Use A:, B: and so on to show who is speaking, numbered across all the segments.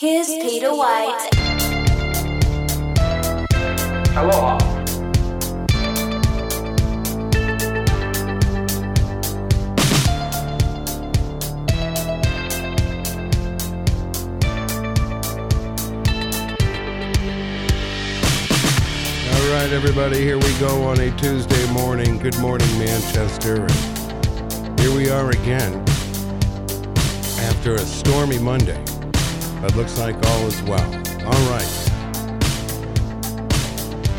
A: Here's Peter White.
B: Aloha.
C: All right, everybody, here we go on a Tuesday morning. Good morning, Manchester. And here we are again after a stormy Monday. But looks like all is well. All right.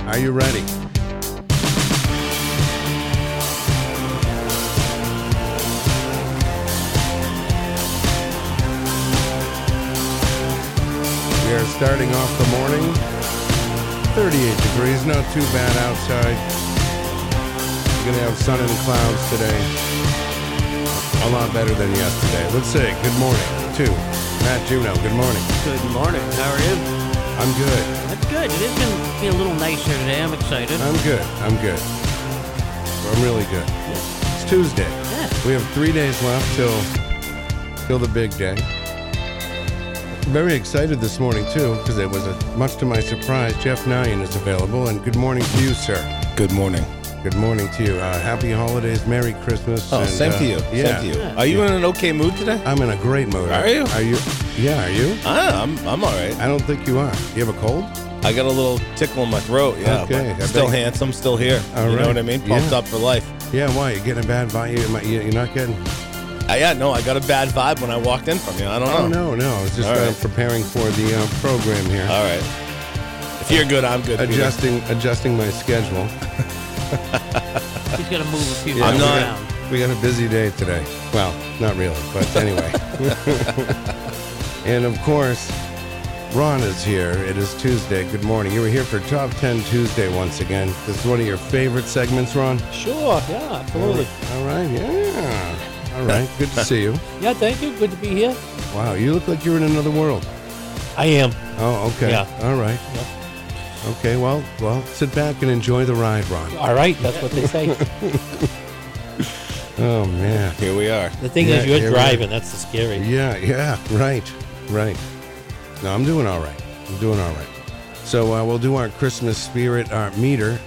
C: Are you ready? We are starting off the morning 38 degrees, not too bad outside. We're gonna have sun and clouds today. A lot better than yesterday. Let's say good morning to Matt Juno. Good morning.
D: Good morning. How are you?
C: I'm good.
D: That's good. It is going to be a little nicer today. I'm excited.
C: I'm good. I'm good. I'm really good. It's Tuesday.
D: Yeah.
C: We have three days left till till the big day. Very excited this morning too, because it was a, much to my surprise. Jeff Nyan is available, and good morning to you, sir.
E: Good morning.
C: Good morning to you. Uh, happy holidays, Merry Christmas.
E: Oh,
C: and,
E: same
C: uh,
E: to you.
C: Yeah.
E: Same to you. Are you in an okay mood today?
C: I'm in a great mood.
E: Are you?
C: Are you? Yeah, are you?
E: Ah, I'm I'm all right.
C: I don't think you are. You have a cold?
E: I got a little tickle in my throat. Yeah,
C: Okay,
E: but
C: I
E: still
C: bet.
E: handsome, still here.
C: All
E: you
C: right.
E: know what I mean? Pumped
C: Yeah.
E: up for life.
C: Yeah, why? You're getting a bad vibe? You- my- you- You're not getting?
E: I, Uh, yeah, no, I got a bad vibe when I walked in from you. I don't know.
C: Oh, no, no. I was just
E: All
C: uh,
E: right.
C: preparing for the uh, program here.
E: All right. If you're good, I'm good. Peter.
C: adjusting adjusting my schedule.
D: He's going to move a few
C: Yeah,
D: things
E: I'm not-
D: around.
C: We got a busy day today. Well, not really, but anyway. and of course, Ron is here. It is Tuesday. Good morning. You were here for Top 10 Tuesday once again. This is one of your favorite segments, Ron.
F: Sure, yeah, absolutely.
C: All right, yeah. All right, good to see you.
F: Yeah, thank you. Good to be here.
C: Wow, you look like you're in another world.
F: I am.
C: Oh, okay.
F: Yeah.
C: All right. Okay, well, well, sit back and enjoy the ride, Ron.
F: All right, that's what they say.
C: Oh, man.
E: Here we are.
F: The thing
C: Yeah,
F: is, you're
C: you're right.
F: driving. That's the scary.
C: Yeah, yeah, right, right. No, I'm doing all right. I'm doing all right. So uh, we'll do our Christmas spirit our meter.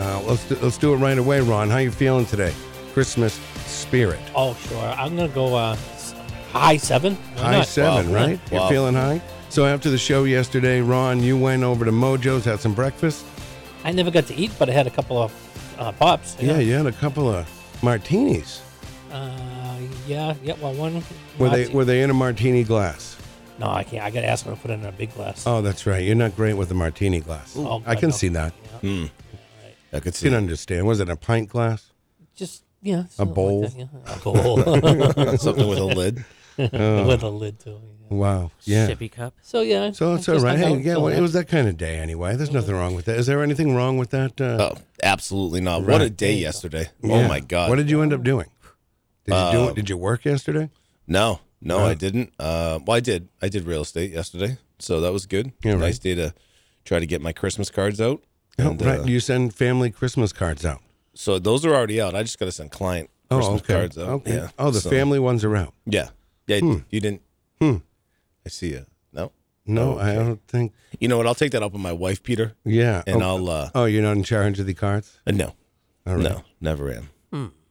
C: Uh, let's do, let's do it right away, Ron. How you feeling today? Christmas spirit.
F: Oh, sure. I'm gonna go uh, s- high seven. Why
C: High
F: not?
C: seven,
E: Wow.
C: right? You're
E: Wow.
C: feeling high. So after the show yesterday, Ron, you went over to Mojo's, had some breakfast.
F: I never got to eat, but I had a couple of uh, pops.
C: Yeah, you had a couple of martinis.
F: Uh, yeah, yeah. Well, one.
C: Were they
F: marti-
C: were they in a martini glass?
F: No, I can't. I gotta ask them to put it in a big glass.
C: Oh, that's right. You're not great with a martini glass.
F: Oh,
C: I
F: God,
C: can
F: no.
C: see that.
F: Yeah.
E: I
C: You
E: could see.
C: can understand. Was it a pint glass?
F: Just yeah. something like
C: bowl.
F: that, yeah. A bowl
E: Something with a lid.
F: with a lid too. yeah.
C: Wow. Yeah.
D: Sippy cup.
F: So yeah.
C: So it's all
F: just
C: right.
F: hung
C: Hey,
F: out,
C: yeah,
F: so,
C: well, it was that kind of day anyway. There's nothing wrong with that. Is there anything wrong with that? Uh,
E: Oh, absolutely not. What a day yesterday. Oh
C: yeah.
E: my god.
C: What did you end up doing? Did you do
E: Um,
C: it? Did you work yesterday?
E: No, no,
C: No?
E: I didn't. Uh, well, I did. I did real estate yesterday, so that was good.
C: Yeah, right.
E: nice day to try to get my Christmas cards out.
C: No,
E: And,
C: Oh, right.
E: uh,
C: you send family Christmas cards out.
E: so those are already out. I just got to send client
C: Oh,
E: Christmas
C: okay.
E: cards out.
C: Okay.
E: Yeah.
C: Oh, the Hmm.
E: So-
C: family ones are out.
E: Yeah, yeah. You didn't. I see you. No.
C: No, I
E: Okay.
C: don't think.
E: You know what? I'll take that up with my wife, Peter,
C: Yeah.
E: and
C: oh,
E: I'll. Uh,
C: oh, you're not in charge of the cards.
E: uh, no,
C: All right.
E: no, never am.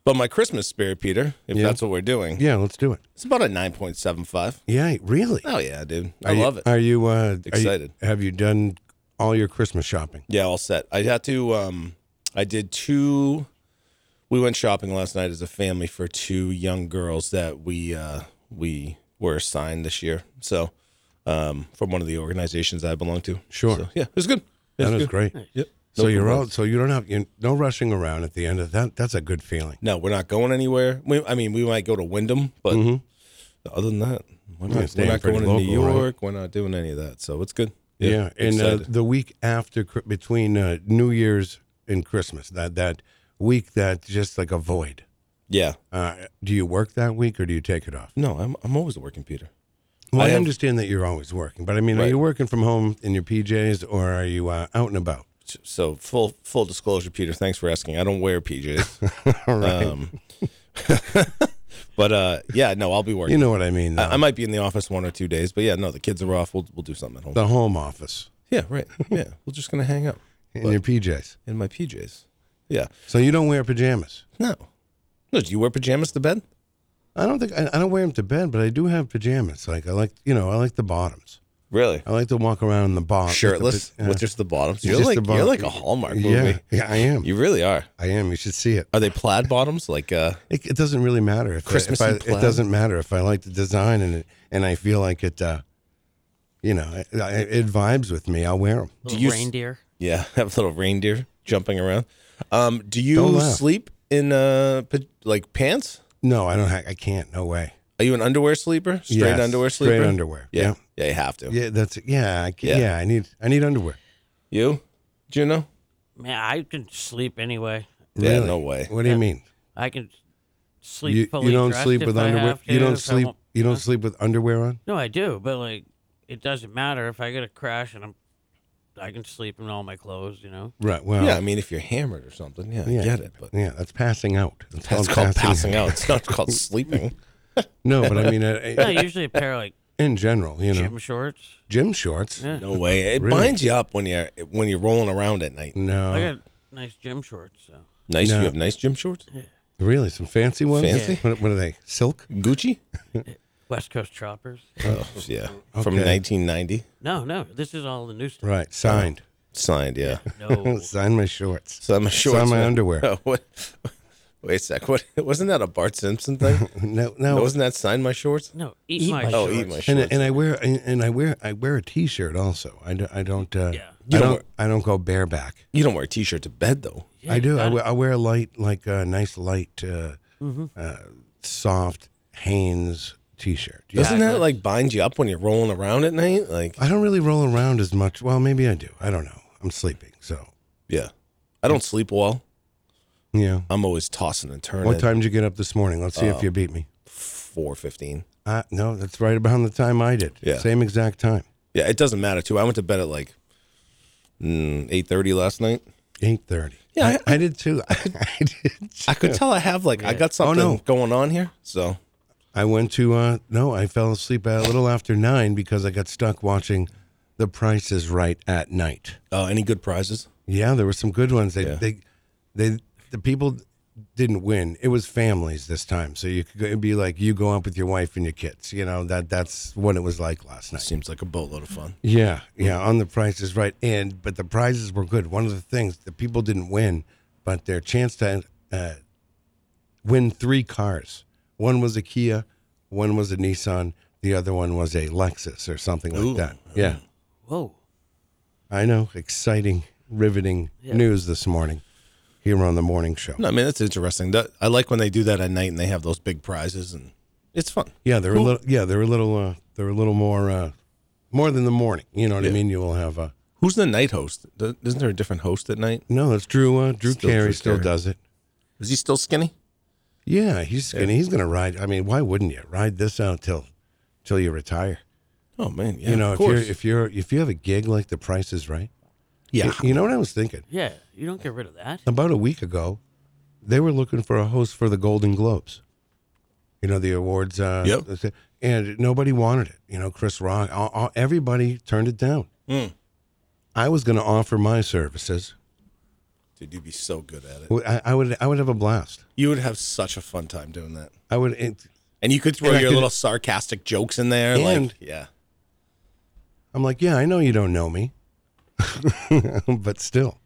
E: But my Christmas spirit, Peter, if
C: Yeah.
E: that's what we're doing,
C: Yeah, let's do it.
E: it's about a nine point seven five.
C: Yeah, really.
E: Oh yeah, dude, I
C: Are you-
E: love it.
C: Are you uh, are you-
E: Excited.
C: have you done all your Christmas shopping?
E: Yeah, all set. I had to. Um, I did two. We went shopping last night as a family for two young girls that we uh, we were assigned this year. So, um, from one of the organizations I belong to.
C: Sure.
E: So, yeah, it was good. It
C: That
E: was
C: is
E: good.
C: great.
E: Yep.
C: So
E: No
C: you're
E: complaints.
C: out. So you don't have you no rushing around at the end of that. That's a good feeling.
E: No, we're not going anywhere. We, I mean, we might go to Wyndham, but other than that, we're not, we're
C: Mm-hmm. staying
E: not
C: pretty
E: going to New
C: local, right?
E: York. We're not doing any of that. So it's good.
C: Yeah, and uh,
E: excited.
C: the week after Chri- between uh, New Year's and Christmas, that that week that's just like a void.
E: yeah.
C: Uh, do you work that week or do you take it off?
E: No, I'm I'm always working, Peter.
C: Well, I,
E: I have-
C: understand that you're always working, but I mean, are
E: Right.
C: you working from home in your PJs or are you uh, out and about?
E: So full full disclosure, Peter. Thanks for asking. I don't wear PJs.
C: All right.
E: Um, But uh, yeah, no, I'll be working.
C: You know what I mean? Though.
E: I, I might be in the office one or two days, but yeah, no, the kids are off. We'll we'll do something at home.
C: the home office
E: Yeah, right. Yeah, we're just gonna hang out
C: in
E: But-
C: your PJs.
E: in my PJs. Yeah,
C: So you don't wear pajamas.
E: no, no. Do you wear pajamas to bed?
C: I don't think I, I don't wear them to bed, but I do have pajamas. Like I like you know I like the bottoms.
E: Really?
C: I like to walk around in Uh, the bottom
E: Shirtless
C: with, the pa-
E: with just the bottoms.
C: It's
E: You're
C: just
E: like
C: the bottom.
E: you're like a Hallmark movie.
C: yeah. yeah yeah I am
E: You really are.
C: I am. You should see it.
E: Are they plaid bottoms? Like uh,
C: It, it doesn't really matter if I-
E: Christmas
C: if I,
E: in
C: it
E: plaid.
C: doesn't matter if I like the design and it, and I feel like it. Uh, you know, it, it, it vibes with me. I'll wear them.
D: Little
E: you s-
D: reindeer.
E: yeah, have little reindeer jumping around. Um, do you
C: Don't laugh.
E: sleep in uh pa- like pants?
C: No, I don't. Ha- I can't. No way.
E: Are you an underwear sleeper? Straight
C: Yes,
E: underwear sleeper.
C: Straight underwear.
E: Yeah.
C: Yeah.
E: yeah, you have to.
C: Yeah, that's yeah, I, ca-
E: Yeah.
C: yeah. I need I need underwear.
E: You, Juno?
D: Man, I can sleep anyway.
E: Yeah,
C: Really?
E: no way.
C: What do you mean?
D: I can sleep
C: You,
D: fully
C: you don't
D: dressed
C: sleep
D: if
C: with
D: I
C: underwear.
D: have
C: you
D: to,
C: don't
D: if I
C: sleep.
D: want-
C: You don't sleep with underwear on.
D: No, I do, but like, it doesn't matter if I get a crash and I'm, I can sleep in all my clothes. You know,
C: Right. Well.
E: Yeah, I mean, if you're hammered or something, yeah, I
C: Yeah.
E: get it. But
C: Yeah, that's passing out. That's
E: that's called passing out. It's not called sleeping.
C: No, but I mean, I,
D: no,
C: I-
D: usually a pair of like
C: in general, you know,
D: gym shorts.
C: gym shorts.
D: Yeah.
E: No way. It
C: Really?
E: binds you up when you're when you're rolling around at night.
D: I
C: No,
D: got nice gym shorts. So.
E: Nice.
C: No.
E: You have nice gym shorts.
C: really, some fancy ones.
E: Fancy?
C: What, what are they? Silk?
E: Gucci.
D: West Coast choppers.
E: Oh, yeah. From
C: Okay.
E: 1990.
D: No, no, this is all the new stuff.
C: Right. Signed.
E: Signed. Yeah.
D: No,
C: Sign my shorts.
E: So I'm a Oh. shorts.
C: my
E: man.
C: underwear.
E: Oh, what? Wait a sec. What wasn't that a Bart Simpson thing?
C: No,
E: No,
C: no.
E: wasn't that sign my shorts?
D: no, eat, my,
E: oh,
D: shorts.
E: eat my shorts.
C: and, and I wear and, and I wear I wear a t-shirt also. I, do, I don't. Uh,
E: You
D: Yeah.
C: I
E: don't
C: don't.
E: wear-
C: I don't go bareback.
E: you don't wear a t-shirt to bed though.
D: Yeah,
C: I
D: you
C: do. I
D: gotta-
C: wear, I wear a light, like a nice light, uh, uh, soft Hanes t-shirt. Yeah.
E: Doesn't that
D: that's-
E: like bind you up when you're rolling around at night? Like,
C: I don't really roll around as much. Well, maybe I do. I don't know. I'm sleeping, so
E: yeah. I don't sleep well.
C: yeah.
E: I'm always tossing and turning.
C: What time did you get up this morning? Let's see if you beat me.
E: Four fifteen.
C: Uh, no, that's right around the time I did.
E: Yeah.
C: Same exact time.
E: Yeah, it doesn't matter too. I went to bed at like mm, eight thirty last night.
C: Eight thirty.
E: Yeah,
C: I, I did too. I, did.
E: I could tell I have like I got something
C: no.
E: going on here. So
C: I went to uh no, I fell asleep at a little after nine because I got stuck watching The Price is Right at night.
E: uh, any good prizes?
C: Yeah, there were some good ones. They
E: Yeah.
C: they they the people didn't win. It was families this time, so you could go, it'd be like you go up with your wife and your kids. You know that that's what it was like last night.
E: Seems like a boatload of fun.
C: Yeah, yeah, on the prices right, and but the prizes were good. One of the things the people didn't win, but their chance to uh, win three cars. One was a Kia, one was a Nissan, the other one was a Lexus or something like
E: Ooh.
C: that. Yeah,
D: Whoa,
C: I know. Exciting, riveting news this morning here on the morning show.
E: No, I mean that's interesting. That, I like when they do that at night and they have those big prizes and it's fun.
C: Yeah, they're a little. Yeah, they're a little. Uh, they're a little more. Uh, more than the morning. You know what I mean? You will have a.
E: Who's the night host? Th- Isn't there a different host at night?
C: No, that's Drew. Uh, Drew
E: Still Drew
C: Carey still
E: Carey.
C: does it.
E: Is he still skinny?
C: Yeah, he's gonna he's gonna ride. I mean, why wouldn't you ride this out till till you retire?
E: Oh man, yeah,
C: you know,
E: of
C: if you're
E: course.
C: if you're if you have a gig like The Price is Right.
E: yeah,
C: You know what I was thinking?
D: yeah, you don't get rid of that.
C: About a week ago, they were looking for a host for the Golden Globes. You know the awards. Uh,
E: Yep.
C: And nobody wanted it. You know, Chris Rock. all- all- everybody turned it down.
E: Hmm.
C: I was gonna offer my services.
E: dude, you'd be so good at it.
C: W- I, I would I would have a blast.
E: You would have such a fun time doing that,
C: I would. It,
E: and you could throw
C: And I
E: your
C: could-
E: little sarcastic jokes in there.
C: And-
E: like, yeah,
C: I'm like, yeah, I know you don't know me, but still.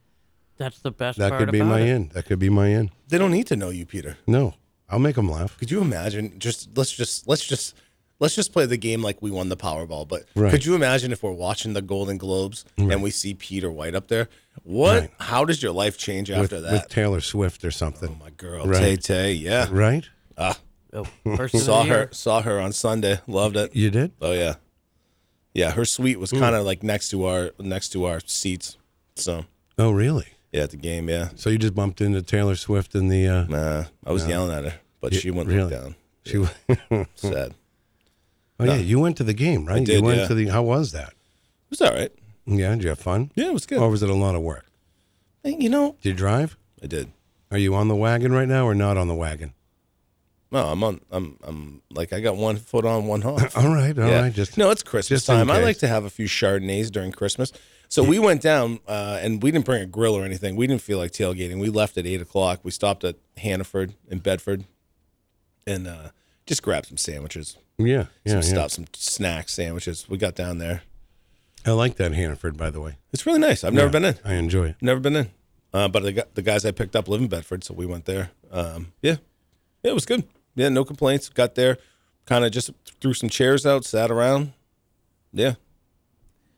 D: That's the best
C: That
D: part
C: could be
D: about
C: my
D: it.
C: end. That could be my end.
E: they don't need to know you, Peter.
C: No, I'll make them laugh.
E: Could you imagine? Just let's just let's just let's just play the game like we won the Powerball. But
C: Right.
E: could you imagine if we're watching the Golden Globes and we see Peter White up there? What?
C: Right.
E: How does your life change
C: With,
E: after
C: with
E: that?
C: Taylor Swift or
E: oh
C: something,
E: my girl, Tay
C: Right.
E: Tay, yeah.
C: right?
D: Oh, person of
E: Saw
D: the year.
E: her saw her on Sunday. Loved it.
C: You did?
E: Oh yeah, yeah. Her suite was kind of like next to our next to our seats. So
C: Oh, really?
E: yeah, at the game, yeah.
C: So you just bumped into Taylor Swift in the. Uh,
E: Nah, I was yelling at her, but she wouldn't
C: really?
E: look down.
C: she. oh
E: Sad.
C: yeah, you went to the game, right?
E: did,
C: you went
E: yeah.
C: to the. How was that?
E: It was all right.
C: Yeah, did you have fun?
E: Yeah, it was good.
C: Or was it a lot of work?
E: Hey, You know,
C: Did you drive?
E: I did.
C: Are you on the wagon right now or not on the wagon?
E: No, I'm on. I'm. I'm like I got one foot on, one off.
C: All right, all right.
E: Yeah.
C: Just
E: no, it's Christmas
C: just in
E: time. I
C: case.
E: like to have a few Chardonnays during Christmas. So we went down, uh, and we didn't bring a grill or anything. We didn't feel like tailgating. We left at eight o'clock. We stopped at Hannaford and Bedford, and uh, just grabbed some sandwiches.
C: yeah, Oh, yeah, yeah.
E: some stuff, some snacks, sandwiches. We got down there.
C: I like that Hannaford, by the way.
E: It's really nice. I've never
C: Yeah,
E: been in.
C: I enjoy it.
E: Never been in. Uh, but the, gu- the guys I picked up live in Bedford, so we went there. Um, yeah. yeah, it was good. Yeah, no complaints. Got there, kind of just threw some chairs out, sat around. Yeah,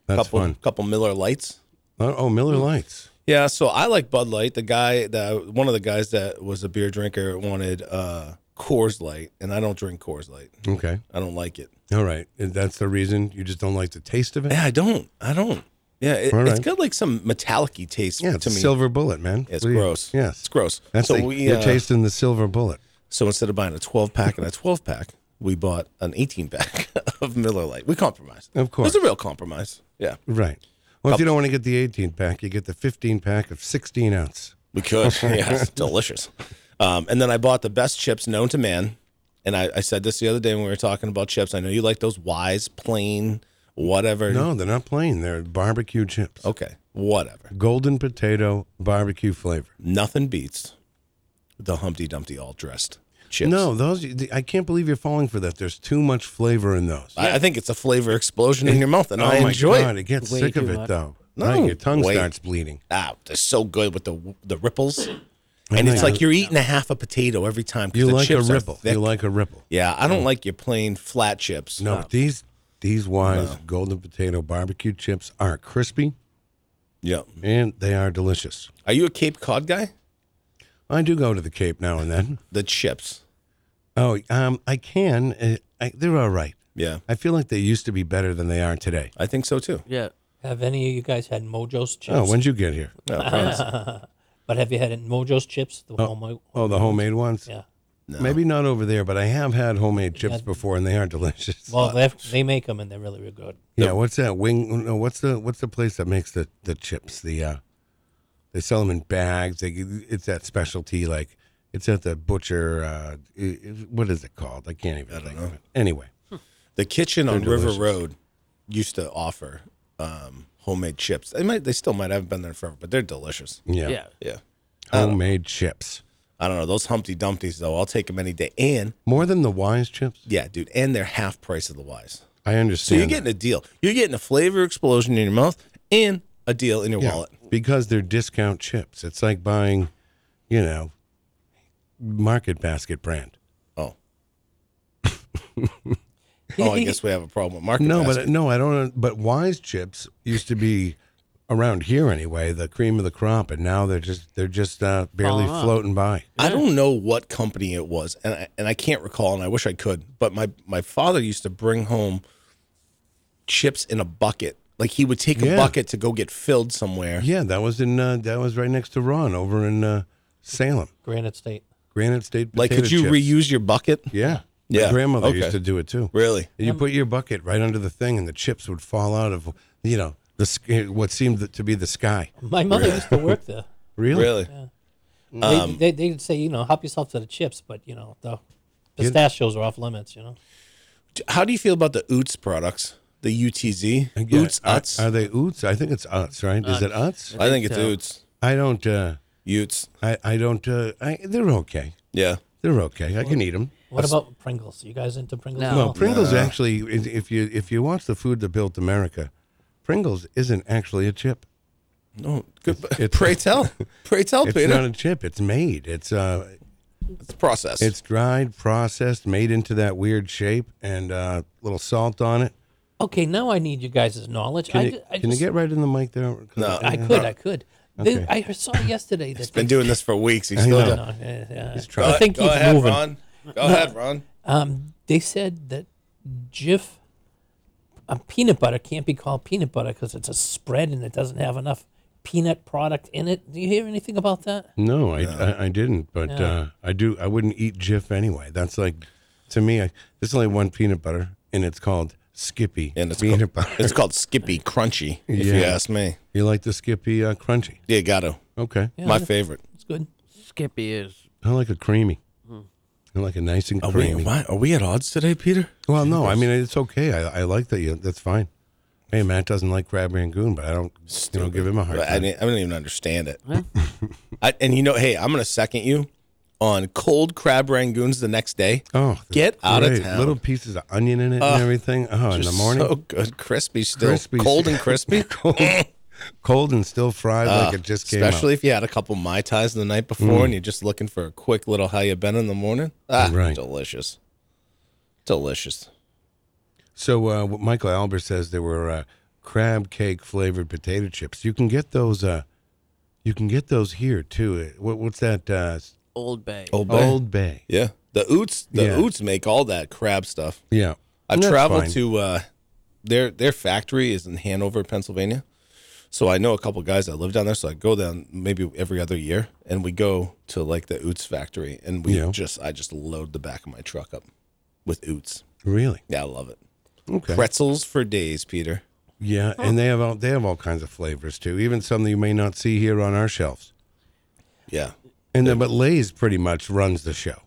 C: That's
E: couple Mm.
C: fun.
E: couple Miller Lights.
C: Oh, oh, Miller Lights.
E: Yeah, so I like Bud Light. The guy that one of the guys that was a beer drinker wanted uh, Coors Light, and I don't drink Coors Light.
C: Okay,
E: I don't like it.
C: all right. And That's the reason you just don't like the taste of it.
E: Yeah, I don't. I don't. Yeah, it,
C: All
E: it's
C: right.
E: got like some metallic-y taste
C: Yeah, it's
E: to
C: a
E: me.
C: silver bullet, man.
E: It's
C: What do you-
E: gross.
C: Yes,
E: It's gross.
C: That's
E: so
C: like,
E: we
C: you're
E: uh,
C: tasting the silver bullet.
E: So instead of buying a 12 pack and a 12 pack, we bought an 18 pack of Miller Lite. We compromised.
C: Of course.
E: It was a real compromise. Yeah.
C: Right. Well, if you don't want to get the 18 pack, you get the 15 pack of 16 ounce.
E: We could. yeah. It's delicious. Um, and then I bought the best chips known to man. And I, I said this the other day when we were talking about chips. I know you like those wise, plain, whatever.
C: No, they're not plain. They're barbecue chips.
E: Okay. Whatever.
C: Golden potato barbecue flavor.
E: Nothing beats the Humpty Dumpty all dressed chips.
C: No, those I can't believe you're falling for that. There's too much flavor in those.
E: I, I think it's a flavor explosion in your mouth, and
C: oh
E: I
C: my
E: enjoy
C: God,
E: it.
C: It gets
D: Way
C: sick of
D: too
C: it
D: much.
C: though.
E: No,
C: Right, your tongue
E: wait.
C: starts bleeding.
E: Ah, they're so good with the the ripples,
C: I
E: and
C: know
E: it's
C: you-
E: like you're eating a half a potato every time. 'cause
C: Oh You
E: the
C: like a
E: chips are
C: ripple.
E: thick.
C: You like a ripple.
E: yeah, I don't like your plain flat chips.
C: No, but these these wise golden potato barbecue chips are crispy
E: Yeah.
C: and they are delicious.
E: Are you a Cape Cod guy?
C: I do go to the Cape now and then.
E: The chips.
C: Oh, um, I can. uh, I, they're all right.
E: Yeah,
C: I feel like they used to be better than they are today.
E: I think so too.
D: Yeah.
F: Have any of you guys had Mojo's chips?
C: Oh, when'd you get here?
E: No, Franz.
F: But have you had Mojo's chips? The homemade-
C: Oh, the homemade ones.
F: Yeah.
C: Maybe not over there, but I have had homemade chips before, and they are delicious.
F: Well, they have, they make them and they're really, really good.
C: yeah, what's that wing? No, what's the what's the place that makes the the chips? The uh, they sell them in bags. They, it's that specialty, like it's at the butcher. Uh, i- i- what is it called? I can't even think of it. Anyway,
E: the kitchen on River
C: delicious.
E: Road used to offer um, homemade chips. They might, they still might. I haven't been there forever, but they're delicious.
C: yeah,
D: Yeah.
E: Yeah,
C: homemade chips
E: I don't know those Humpty Dumpties though. I'll take them any day. And
C: more than the wise chips.
E: yeah, dude, and they're half price of the wise.
C: I
E: So
C: understand.
E: you're
C: that.
E: getting a deal. You're getting a flavor explosion in your mouth and a deal in your wallet.
C: because they're discount chips. It's like buying, you know, market basket brand.
E: Oh. oh, I guess we have a problem with market.
C: No, but
E: basket.
C: no, I don't. But Wise chips used to be around here anyway, the cream of the crop, and now they're just they're just uh, barely
D: Falling off.
C: floating by.
E: I don't know what company it was, and I, and I can't recall, and I wish I could. But my my father used to bring home chips in a bucket. Like he would take
C: Yeah.
E: a bucket to go get filled somewhere.
C: Yeah, that was in uh, that was right next to Ron over in uh, Salem,
F: Granite State.
C: Granite State.
E: like,
C: potato
E: could you
C: chips.
E: reuse your bucket?
C: Yeah, My
E: Yeah,
C: grandmother
E: okay.
C: used to do it too.
E: Really?
C: You put your bucket right under the thing, and the chips would fall out of you know the sk- what seemed to be the sky.
F: My mother used to work there.
C: Really?
E: Really?
F: They,
C: Um,
F: they, they'd say, you know, help yourself to the chips, but, you know, the pistachios are off limits, you know.
E: How do you feel about the Oots products? The UTZ?
C: Yeah,
E: Oots,
C: are-
E: Uts?
C: Are, they Oots? I think it's Uts, right? Is it Uts?
E: I think it's
D: so.
E: Oots.
C: I don't. Uh,
E: Utes.
C: I, I don't. Uh, I, they're okay.
E: Yeah.
C: They're okay. I can eat them.
F: What about Pringles? You guys into Pringles?
D: No.
F: at
C: No,
E: Oh,
F: all?
C: Pringles actually. is- If you if you watch the food that built America, Pringles isn't actually a chip.
E: No, good.
C: it's-
E: pray tell, pray tell,
C: It's
E: Peter.
C: not a chip. It's made. It's uh,
E: it's a process.
C: it's dried, processed, made into that weird shape, and uh, little salt on it.
F: Okay, now I need you guys' knowledge.
C: Can,
F: I,
C: you,
F: ju- I
C: can you
F: just-
C: get Uh-huh. right in the mic there?
E: No.
F: I could, I could. They- I saw yesterday that
E: been
F: they-
E: doing this for weeks. He's still
C: know.
E: doing.
F: No, yeah, yeah.
C: trying.
F: The thing
E: Go
F: keeps
E: ahead,
F: moving.
E: Ron. Go ahead, Ron.
F: Um, they said that Jif um, peanut butter can't be called peanut butter because it's a spread and it doesn't have enough peanut product in it. Do you hear anything about that?
C: No, I, I, I didn't. But uh, I do. I wouldn't eat Jif anyway. That's like, to me, I, there's only one peanut butter, and it's called Skippy
E: And it's
C: peanut
E: called,
C: butter.
E: it's called Skippy Crunchy. If you
C: Yeah.
E: ask me,
C: You like the Skippy uh, crunchy?
E: yeah, gotta.
C: Okay,
E: My favorite.
F: It's good.
D: Skippy is
C: I like a creamy. like a nice and
E: Are we,
C: creamy.
E: why- are we at odds today, Peter?
C: well, no, I mean it's okay. I, I like that. You, that's fine. Hey, Matt doesn't like crab rangoon, but I don't. You know, give him a hard
E: I,
C: time.
E: didn't, I don't even understand it. I, and you know, hey, I'm going to second you on cold crab rangoons the next day.
C: Oh,
E: Get out of
C: great.
E: town.
C: Little pieces of onion in it and everything. Oh, in the
E: Just
C: morning,
E: So good. Crispy still.
C: Crispy.
E: Cold and crispy.
C: cold, cold and still fried like it just came. out.
E: Especially if you had a couple Mai Tais the night before and you're just looking for a quick little how you been in the morning. Ah,
C: Right.
E: delicious. Delicious.
C: So uh, what Michael Albert says there were uh, crab cake flavored potato chips. You can get those. Uh, you can get those here too. Uh, What, what's that? Uh, s-
D: Old Bay.
E: Old Bay.
C: Old Bay.
E: Yeah. The Oots, the
C: Yeah.
E: Oots make all that crab stuff.
C: Yeah,
E: I've
C: That's
E: traveled
C: fine.
E: to uh, their their factory is in Hanover, Pennsylvania. So I know a couple guys that live down there. So I go down maybe every other year, and we go to like the Oots factory, and we
C: Yeah.
E: just I just load the back of my truck up with Oots.
C: Really?
E: Yeah, I love it.
C: Okay.
E: Pretzels for days, Peter.
C: Yeah, and they have all they have all kinds of flavors too. Even some that you may not see here on our shelves.
E: Yeah,
C: And then, but Lay's pretty much runs the show.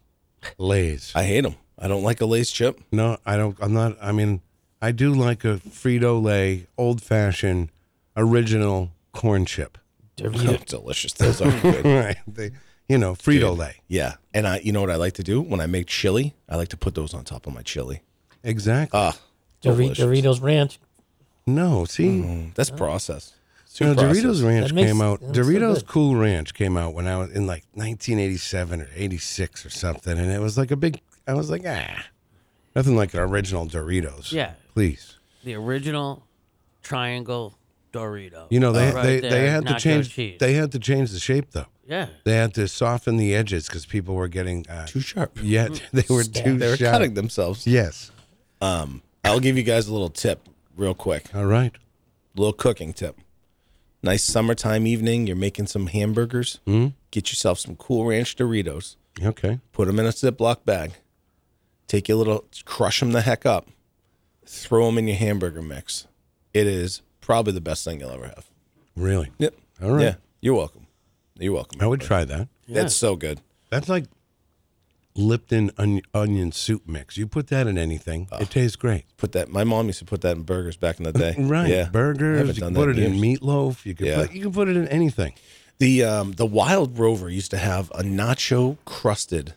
C: Lay's.
E: I hate them. I don't like a Lay's chip.
C: No, I don't. I'm not. I mean, I do like a Frito Lay old fashioned original corn chip.
E: Delicious. Those are good.
C: Right. They, you know, Frito Lay.
E: Yeah, and I you know what I like to do when I make chili? I like to put those on top of my chili.
C: Exactly.
E: Ah,
F: Dori-
E: delicious.
F: Doritos Ranch.
C: no, see,
E: that's processed. It's
C: you know,
E: too processed.
C: Doritos Ranch
F: That makes-
C: came out.
F: that's so
C: Doritos
F: good.
C: Cool Ranch came out when I was in like 1987 or 86 or something, and it was like a big. I was like, ah, nothing like an original Doritos.
D: Yeah.
C: Please.
D: The original triangle Dorito.
C: You know they
D: Oh, Right
C: they, they
D: there,
C: had to
D: nacho
C: change
D: cheese.
C: they had to change the shape though.
D: yeah.
C: They had to soften the edges because people were getting uh,
E: Too sharp.
C: Yeah, they were too
E: They were
C: sharp.
E: cutting themselves.
C: Yes.
E: I'll give you guys a little tip real quick.
C: All right.
E: A little cooking tip. Nice summertime evening, you're making some hamburgers.
C: Hmm?
E: Mm. Get yourself some Cool Ranch Doritos.
C: Okay.
E: Put them in a Ziploc bag. Take your little, crush them the heck up. Throw them in your hamburger mix. It is probably the best thing you'll ever have.
C: Really.
E: Yep.
C: All right.
E: Yeah. You're welcome. You're welcome.
C: I would try that.
E: That's so good.
C: That's like Lipton on- onion soup mix. You put that in anything, it tastes great.
E: Put that. My mom used to put that in burgers back in the day.
C: Right.
E: Yeah. I haven't
C: Burgers. You
E: done
C: can put
E: that
C: it
E: in
C: in meatloaf. You can
E: Yeah.
C: put you can put it in anything.
E: The um, the Wild Rover used to have a nacho crusted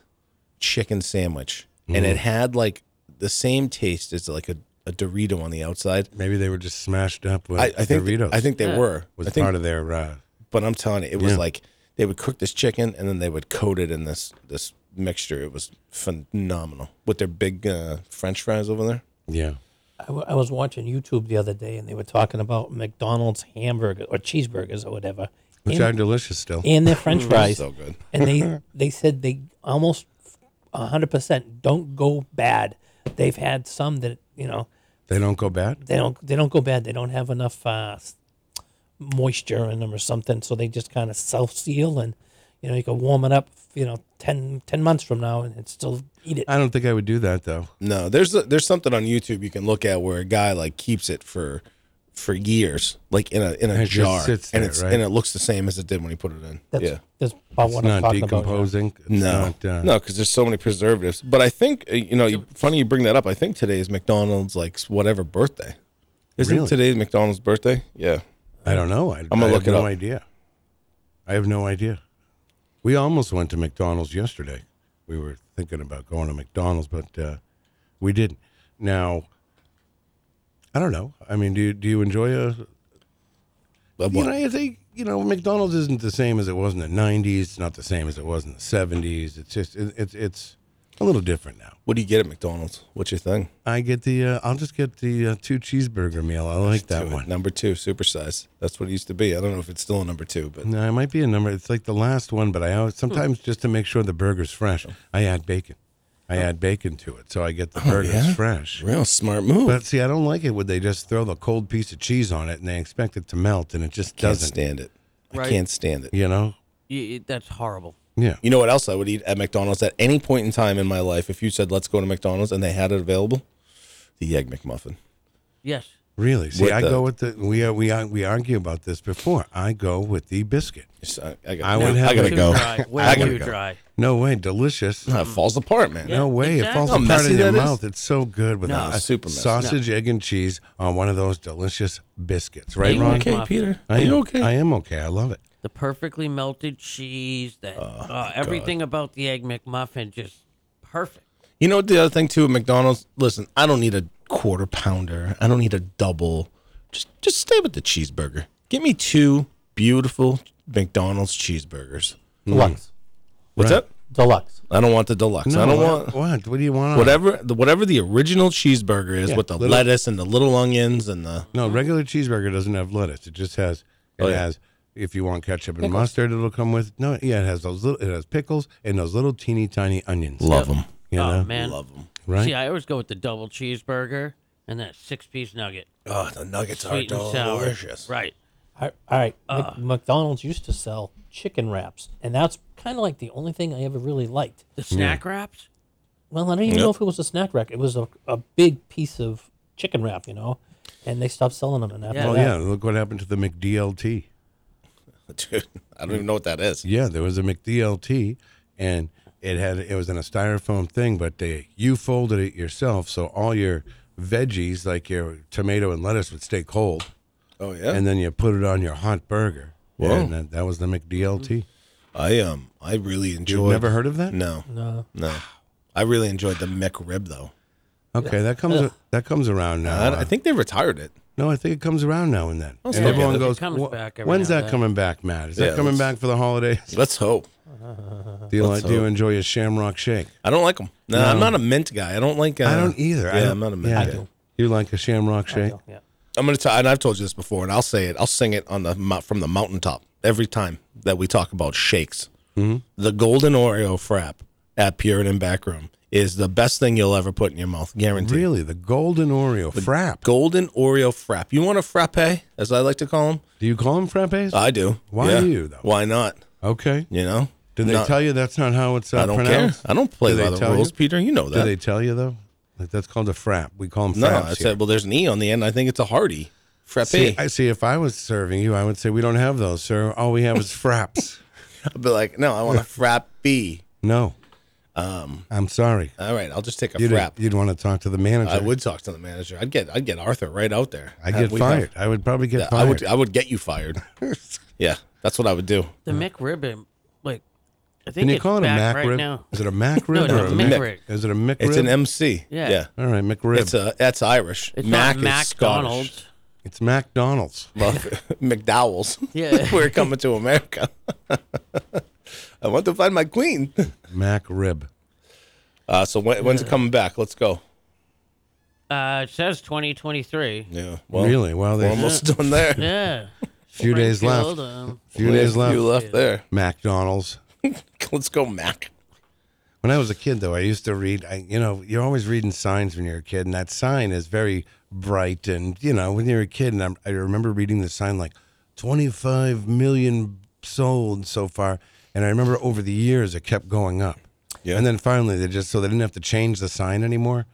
E: chicken sandwich, and
C: Mm.
E: it had like the same taste as like a, a Dorito on the outside.
C: Maybe they were just smashed up with
E: I, I think
C: Doritos.
E: I think they
D: Yeah.
E: were.
C: was
E: I think,
C: part of their uh,
E: but I'm telling you, it was
C: Yeah.
E: like they would cook this chicken and then they would coat it in this this mixture. It was phenomenal with their big uh, French fries over there.
C: yeah.
F: I, w- I was watching YouTube the other day, and they were talking about McDonald's hamburger or cheeseburgers or whatever,
C: Which
F: and,
C: are delicious still.
F: and their French fries.
E: So good.
F: and they they said they almost 100% don't go bad. They've had some that you know
C: They don't go bad.
F: they don't they don't go bad. They don't have enough uh, s- moisture in them or something, so they just kind of self seal and you know you can warm it up you know 10, 10 months from now and it's still eat it.
C: I don't think I would do that though.
E: No, there's a, there's something on YouTube you can look at where a guy like keeps it for for years, like in a in a
C: And it just
E: jar,
C: sits
E: and
C: there,
E: it's
C: right?
E: and it looks the same as it did when he put it in.
F: That's
E: yeah,
F: that's about what
C: It's
F: I'm
C: not
F: talking about.
C: decomposing. It's
E: no,
C: not, uh,
E: no, because there's so many preservatives. But I think uh, you know, you, funny you bring that up. I think today is McDonald's like whatever birthday. Isn't
C: Really?
E: today McDonald's birthday? Yeah,
C: I don't know. I, am
E: gonna look
C: have
E: it
C: no
E: up.
C: idea. I have no idea. We almost went to McDonald's yesterday. We were thinking about going to McDonald's, but uh, we didn't. Now, I don't know. I mean, do you, do you enjoy a?
E: But
C: You
E: what-
C: know, I think you know McDonald's isn't the same as it was in the '90s. It's not the same as it was in the '70s. It's just it, it's it's a little different now.
E: what do you get at McDonald's? What's your thing?
C: I get the uh, I'll just get the uh, two cheeseburger meal. I like that
E: Two-
C: one.
E: number two, supersize. That's what it used to be. I don't know if it's still a number two, but
C: No, it might be a number. It's like the last one, but I
E: Hmm.
C: always, sometimes just to make sure the burger's fresh, I add bacon. I add bacon to it, so I get the burger's
E: Oh. yeah?
C: fresh.
E: real smart move.
C: But see, I don't like it when they just throw the cold piece of cheese on it and they expect it to melt, and it just
E: can't
C: doesn't.
E: stand it. I
D: Right.
E: can't stand it.
C: You know?
D: You, you- that's horrible.
C: Yeah.
E: You know what else I would eat at McDonald's at any point in time in my life if you said let's go to McDonald's and they had it available? The egg McMuffin.
D: Yes.
C: Really? See,
E: With
C: I
E: the-
C: go with the we uh, we uh, we argue about this before. I go with the biscuit.
E: It's- I, I, gotta,
C: I would
E: I
C: have
E: gotta
C: to-
D: Too
E: go.
D: dry. Way
E: I gotta
D: too
E: go.
D: dry.
C: No way, delicious.
E: No, it falls apart, man.
C: No way, it falls
E: How
C: apart
E: messy
C: in your
E: that is.
C: mouth. It's so good with
D: No.
C: a
E: Super messy.
C: sausage, egg, and cheese on one of those delicious biscuits.
D: Are
C: Right,
D: you
C: Ron?
D: okay, Peter?
C: I
E: Are
C: am,
E: you okay?
C: I am okay. I love it.
D: The perfectly melted cheese, that
E: Oh,
D: uh, everything about the egg McMuffin just perfect.
E: You know what the other thing too at McDonald's? Listen, I don't need a quarter pounder. I don't need a double. Just just stay with the cheeseburger. Give me two beautiful McDonald's cheeseburgers.
A: Deluxe.
E: What's
C: Right.
E: up?
A: Deluxe.
E: I don't want the deluxe. I don't want
C: what. What do you
D: Mm.
C: want? on it?
E: whatever the, whatever the original cheeseburger is with the
C: little-
E: lettuce and the little onions and the
C: No, regular cheeseburger doesn't have lettuce. It just has. It
E: Oh, yeah.
C: has. If you want ketchup and mustard, it'll come with. No, yeah, it has those little. It has pickles and those little teeny tiny onions.
E: love them.
C: You know,
D: oh man,
E: Love them.
C: right?
D: See, I always go with the double cheeseburger and that six piece nugget.
E: Oh, the nuggets
D: Sweet and
E: are
D: sour.
E: delicious.
D: Right.
F: All all right. Mc- McDonald's used to sell chicken wraps, and that's kind of like the only thing I ever really liked.
D: The snack wraps?
F: Well, I don't even know if it was a snack rack. It was a, a big piece of chicken wrap, you know, and they stopped selling them. And after
D: Yeah.
C: oh
F: that,
C: yeah, look what happened to the McDLT.
E: Dude, I don't even know what that is.
C: Yeah, there was a McDLT, and it had it was in a styrofoam thing, but they you folded it yourself, so all your veggies like your tomato and lettuce would stay cold,
E: Oh yeah.
C: and then you put it on your hot burger.
E: Whoa.
C: And that, that was the McDLT.
E: I um I really enjoyed.
C: You've never heard of that?
E: No,
F: No.
E: no. I really enjoyed the McRib though.
C: Okay, that comes that comes around now. uh,
E: I, I think they retired it.
C: no, I think it comes around now and then. And
E: still
C: everyone
E: get it.
C: goes,
D: It comes
C: "Wha-
D: back every
C: "When's
D: now
C: that
D: and then."
C: coming back, Matt? Is
E: Yeah,
C: that coming
E: let's-
C: back for the holidays?
E: Let's hope.
C: Do you like, do you
E: hope.
C: enjoy a Shamrock Shake?
E: I don't like them. No, I'm not a mint guy. I don't like. Uh,
C: I don't either.
E: Yeah,
C: I don't,
E: am not a mint
C: yeah.
E: guy.
C: You like a Shamrock Shake?
F: Yeah.
E: I'm gonna tell, and I've told you this before, and I'll say it. I'll sing it on the mou- from the mountaintop every time that we talk about shakes.
C: Mm-hmm.
E: The golden Oreo frap at Puritan Backroom is the best thing you'll ever put in your mouth, guaranteed.
C: Really, the Golden Oreo Frap.
E: Golden Oreo frap. You want a frappe, as I like to call them?
C: Do you call them frappes?
E: I do.
C: Why
E: Yeah.
C: do you, though?
E: Why not?
C: okay.
E: You know?
C: Do they
E: Not-
C: tell you that's not how it's uh,
E: I don't care.
C: pronounced?
E: I don't play
C: Do they
E: by the
C: tell
E: rules,
C: you?
E: Peter. You know that.
C: Do they tell you though? Like, that's called a frap. We call them
E: No,
C: fraps.
E: I
C: here.
E: said, well, there's an E on the end. I think it's a hearty. Frappe.
C: See, I see. If I was serving you, I would say we don't have those, sir. All we have is fraps.
E: I'd be like, no, I want a frappe.
C: No. Um, I'm sorry.
E: All right, I'll just take a
C: You'd,
E: frappe.
C: you'd want to talk to the manager.
E: I would talk to the manager. I'd get I'd get Arthur right out there.
C: I
E: Have-
C: get
E: we'd
C: fired.
E: have-
C: I would probably get
E: I would
C: fired.
E: I would get you fired. yeah, that's what I would do.
D: The McRib, like, I think
C: Can you
D: it's
C: call it a
D: back
C: mac
D: right
C: rib?
D: now.
C: Is it a mac rib
D: no,
C: or a
D: it's
C: mac?
D: Mick.
E: Mick.
C: Is it a mick
E: It's
C: rib?
E: an MC.
D: Yeah.
C: All right, McRib.
E: It's a that's Irish.
D: It's
E: Mac
D: not
E: is Scottish.
D: McDonald's.
C: it's McDonald's.
E: Love- McDowell's.
D: Yeah.
E: We're coming to America. I want to find my queen.
C: Mac rib.
E: Uh, so when, when's it coming back? Let's go.
D: Uh, it says 2023.
E: Yeah. Well,
C: really? Well,
E: We're
C: they
E: almost done there.
D: Yeah.
C: few days left.
D: Springfield, um,
C: few days left.
E: You uh, left there.
C: McDonald's.
E: Let's go, Mac.
C: When I was a kid, though, I used to read. I, you know, you're always reading signs when you're a kid, and that sign is very bright. And you know, when you're a kid, and I'm, I remember reading the sign like, 25 million sold so far. And I remember over the years it kept going up.
E: Yeah.
C: And then finally they just so they didn't have to change the sign anymore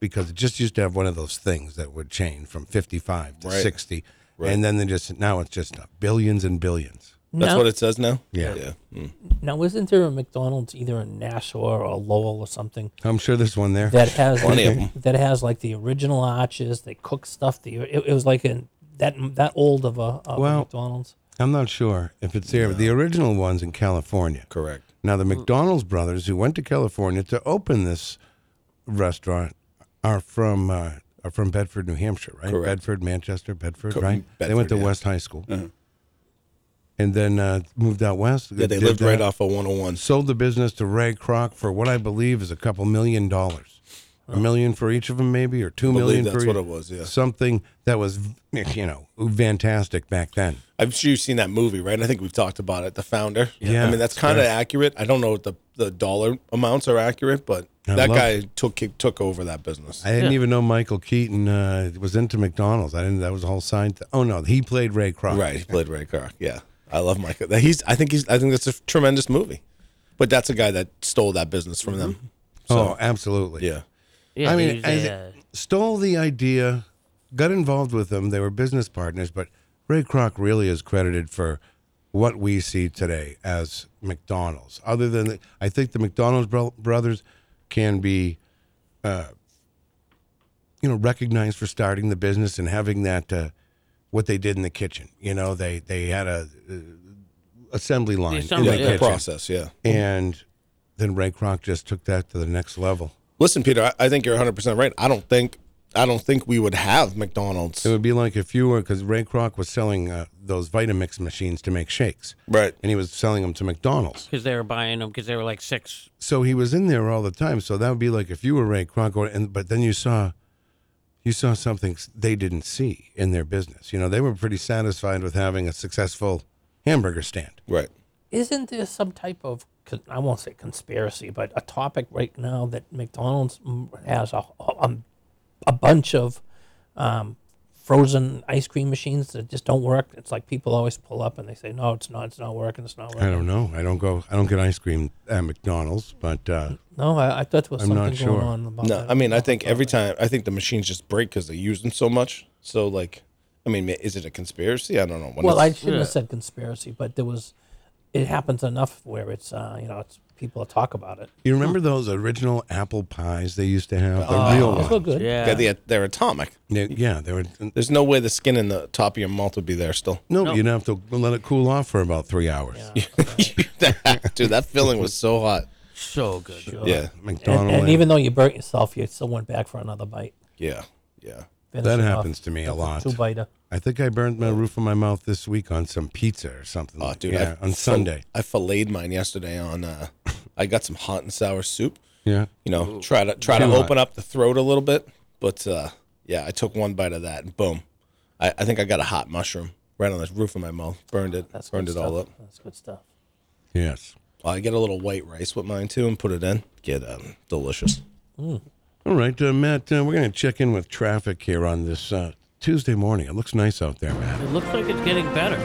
C: because it just used to have one of those things that would change from 55 to
E: Right.
C: 60. And then they just now it's just uh, billions and billions.
E: That's
F: Now-
E: what it says now.
C: Yeah.
E: Yeah. Mm.
F: Now, isn't there a McDonald's either in Nashua or Lowell or something
C: I'm sure there's one there.
F: that has
E: Plenty of
F: like, that has like the original arches? They cook stuff. The it, it was like an that that old of a, of a
C: Well-
F: McDonald's.
C: I'm not sure if it's there, but the original one's in California.
E: Correct.
C: Now, the McDonald's brothers who went to California to open this restaurant are from uh, are from Bedford, New Hampshire, right?
E: Correct.
C: Bedford, Manchester, Bedford,
E: Co-
C: right? they went to
E: Bedford, yeah. Uh-huh.
C: West High School, and then uh, moved out west.
E: Yeah, they lived right off of 101.
C: Sold the business to Ray Kroc for what I believe is a couple million dollars, a million for each of them, maybe, or two million.
E: believe that's
C: for
E: what
C: each-
E: it was, yeah.
C: something that was you know fantastic back then.
E: I'm sure you've seen that movie, right? I think we've talked about it. The founder.
C: Yeah.
E: I mean, that's kind of accurate. I don't know if the, the dollar amounts are accurate, but
C: I
E: that
C: love
E: guy took took over that business.
C: I didn't even know Michael Keaton uh, was into McDonald's. I didn't. That was a whole sign. Th- oh no, he played Ray Kroc.
E: right. He played Ray Kroc. Yeah. I love Michael. He's. I think he's. I think that's a tremendous movie. But that's a guy that stole that business from them.
C: Mm-hmm. Oh, absolutely.
E: Yeah.
D: Yeah,
C: I mean,
D: he's
C: I
D: a,
C: thi-
D: uh,
C: Stole the idea, got involved with them. They were business partners, but Ray Kroc really is credited for what we see today as McDonald's. Other than, the, I think the McDonald's bro- brothers can be, uh, you know, recognized for starting the business and having that uh, what they did in the kitchen. You know, they they had a uh, assembly line in
D: assembly,
C: the
E: yeah,
D: yeah.
E: the
C: kitchen,
E: process, yeah.
C: and then Ray Kroc just took that to the next level.
E: Listen, Peter, I, I think you're 100 percent right. I don't think I don't think we would have McDonald's.
C: It would be like if you were, because Ray Kroc was selling uh, those Vitamix machines to make shakes,
E: Right.
C: and he was selling them to McDonald's.
D: because they were buying them because they were like six.
C: So he was in there all the time. So that would be like if you were Ray Kroc, or, and but then you saw, you saw something s- they didn't see in their business. You know, they were pretty satisfied with having a successful hamburger stand.
E: Right.
F: Isn't there some type of con- I won't say conspiracy, but a topic right now that McDonald's mm, has a a, a bunch of um, frozen ice cream machines that just don't work. It's like people always pull up and they say, "No, it's not. It's not working. It's not
C: I
F: working."
C: don't know. I don't go. I don't get ice cream at McDonald's, but uh,
F: No, I, I thought there was
C: I'm
F: something
C: not
F: going
C: sure.
F: on about
E: No,
F: that.
E: I mean, I think every time I think the machines just break because they use them so much. So like, I mean, is it a conspiracy? I don't know. When
F: well, I
E: it's-
F: shouldn't have said conspiracy, but there was. It happens enough where it's uh, you know it's people talk about it.
C: you remember those original apple pies they used to have, the real
F: Those were
C: ones.
F: good.
D: Yeah,
E: they're, the- they're atomic.
C: They- yeah, they were.
E: There's no way the skin in the top of your mouth would be there still.
C: No, you'd have to let it cool off for about three hours.
E: Dude, that filling was so hot.
D: so good.
C: Oh.
E: Yeah,
F: And,
C: McDonald.
F: and even though you burnt yourself, you still went back for another bite.
E: yeah, yeah.
F: Finish
C: that
F: it off.
C: happens to me a lot.
F: Two biter.
C: I think I burned my roof of my mouth this week on some pizza or something.
E: Oh,
C: like-
E: dude,
C: yeah,
E: I
C: on
E: fil-
C: Sunday.
E: I filleted mine yesterday on. Uh, I got some hot and sour soup.
C: Yeah,
E: You know, try to try to
C: Too hot.
E: open up the throat a little bit, but uh, yeah, I took one bite of that and boom. I, I think I got a hot mushroom right on the roof of my mouth. Burned it.
F: That's
E: burned it
F: good stuff.
E: all up.
F: That's good stuff.
C: yes.
E: I get a little white rice with mine too and put it in. Get um, delicious.
C: All right, uh, Matt. Uh, we're gonna check in with traffic here on this uh, Tuesday morning. It looks nice out there, Matt.
D: It looks like it's getting better.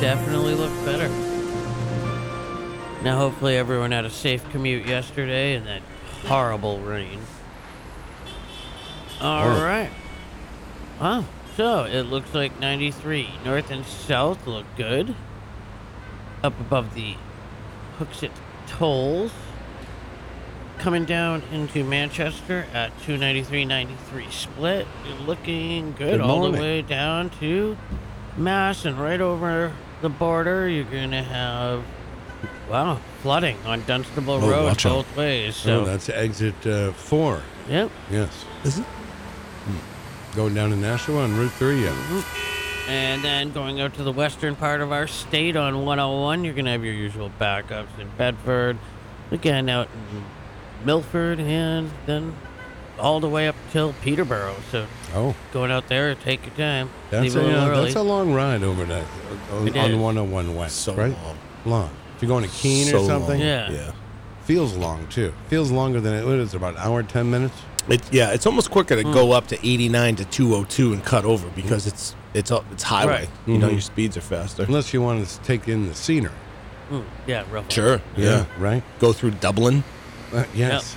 D: Definitely looks better. Now, hopefully, everyone had a safe commute yesterday and that horrible rain. All
C: Horrible.
D: right. Wow. So it looks like 93 north and south look good. Up above the Hooksett tolls. Coming down into Manchester at 293.93 split. You're looking good,
C: Good
D: all
C: morning.
D: the way down to Mass and right over the border. You're going to have, wow, flooding on Dunstable
E: Oh,
D: Road
E: watch out.
D: both ways.
C: oh,
D: So,
C: that's exit uh, four.
D: yep.
C: Yes. Is it? Going down to Nashua on Route Three. Yeah.
D: And then going out to the western part of our state on 101, you're going to have your usual backups in Bedford, again out in Milford, and then all the way up till Peterborough. So
C: Oh,
D: going out there, take your time.
C: that's
D: leave
C: a,
D: a little
C: yeah,
D: early.
C: that's a long ride over to, on,
D: It
C: on
D: is.
C: 101 West.
E: So
C: right?
E: long.
C: Long. If you're going to Keene
E: So
C: or something,
E: long.
D: Yeah.
E: Yeah.
C: feels long too. Feels longer than it what is it, about an hour, ten minutes.
E: It, yeah, it's almost quicker
F: Hmm.
E: to go up to 89 to 202 and cut over because it's it's up it's highway.
D: Right.
E: You
C: Mm-hmm.
E: know your speeds are faster.
C: Unless you want to take in the scenery.
D: Mm, yeah, roughly.
E: Sure. Yeah.
C: Right?
E: Go through Dublin.
C: Uh, yes.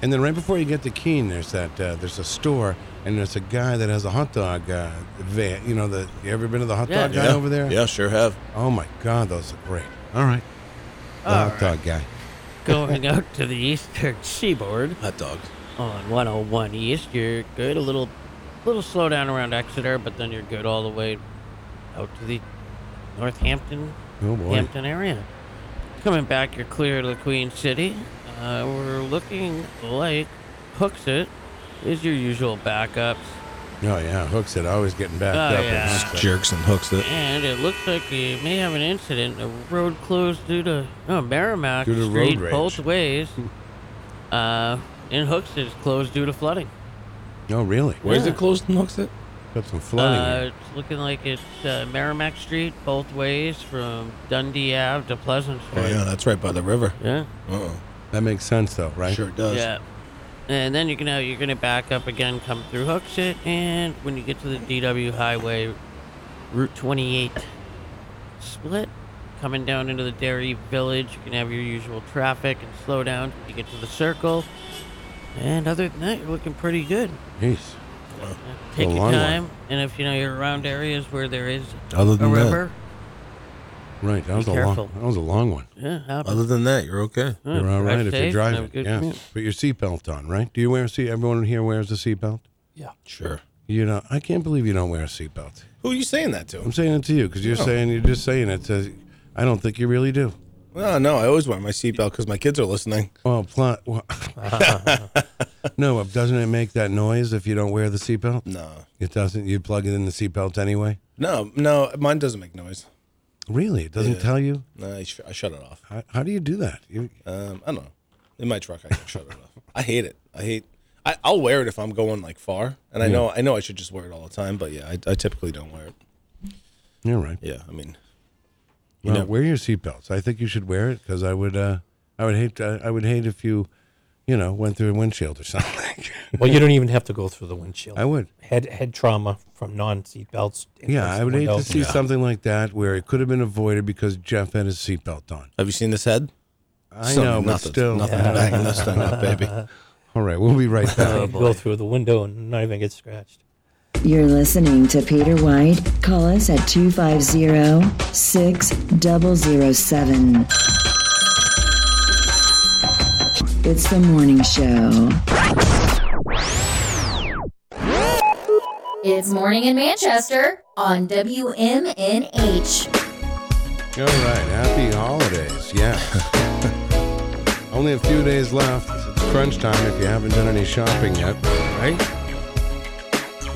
C: And then right before you get to Keene, there's that uh, there's a store and there's a guy that has a hot dog uh, van. You know, the you ever been to the hot
D: Yeah.
C: dog guy over there?
E: Yeah, sure have.
C: Oh my God, those are great. All right. The
D: All
C: hot dog guy.
D: going out to the eastern seaboard
E: Hot dogs.
D: on 101 East, you're good. A little, little slow down around Exeter, but then you're good all the way out to the Northampton
C: Oh boy.
D: Hampton area. Coming back, you're clear to the Queen City. Uh, we're looking like hooks it is your usual backups,
C: Oh yeah, hooks it. Always getting backed
D: Oh,
C: up. at
D: yeah.
C: Hooks It.
E: Jerks and hooks it.
D: and it looks like we may have an incident. A road closed due to no Merrimack
C: Due to road
D: Street
C: rage.
D: both ways. uh, and hooks is closed due to flooding.
C: Oh really?
E: Where is
D: Yeah.
E: it closed and hooks it?
C: Got some flooding.
D: Uh,
C: here.
D: it's looking like it's uh, Merrimack Street both ways from Dundee Ave to Pleasant
E: Oh
D: Street.
E: yeah, that's right by the river.
D: yeah.
E: Uh-uh.
C: that makes sense though, right?
E: Sure does.
D: Yeah. And then you're gonna you're gonna back up again, come through Hooksett, and when you get to the DW Highway, Route 28 split, coming down into the Dairy Village, you can have your usual traffic and slow down. You get to the circle, And other than that, you're looking pretty good.
C: Jeez.
D: Take
C: The
D: your
C: long one.
D: time, and if you know you're around areas where there is
E: Other
D: a
E: than that,
D: river,
C: Right. That was a
D: careful.
C: long. That was a long one.
D: yeah, hop-
C: Uh,
E: other than that, you're okay.
D: yeah,
C: You're all
D: drive
C: right if
D: safe
C: you're
D: and
C: driving.
D: have a good
C: Yeah.
D: commute.
C: Put your seatbelt on, right? Do you wear a seat? Everyone here wears a seatbelt.
F: Yeah.
E: Sure.
C: You know, I can't believe you don't wear a seatbelt.
E: Who are you saying that
C: I'm
E: to?
C: saying it to you because you're saying you're just saying it. To, I don't think you really do.
E: No, no, I always wear my seatbelt because my kids are listening.
C: Well, pl- well no, but doesn't it make that noise if you don't wear the seatbelt?
E: No,
C: It doesn't. You plug it in the seatbelt anyway.
E: no, no. Mine doesn't make noise.
C: Really, it doesn't tell you.
E: No, I, sh- I shut it off.
C: How, how do you do that? You,
E: Um, I don't know. In my truck, I can shut it off. I hate it. I hate. I, I'll wear it if I'm going like far, and I know I know I should just wear it all the time, but yeah, I, I typically don't wear it.
C: you're right.
E: Yeah, I mean,
C: Well,
E: know.
C: wear your seatbelts. I think you should wear it because I would. Uh, I would hate. I, I would hate if you, you know, went through a windshield or something.
F: Well, you don't even have to go through the windshield.
C: I would.
F: head head trauma from non seatbelts.
C: Yeah, I would hate to see something like that where it could have been avoided because Jeff had his seatbelt on.
E: have you seen this head?
C: I
E: Something-
C: know, but
E: nothing,
C: still.
E: nothing banging this thing Uh, up, baby.
C: All right, we'll be right back.
F: go through the window and not even get scratched.
A: You're listening to Peter White. Call us at 250 6007. It's the morning show.
B: It's morning in Manchester on WMNH.
C: All right, happy holidays. Yeah. Only a few days left. It's crunch time if you haven't done any shopping yet. Right?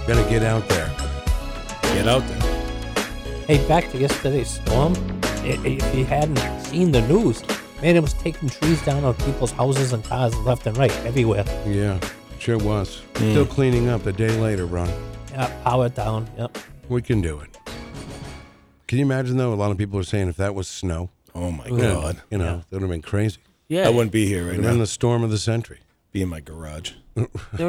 C: Better get out there.
E: Get out there.
F: Hey, back to yesterday's storm. I- If you hadn't seen the news, man, it was taking trees down on people's houses and cars left and right everywhere.
C: Yeah, sure was. Still cleaning up a day later, Ron.
F: Yeah, power down. Yep.
C: We can do it. Can you imagine, though? A lot of people are saying if that was snow,
E: Oh my
C: you know,
E: god,
C: you know, that would have been crazy.
D: Yeah,
E: I wouldn't be here right
C: It would have been
E: now.
C: the storm of the century
E: Be in my garage.
D: there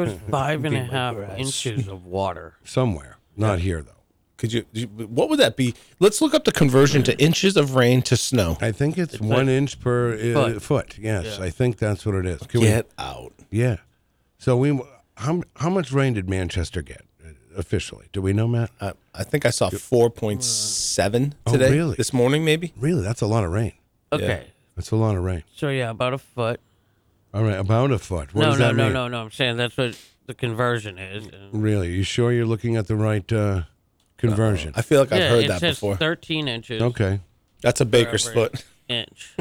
D: was five and a
F: my
D: half
F: grass.
D: inches of water.
C: somewhere. Not here, though.
E: Could you? you- What would that be? Let's look up the conversion to inches of rain to snow.
C: I think it's, one inch per uh, foot.
D: Foot.
C: Yes, I think that's what it is. Can we-
E: Get out.
C: Yeah. So we how how much rain did Manchester get uh, officially? Do we know, Matt?
E: I, I think I saw four point seven
C: Oh,
E: today.
C: really?
E: This morning, maybe.
C: Really, that's a lot of rain.
D: Okay,
C: That's a lot of rain.
D: so yeah, about a foot.
C: All right, about a foot. What
D: no,
C: does
D: no,
C: that
D: no,
C: mean?
D: no, no. I'm saying that's what the conversion is. And-
C: Really, you sure you're looking at the right uh, conversion?
E: I feel like I've
D: yeah,
E: heard
D: it
E: that
D: says
E: before.
D: 13 inches.
C: okay.
E: That's a baker's
D: Right.
E: foot.
D: Inch.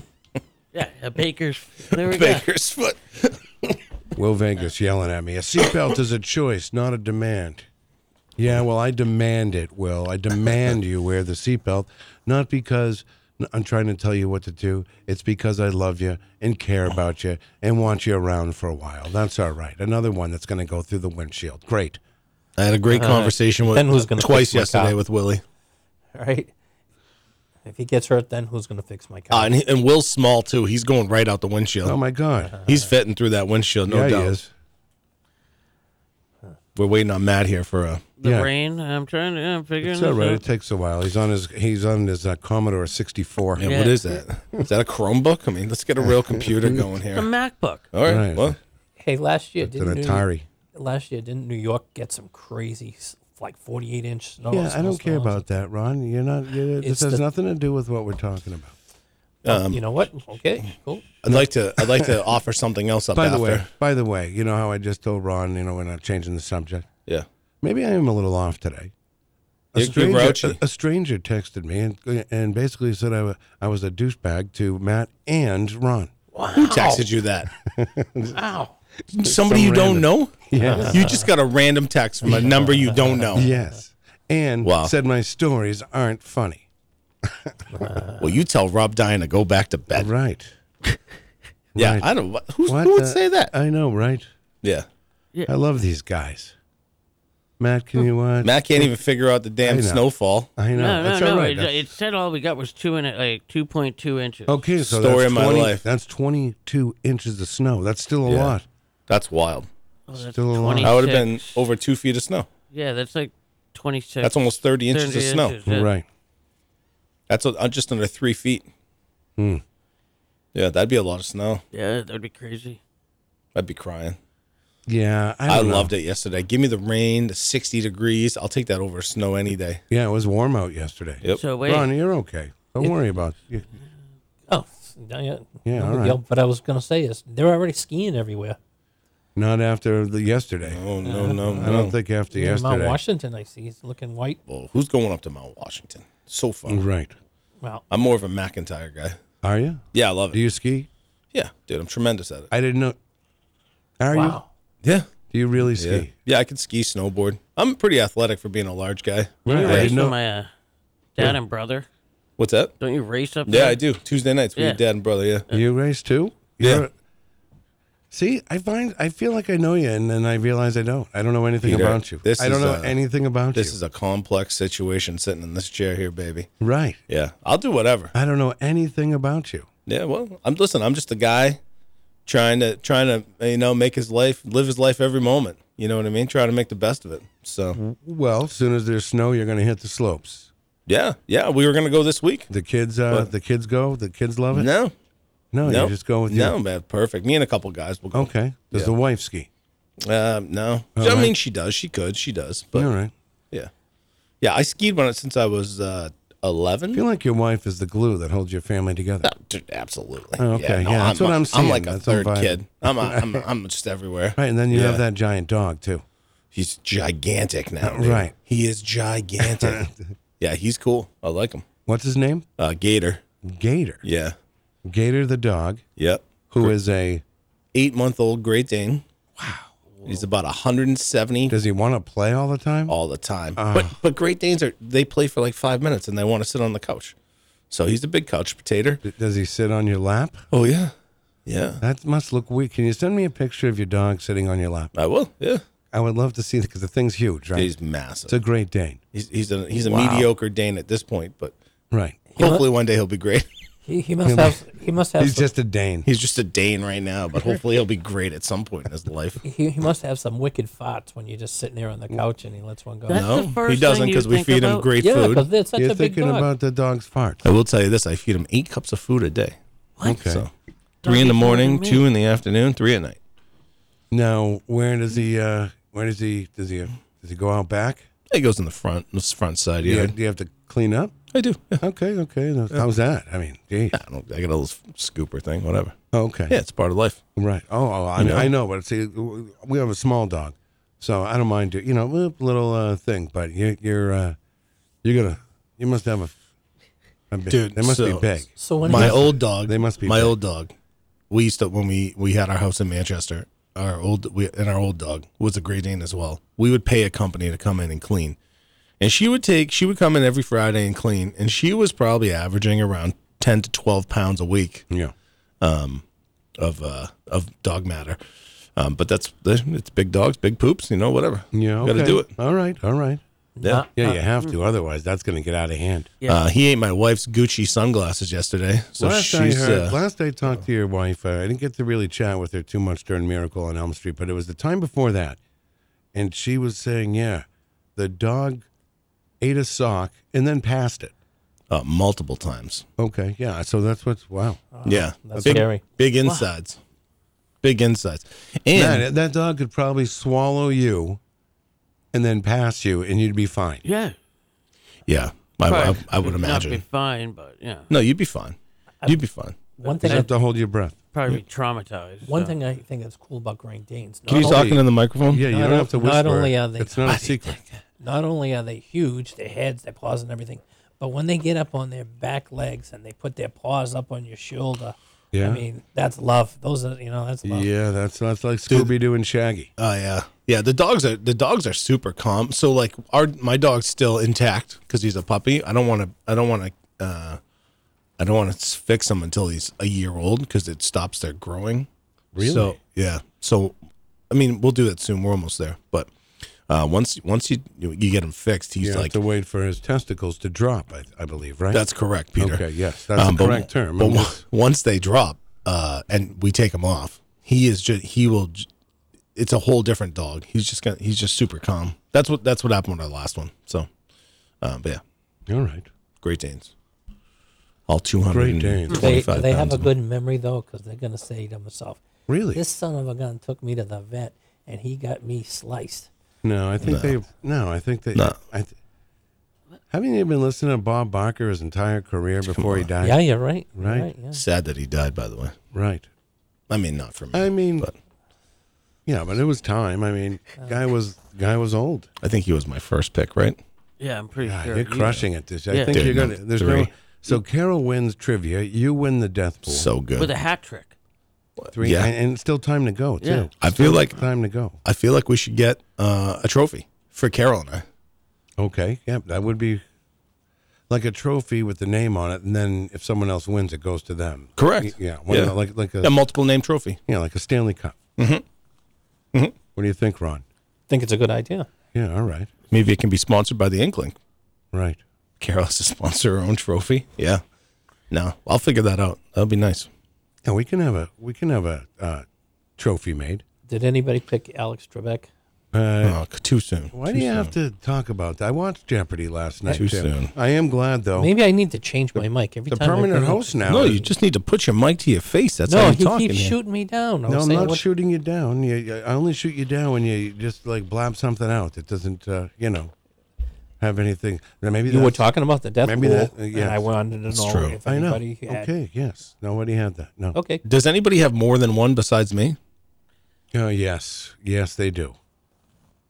D: yeah, a baker's. There we go.
E: baker's foot.
C: Will Vegas yelling at me. A seatbelt is a choice, not a demand. Yeah, well, I demand it, Will. I demand you wear the seatbelt, not because n- I'm trying to tell you what to do. It's because I love you and care about you and want you around for a while. That's all right. Another one that's going to go through the windshield. Great.
E: I had a great conversation with
F: then who's Uh, gonna
E: twice
F: fix my
E: yesterday
F: car?
E: with Willie.
F: All right. If he gets hurt, then who's going to fix my
E: Uh,
F: car?
E: and, he, and Will's small too. He's going right out the windshield.
C: Oh, my God.
E: He's fitting through that windshield, no
C: yeah,
E: doubt.
C: he is.
E: We're waiting on Matt here for a.
D: The
C: yeah.
D: rain. I'm trying to. I'm figuring
C: It's all
D: this
C: right. It
D: out.
C: takes a while. He's on his he's on his uh, Commodore 64.
E: Yeah,
D: Yeah.
E: What is that? Is that a Chromebook? I mean, let's get a real computer going
D: The
E: here.
D: MacBook.
E: All right.
C: Right.
E: Well,
F: hey, last year
C: It's an
F: didn't New,
C: Atari.
F: last year didn't New York get some crazy s- like 48 inch snow?
C: Yeah, I don't care
F: snowstorms?
C: about that, Ron. You're not. You're, this
F: It's
C: has
F: the-
C: nothing to do with what we're talking about.
E: um,
F: you know what? Okay, cool.
E: I'd like to. I'd like to offer something else up
C: By
E: after.
C: the way, by the way, you know how I just told Ron, you know, we're not changing the subject.
E: yeah.
C: Maybe I am a little off today. A
E: You're- you're
C: stranger,
E: grouchy.
C: a, a stranger texted me and and basically said I, wa- I was a douchebag to Matt and Ron.
E: Who texted you that?
F: Wow.
E: Somebody
C: Some
E: you don't
C: random-
E: know?
C: Yes.
E: You just got a random text from a number you don't know.
C: Yes. And
E: Wow.
C: said my stories aren't funny.
E: Well, you tell Rob Dine to go back to bed.
C: Right.
E: Yeah,
C: Right.
E: I don't. wh- Who's,
C: What
E: who would
C: the-
E: say that?
C: I know, right?
E: yeah,
C: I love these guys. Matt, can you watch?
E: Matt can't even figure out the damn
C: I know.
E: snowfall.
C: I know.
D: No, no,
C: That's
D: no.
C: all right.
D: It, it said all we got was two in it, like 2.2 inches.
C: okay, so
E: Story
C: that's
E: of my
C: 20
E: life.
C: That's 22 inches of snow. That's still a
E: Yeah.
C: lot.
E: That's wild.
D: Oh, that's
C: still a lot.
E: I would have been
D: 26.
E: over two feet of snow.
D: Yeah, that's like 26.
E: That's almost thirty inches
D: 30
E: of snow.
D: inches, yeah.
C: Right.
E: That's a, uh, just under three feet.
C: Hmm.
E: Yeah, that'd be a lot of snow.
D: Yeah, that'd be crazy.
E: I'd be crying.
C: Yeah,
E: I loved it yesterday. Give me the rain, the 60 degrees. I'll take that over snow any day.
C: Yeah, it was warm out yesterday.
E: Yep.
D: So wait,
C: Ron, you're okay. Don't worry about it.
F: Oh, yeah, yeah,
C: Yeah,
F: no
C: all
F: big
C: right.
F: deal. But I was gonna say is they're already skiing everywhere.
C: Not after the yesterday.
E: Oh, no, no, no.
C: I don't think after
F: In Mount
C: yesterday.
F: Washington, I see is looking white.
E: Well, who's going up to Mount Washington? So far.
C: Right.
F: Well,
E: I'm more of a McIntyre guy.
C: Are you?
E: Yeah, I love
C: Do
E: it.
C: you ski?
E: Yeah, dude, I'm tremendous at it.
C: I didn't know. Are you?
F: wow.
E: Yeah.
C: Do you really ski?
E: Yeah. yeah, I can ski, snowboard. I'm pretty athletic for being a large guy.
C: Right. I
D: race
C: didn't
D: with
C: know.
D: my uh, dad and brother.
E: What's that?
D: Don't you race up
E: Yeah,
D: there?
E: I do. Tuesday nights with
D: Yeah.
E: your dad and brother. Yeah.
C: You race too?
E: Yeah.
C: You're- See, I find I feel like I know you, and then I realize I don't. I don't know anything
E: Peter,
C: about you.
E: this
C: I don't
E: is,
C: know
E: uh,
C: anything about
E: This
C: you.
E: is a complex situation sitting in this chair here, baby.
C: right.
E: Yeah, I'll do whatever.
C: I don't know anything about you.
E: Yeah, well, I'm listen. I'm just a guy trying to trying to you know make his life, live his life every moment. You know what I mean? Trying to make the best of it.
C: Mm-hmm.
E: So
C: Well, as soon as there's snow, you're going to hit the slopes.
E: yeah, yeah, we were gonna go this week.
C: The kids, uh,
E: What?
C: the kids go. The kids love it.
E: No,
C: no,
E: no,
C: you Oh, just go with you.
E: no, man, perfect. Me and a couple guys will go.
C: Okay. Does the wife ski?
E: Uh, no,
C: All
E: I mean
C: right.
E: she does. She could. She does. But
C: All right.
E: yeah, yeah. I skied on it since I was uh,
C: I
E: 11.
C: feel like your wife is the glue that holds your family together.
E: Dude, absolutely.
C: Oh, okay. Yeah, that's what I'm
E: I'm like
C: saying.
E: a
C: That's what I'm
E: third
C: vibing.
E: kid. I'm, a, I'm, a- I'm just everywhere.
C: Right, and then you have
E: Yeah.
C: that giant dog too.
E: He's gigantic now. dude.
C: Right.
E: He is gigantic. yeah, he's cool. I like him.
C: What's his name?
E: Uh, Gator.
C: Gator.
E: Yeah.
C: Gator the dog,
E: Yep.
C: who is a
E: Eight month old Great Dane. Wow. He's about 170
C: does he want to play all the time?
E: all the time.
D: Uh-huh.
E: but but Great Danes are they play for like five minutes and they want to sit on the couch. So he's a big couch potato.
C: D- Does he sit on your lap?
E: Oh yeah. Yeah.
C: That must look weird. Can you send me a picture of your dog sitting on your lap?
E: I will. Yeah.
C: I would love to see because the thing's huge, right?
E: He's
C: it's a
E: massive.
C: Great Dane,
E: He's he's a he's a mediocre Dane at this point, but
C: right?
E: hopefully one day he'll be great.
F: He, he must have he must have
C: He's
F: some,
C: just a Dane.
E: He's just a Dane right now, but hopefully he'll be great at some point in his life.
F: he, he must have some wicked farts when you're just sitting there on the
C: Mm.
F: couch and he lets one go.
D: That's
E: No,
D: the first
E: he doesn't
D: thing you
E: because we
D: think
E: feed him
D: about.
E: great
F: yeah,
E: food.
F: because it's such
C: You're
F: a big
C: thinking
F: dog.
C: about the dog's farts.
E: I will tell you this: I feed him eight cups of food a day.
C: Okay.
E: So three in
D: eat
E: the
D: more
E: morning,
D: than me.
E: two in the afternoon, three at night.
C: Now, where does he? uh Where does he? Does he? Does he go out back?
E: It goes in the front, in the front side
C: Do you,
E: yard.
C: do you have to clean up?
E: I do. Yeah.
C: Okay, okay. Now, How's that? I mean, geez.
E: I don't. I got a little scooper thing, whatever.
C: Okay.
E: Yeah, it's part of life.
C: Right. Oh, oh I,
E: You know?
C: I know, but see, we have a small dog, so I don't mind. do- You know, a little uh, thing, but you, you're uh, you're gonna you must have a, a big,
E: Dude,
C: They must
E: so-
C: be big.
F: so when
E: my
F: he,
E: old dog.
C: They must be
E: my
C: big.
E: old dog. We used to when we we had our house in Manchester. Our old we, and our old dog was a Great Dane as well. We would pay a company to come in and clean, and she would take she would come in every Friday and clean, and she was probably averaging around ten to twelve pounds a week
C: Yeah.
E: of uh of dog matter. Um, but that's it's big dogs, big poops, you know, whatever.
C: Yeah.
E: got to
C: okay.
E: do it. Uh,
C: All right. All right.
E: Yeah.
C: Yeah, you have to. Otherwise, that's gonna get out of hand.
E: Uh, he ate my wife's Gucci sunglasses yesterday, so
C: last I
E: she's
C: heard,
E: uh,
C: last I talked to your wife, uh, I didn't get to really chat with her too much during Miracle on Elm Street, but it was the time before that, and she was saying, yeah, the dog ate a sock and then passed it.
E: uh, multiple times.
C: Okay. Yeah. So that's what's wow.
D: Oh,
E: yeah,
F: that's
E: big,
F: scary.
E: Big insides, big insides, and
C: Man, that dog could probably swallow you and then pass you, and you'd be fine.
D: Yeah.
E: yeah, I, I,
D: Probably
E: I would imagine.
D: Not be fine, but yeah,
E: no, you'd be fine. You'd be fine.
F: one
C: You
F: thing I,
C: have to hold your breath.
D: probably be traumatized.
F: one
D: so.
F: thing I think that's cool about Great Danes.
E: Can you
F: not
E: talk
C: only-
E: into the microphone?
C: Yeah, you
F: Not
C: don't
F: o-
C: have to
F: not
C: whisper.
F: only are they-
C: it's not a secret.
F: not only are they huge, their heads, their paws, and everything, but when they get up on their back legs and they put their paws up on your shoulder,
C: Yeah.
F: I mean that's love. Those are you know that's love.
C: Yeah, that's that's like Scooby Doo and Shaggy.
E: Oh yeah, yeah. The dogs are the dogs are super calm. So like our my dog's still intact because he's a puppy. I don't want to. I don't want to. Uh, I don't want to fix him until he's a year old because it stops their growing.
C: Really?
E: So yeah. So I mean, we'll do that soon. We're almost there. But uh, once once you you get him fixed, he's
C: You have
E: like
C: to wait for his testicles to drop. I, I believe, right?
E: that's correct, Peter. Um,
C: Okay, yes, that's the
E: but-
C: correct term.
E: But
C: I'm
E: on-
C: just-
E: once they drop, uh, and we take him off, he is just he will. j- It's a whole different dog. He's just gonna, he's just super calm. That's what that's what happened with our last one. So, uh, but yeah,
C: all right.
E: Great Danes, all two hundred
C: Great
E: and
C: Danes.
E: twenty-five
F: They, they have
E: pounds
F: a
E: of them.
F: good memory though, because they're gonna say to themselves,
C: Really?
F: "This son of a gun took me to the vet and he got me sliced.
C: No, I think they. No, I think they.
E: No.
C: I th- haven't you been listening to Bob Barker his entire career before he died?
F: yeah, you're right. you're
C: Right.
F: yeah.
E: Sad that he died, by the way.
C: Right.
E: I mean, not from.
C: I mean-
E: but
C: Yeah, but it was time. I mean,
F: Uh.
C: guy was guy was old.
E: I think he was my first pick, right?
D: Yeah, I'm pretty
C: God,
D: sure.
C: Ah, you're
D: you-
C: crushing it. This. I
D: Yeah.
C: think
E: Dude,
C: you're gonna.
E: number
C: There's no.
E: three.
C: So Carol wins trivia. You win the death pool.
E: So good.
D: with a hat trick.
C: three,
E: yeah.
C: and, and it's still time to go too.
D: Yeah.
E: I feel like
C: Time to go.
E: I feel like we should get uh, a trophy for Carol and I.
C: Okay. Yeah, that would be like a trophy with the name on it, and then if someone else wins, it goes to them. Y-
E: Correct.
C: Yeah. one of the- like like a
E: a multiple name trophy.
C: yeah like a Stanley Cup. Mm-hmm. Mm-hmm. What do you think, Ron?
F: think it's a good idea.
C: Yeah. All right.
E: Maybe it can be sponsored by the Inkling.
C: Right.
E: Carol has to sponsor her own trophy. Yeah. No, I'll figure that out. That'll be nice.
C: Yeah, we can have a we can have a uh, trophy made.
F: Did anybody pick Alex Trebek?
C: Uh,
E: Oh, c- too soon.
C: Why
E: Too
C: do you
E: soon.
C: have to talk about that? I watched Jeopardy last night.
E: Too
C: too.
E: soon.
C: I am glad though.
F: Maybe I need to change my mic every
C: the
F: time. I
C: permanent
F: come in.
C: host now.
E: No,
C: is-
E: you just need to put your mic to your face. That's how
F: No,
E: you're
F: he
E: talking.
F: keeps
E: here.
F: shooting me down. I
C: No,
F: was
C: I'm
F: saying,
C: not
F: what-
C: shooting you down. You, you- I only shoot you down when you just like blab something out that doesn't, uh, you know, have anything. Now, maybe
F: You were
C: that's-
F: talking about the death
C: Maybe
F: pool,
C: that- uh, yes.
F: and I wanted to know
E: true.
F: if
C: I know.
F: anybody had.
C: Okay. Yes. Nobody had that. No.
F: Okay.
E: Does anybody have more than one besides me?
C: Oh, yes. Yes, they do.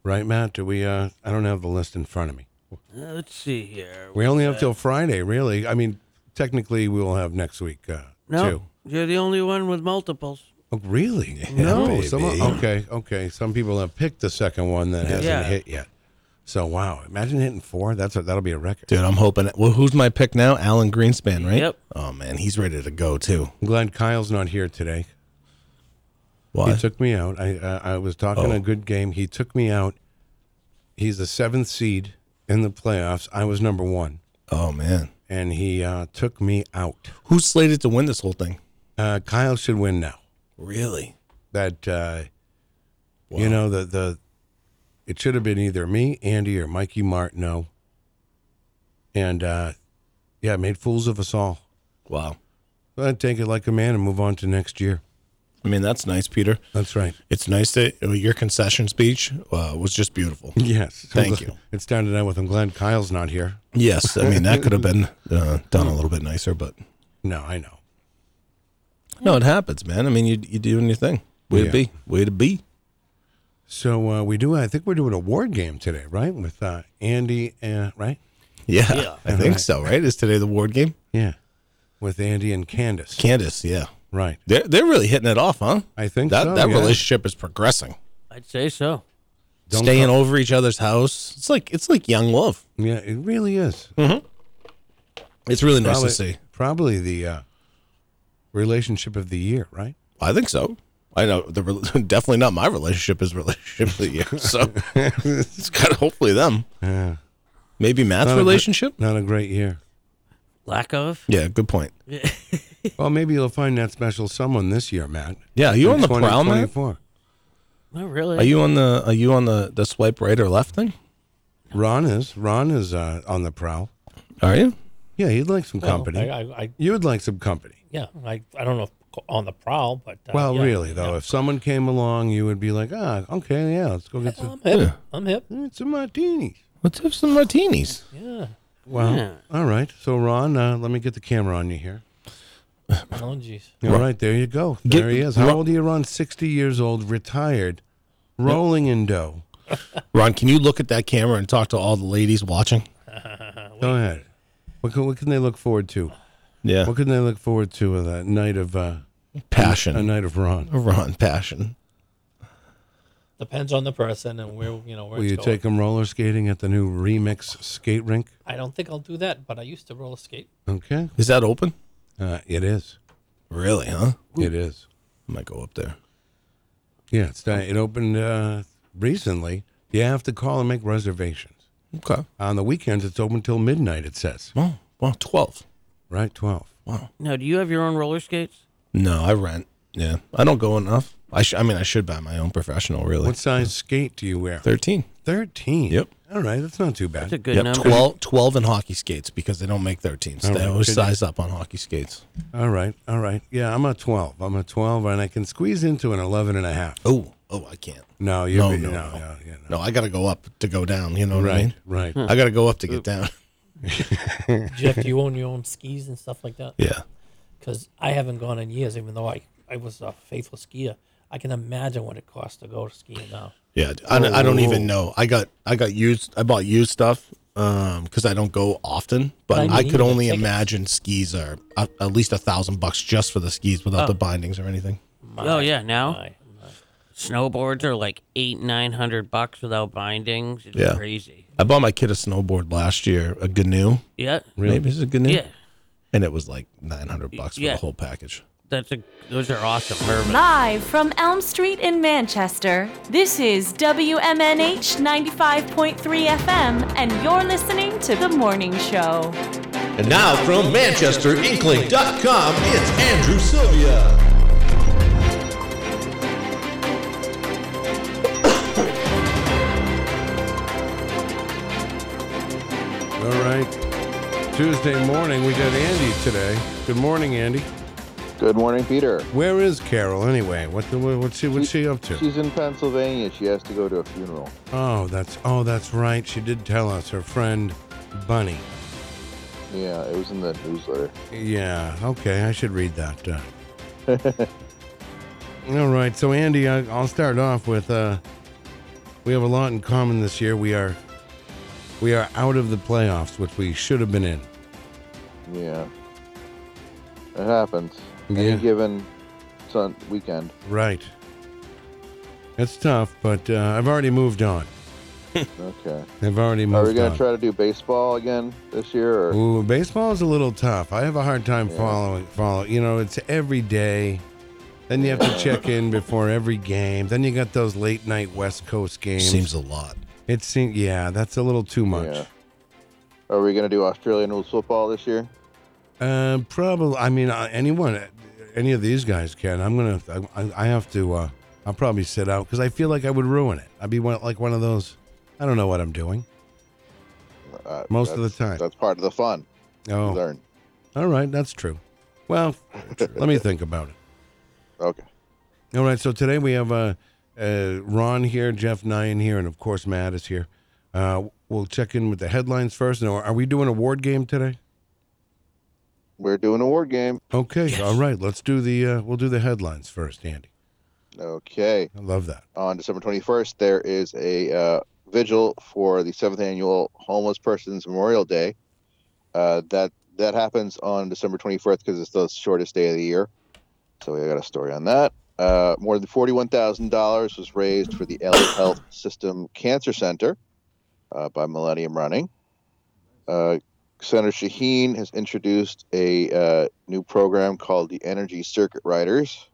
C: Right, Matt? Do we? Uh, I don't have the list in front of me.
D: Uh, Let's see here.
C: We only have till Friday, really. I mean, technically, we will have next week uh,
D: No,
C: too.
D: you're the only one with multiples.
C: Oh, really?
E: baby.
C: Some, okay, okay. Some people have picked the second one that hasn't
D: Yeah.
C: hit yet. So wow, imagine hitting four. That's a, that'll be a record.
E: Dude, I'm hoping. Well, who's my pick now? Alan Greenspan, right?
D: Yep.
E: Oh man, he's ready to go too.
C: I'm glad Kyle's not here today.
E: Why?
C: He took me out. I uh, I was talking a good game. He took me out. He's the seventh seed in the playoffs. I was number one,
E: oh man,
C: and he uh, took me out.
E: who's slated to win this whole thing?
C: Uh, Kyle should win now.
E: Really?
C: That uh, you know the the it should have been either me, Andy, or Mikey Martineau. And uh, yeah, made fools of us all.
E: Wow.
C: But I'd take it like a man and move on to next year.
E: I mean, that's nice, Peter.
C: That's right.
E: It's nice that uh, your concession speech uh, was just beautiful.
C: Yes.
E: Thank you.
C: It started out with I'm glad Kyle's not here.
E: Yes, I mean that could have been uh, done a little bit nicer, but
C: No, I know.
E: no, it happens, man. I mean, you you doing your thing. Way
C: Yeah.
E: to be. Way to be.
C: So uh, we do. I think we're doing a ward game today, right? With uh, Andy, and, right?
E: Yeah, I think
C: Right.
E: so. Right? Is today the ward game?
C: Yeah. With Andy and Candace,
E: Candace, yeah.
C: right?
E: They're they're really hitting it off, huh?
C: I think
E: that
C: so,
E: that
C: yeah.
E: relationship is progressing.
D: I'd say so.
C: Don't
E: Staying
C: call-
E: over each other's house. It's like it's like young love.
C: Yeah, it really is.
E: It's really nice to see.
C: probably the uh, relationship of the year, right?
E: I think so. I know the re- definitely not my relationship is relationship of the year. So it's got hopefully them.
C: Yeah.
E: Maybe Matt's
C: Not a gr-
E: relationship.
C: not a great year.
D: Lack of.
E: yeah, good point.
C: Well, maybe you'll find that special someone this year, Matt.
E: Yeah, are you on the prowl, Matt?
C: 2024.
D: Not really.
E: Are you on the are you on the the swipe right or left thing?
C: Ron is Ron is uh, on the prowl.
E: Are you?
C: Yeah, he'd like some
F: Well,
C: company.
F: Oh, I, I, I,
C: you would like some company.
F: yeah, I, I don't know if on the prowl, but uh,
C: Well,
F: yeah,
C: really though, if someone came along, you would be like, ah, okay, yeah, let's go get some,
F: I'm hip.
E: Yeah.
F: I'm hip.
C: mm, some martinis.
E: Let's have some martinis.
F: Yeah,
C: Well,
D: Yeah.
C: all right. So, Ron, uh, let me get the camera on you here.
F: oh jeez.
C: All right, there you go.
E: Get-
C: there he is. How
E: Ron-
C: old are you, Ron? Sixty years old, retired, rolling in dough.
E: Ron, can you look at that camera and talk to all the ladies watching?
C: Go ahead. What can, what can they look forward to?
E: Yeah,
C: What can they look forward to with a night of uh, a
E: passion.
C: night of Ron?
E: Ron, passion.
F: Depends on the person and where you know where
C: Will
F: it's
C: you
F: going.
C: take them roller skating at the new Remix skate rink?
F: I don't think I'll do that, but I used to roller skate.
C: Okay.
E: Is that open?
C: Uh, it is.
E: Really? Huh?
C: It is.
E: I might go up there.
C: Yeah, it's di- it opened uh, recently. You have to call and make reservations.
E: Okay.
C: On the weekends, it's open till midnight. It says
E: Well, well, Oh, twelve.
C: right twelve.
E: Wow.
D: Now, do you have your own roller skates?
E: No, I rent. Yeah, I don't go enough. I sh- I mean, I should buy my own professional. Really,
C: What size skate do you wear?
E: thirteen?
C: Thirteen.
E: Yep.
C: All right, that's not too bad.
D: That's a good
E: Yep,
D: number.
E: 12, 12 in hockey skates because they don't make thirteens.
C: All
E: they
C: right,
E: always
C: good.
E: size up on hockey skates.
C: all right, all right. Yeah, I'm a twelve. I'm a twelve, and I can squeeze into an eleven and a half.
E: Oh, oh, I can't.
C: No, you're
E: No,
C: be-
E: no,
C: no,
E: no.
C: no, yeah, no.
E: No, I got to go up to go down. You know what I mean?
C: Right, right.
E: I got to go up to get down.
F: Jeff, do you own your own skis and stuff like that?
E: Yeah.
F: Because I haven't gone in years, even though I, I was a faithful skier. I can imagine what it costs to go skiing now.
E: Yeah, I, don't- I don't even know. I got I got used. I bought used stuff because I don't go often.
F: I
E: But
F: mean,
E: I
F: even
E: could
F: the
E: only
F: tickets.
E: imagine skis are at, at least a thousand bucks just for the skis without
D: Oh.
E: the bindings or anything.
D: Oh, yeah, now?
F: My, my.
D: Snowboards are like eight, nine hundred bucks without bindings. It's
E: Yeah.
D: crazy.
E: I bought my kid a snowboard last year, a Gnu.
D: Yeah.
E: Maybe it's a Gnu.
D: Yeah.
E: And it was like nine hundred bucks for
D: Yeah.
E: the whole package.
D: That's a those are awesome. Mervin.
G: Live from Elm Street in Manchester, this is WMNH 95.3 FM, and you're listening to The Morning Show.
E: And now from Manchester, Inkling.com, it's Andrew Sylvia.
C: All right. Tuesday morning, we got Andy today. Good morning, Andy.
H: Good morning, Peter.
C: Where is Carol anyway? What the, what's she what's she up to?
H: She's in Pennsylvania. She has to go to a funeral.
C: Oh, that's oh, that's right. She did tell us her friend Bunny.
H: Yeah, it was in the newsletter.
C: Yeah. Okay. I should read that. Uh. All right. So Andy, I, I'll start off with. Uh, we have a lot in common this year. We are, we are out of the playoffs, which we should have been in.
H: Yeah. It happens.
C: Yeah.
H: Any given sun weekend.
C: Right. It's tough, but uh, I've already moved on.
H: Okay.
C: I've already moved
H: Are we going
C: on.
H: to try to do baseball again this year? Or?
C: Ooh, baseball is a little tough. I have a hard time following. Follow, you know, it's every day. Then you have to check in before every game. Then you got those late night West Coast games.
E: Seems a lot.
C: It seems, yeah, that's a little too
H: Yeah.
C: much.
H: Are we going to do Australian rules football this year?
C: Uh, probably. I mean, uh, anyone, uh, any of these guys can. I'm gonna. I, I- I have to. Uh, I'll probably sit out because I feel like I would ruin it. I'd be one, like one of those. I don't know what I'm doing.
H: Uh,
C: Most of the
H: that's-
C: time.
H: That's part of the fun.
C: Oh,
H: Learn.
C: all right, that's true. Well, let me think about it.
H: Okay.
C: All right, so today we have uh, uh, Ron here, Jeff Nyan here, and of course Matt is here. Uh, we'll check in with the headlines first. Now, are we doing a ward game today?
H: We're doing a word game.
C: Okay, all right. Let's do the. Uh, we'll do the headlines first, Andy.
H: Okay.
C: I love that.
H: on December 21st, there is a uh, vigil for the seventh annual Homeless Persons Memorial Day. Uh, that that happens on December 24th because it's the shortest day of the year. So we got a story on that. Uh, more than $41,000 was raised for the LA Health System Cancer Center uh, by Millennium Running. Uh, Senator Shaheen has introduced a uh, new program called the Energy Circuit Riders.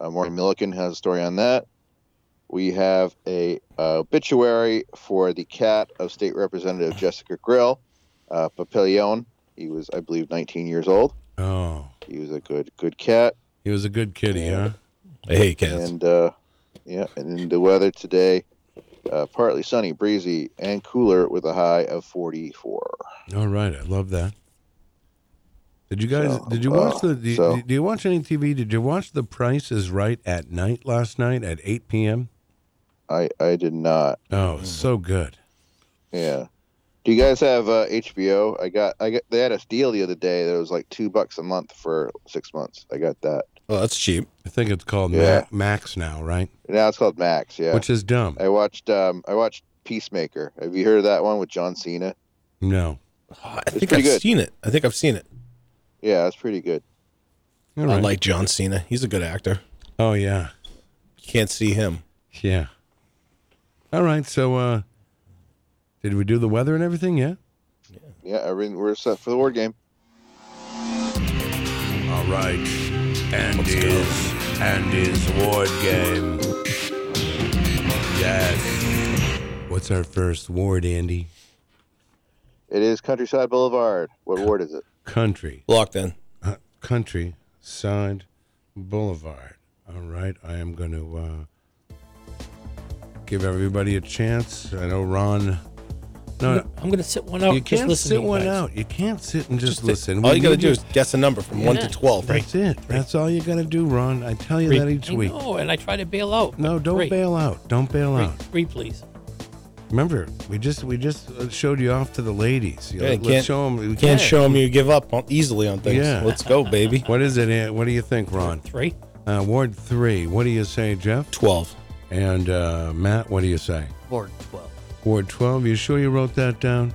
H: Uh, Maureen Milliken has a story on that. We have a uh, obituary for the cat of State Representative Jessica Grill, uh, Papillon. He was, I believe, 19 years old.
C: Oh,
H: He was a good, good cat.
C: he was a good kitty, huh?
E: I hate cats.
H: And uh, yeah, and then the weather today, uh, partly sunny, breezy, and cooler with a high of 44.
C: All right, I love that. Did you guys?
H: So,
C: did you watch
H: uh,
C: the? Do,
H: so-
C: do you watch any TV? Did you watch The Price Is Right at night last night at eight p.m.?
H: I, I did not.
C: Oh, it was so good.
H: Yeah. Do you guys have uh, HBO? I got, I got. They had a deal the other day that was like two bucks a month for six months. I got that.
E: Oh, that's cheap.
C: I think it's called
H: Yeah.
C: Ma- Max now, right?
H: Now it's called Max. Yeah.
C: Which is dumb.
H: I watched um I watched Peacemaker. Have you heard of that one with John Cena?
C: no.
E: Ah, I think
H: pretty
E: I've
H: good.
E: seen it. I think I've seen it.
H: Yeah, that's pretty good.
C: All
E: I
C: right.
E: like John Cena. He's a good actor.
C: Oh yeah,
E: You can't see him.
C: yeah. All right. So, uh did we do the weather and everything? Yeah.
H: Yeah, everything we're set for the word game.
C: All right. Andy's Andy's ward game. Yes. What's our first ward, Andy?
H: It is Countryside Boulevard. What ward is it?
C: Country.
E: Locked in.
C: Uh, country side boulevard. All right. I am going to uh, give everybody a chance. I know Ron No, no.
F: I'm gonna sit one out.
C: you
F: and just
C: can't
F: listen to
C: sit
F: you
C: one
F: guys.
C: out. You can't sit and just, listen.
E: All
C: We
E: you got to
C: need
E: do is guess a number from one to
D: Yeah.
E: twelve.
C: That's it. That's all you got to do, Ron. I tell you that each
F: I
C: week.
F: know, and I try to bail out.
C: No,
F: but
C: don't
F: three.
C: bail out. Don't bail
F: Three,
C: out.
F: three, please.
C: Remember, we just we just uh, showed you off to the ladies. You
E: Yeah,
C: know,
E: you
C: let's
E: can't-
C: show them. We
E: Can't show them you give up on, easily on things.
C: Yeah.
E: Let's go, baby.
C: What is it? Ann? What do you think, Ron?
F: Three.
C: Uh, Ward three. What do you say, Jeff?
E: Twelve.
C: And uh, Matt, what do you say?
D: Board 12.
C: Ward 12. You sure you wrote that down?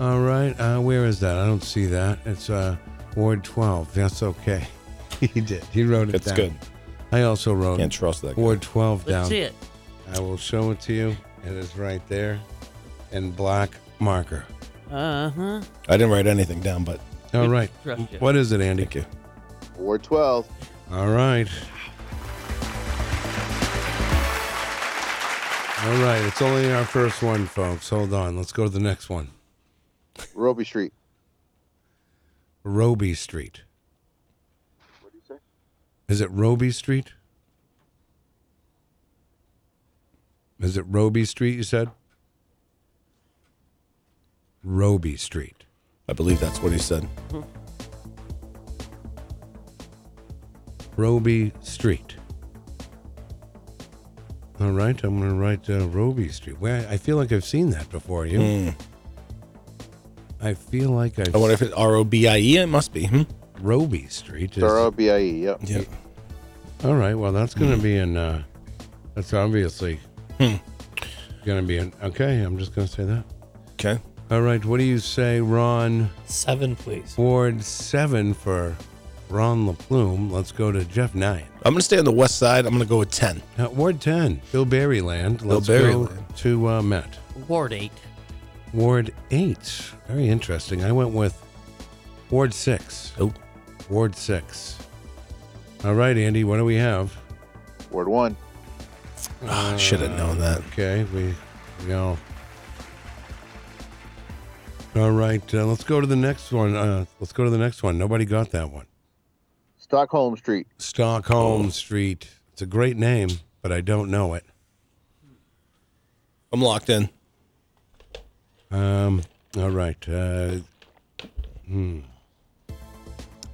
C: All right. Uh, where is that? I don't see that. It's uh, Ward 12. That's okay. he did. He wrote it
E: That's
C: down.
E: good.
C: I also wrote
E: Can't trust that. guy.
C: Ward 12
D: Let's
C: down.
D: see it.
C: I will show it to you. It is right there in black marker.
D: Uh huh.
E: I didn't write anything down, but
C: All right.
D: trust you.
C: What is it, Andy?
E: thank you.
H: Ward 12.
C: All right. All right. It's only our first one, folks. Hold on. Let's go to the next one.
H: Roby Street.
C: Roby Street.
H: What do you say?
C: Is it Roby Street? Is it Roby Street, you said? Roby Street.
E: I believe that's what he said.
C: Roby Street. All right, I'm going to write uh, Roby Street. Well, I feel like I've seen that before. You? I feel like I've
E: Hmm. I wonder if it's R O B I E. It must be. Hmm?
C: Roby Street. Is,
H: Thorough BIE. Yep.
E: Yeah.
C: All right. Well, that's
E: Hmm.
C: going to be in. Uh, that's obviously going to be in. Okay, I'm just going to say that.
E: Okay.
C: All right, what do you say, Ron?
F: Seven, please.
C: Ward seven for Ron LaPlume. Let's go to Jeff nine.
E: I'm gonna stay on the west side. I'm gonna go with ten.
C: Now, Ward ten, Bill Berry Land. Let's
E: Berry
C: go
E: Land.
C: to uh, Matt.
D: Ward 8.
C: Ward eight, very interesting. I went with Ward six.
E: Oh.
C: Ward six. All right, Andy, what do we have?
H: Ward 1.
E: Ah, should have known that.
C: Okay, we we all. All right, uh, let's go to the next one. Uh, let's go to the next one. Nobody got that one.
H: Stockholm Street.
C: Stockholm Street. It's a great name, but I don't know it.
E: I'm locked in.
C: Um, all right. Uh, hmm.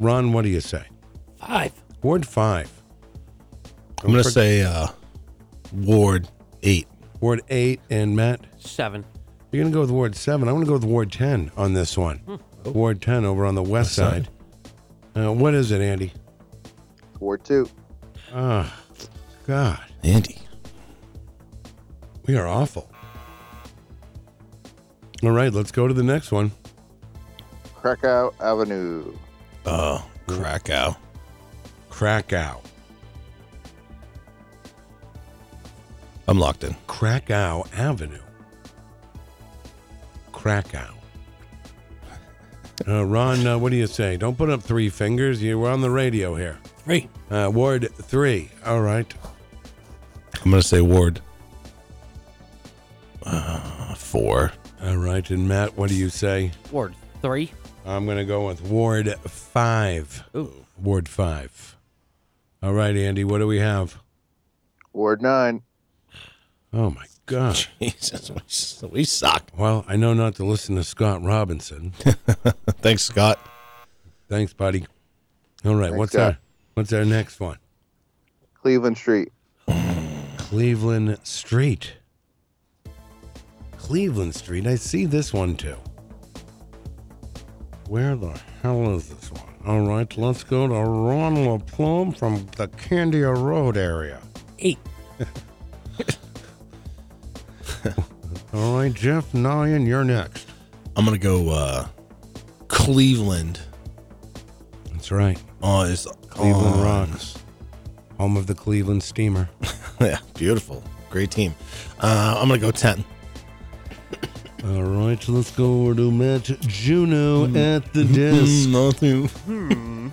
C: Ron, what do you say?
F: Five.
C: Ward five.
E: I'm gonna say uh, Ward eight.
C: Ward eight and Matt.
D: 7.
C: You're gonna go with Ward seven. I'm gonna go with Ward ten on this one. Ward ten over on the west side.
E: side.
C: Uh, what is it, Andy?
H: Ward 2.
C: Oh, God,
E: Andy.
C: we are awful. All right, let's go to the next one.
H: Krakow Avenue.
E: Oh, Krakow.
C: Krakow.
E: I'm locked in.
C: Krakow Avenue. Krakow. Uh, Ron, uh, what do you say? Don't put up three fingers. You were on the radio here.
F: Three.
C: Uh, Ward three. All right.
E: I'm gonna say Ward uh, four.
C: All right. And Matt, what do you say?
D: Ward 3.
C: I'm going to go with Ward five.
D: Ooh.
C: Ward five. All right, Andy, what do we have?
H: Ward 9.
C: Oh, my God.
E: Jesus, we, s- we suck.
C: Well, I know not to listen to Scott Robinson.
E: Thanks, Scott.
C: Thanks, buddy. All right,
H: Thanks,
C: what's
H: Scott.
C: our what's our next one?
H: Cleveland Street.
C: Cleveland Street. Cleveland Street. I see this one too. Where the hell is this one? All right, let's go to Ron LaPlume from the Candia Road area.
F: Eight.
C: All right, Jeff Nyan, you're next.
E: I'm gonna go uh, Cleveland.
C: That's right.
E: Oh, it's
C: Cleveland
E: on-
C: Rocks. Home of the Cleveland Steamer.
E: yeah, beautiful. Great team. Uh, I'm gonna go ten.
C: All right, let's go over to Matt Juno at the desk.
E: Nothing.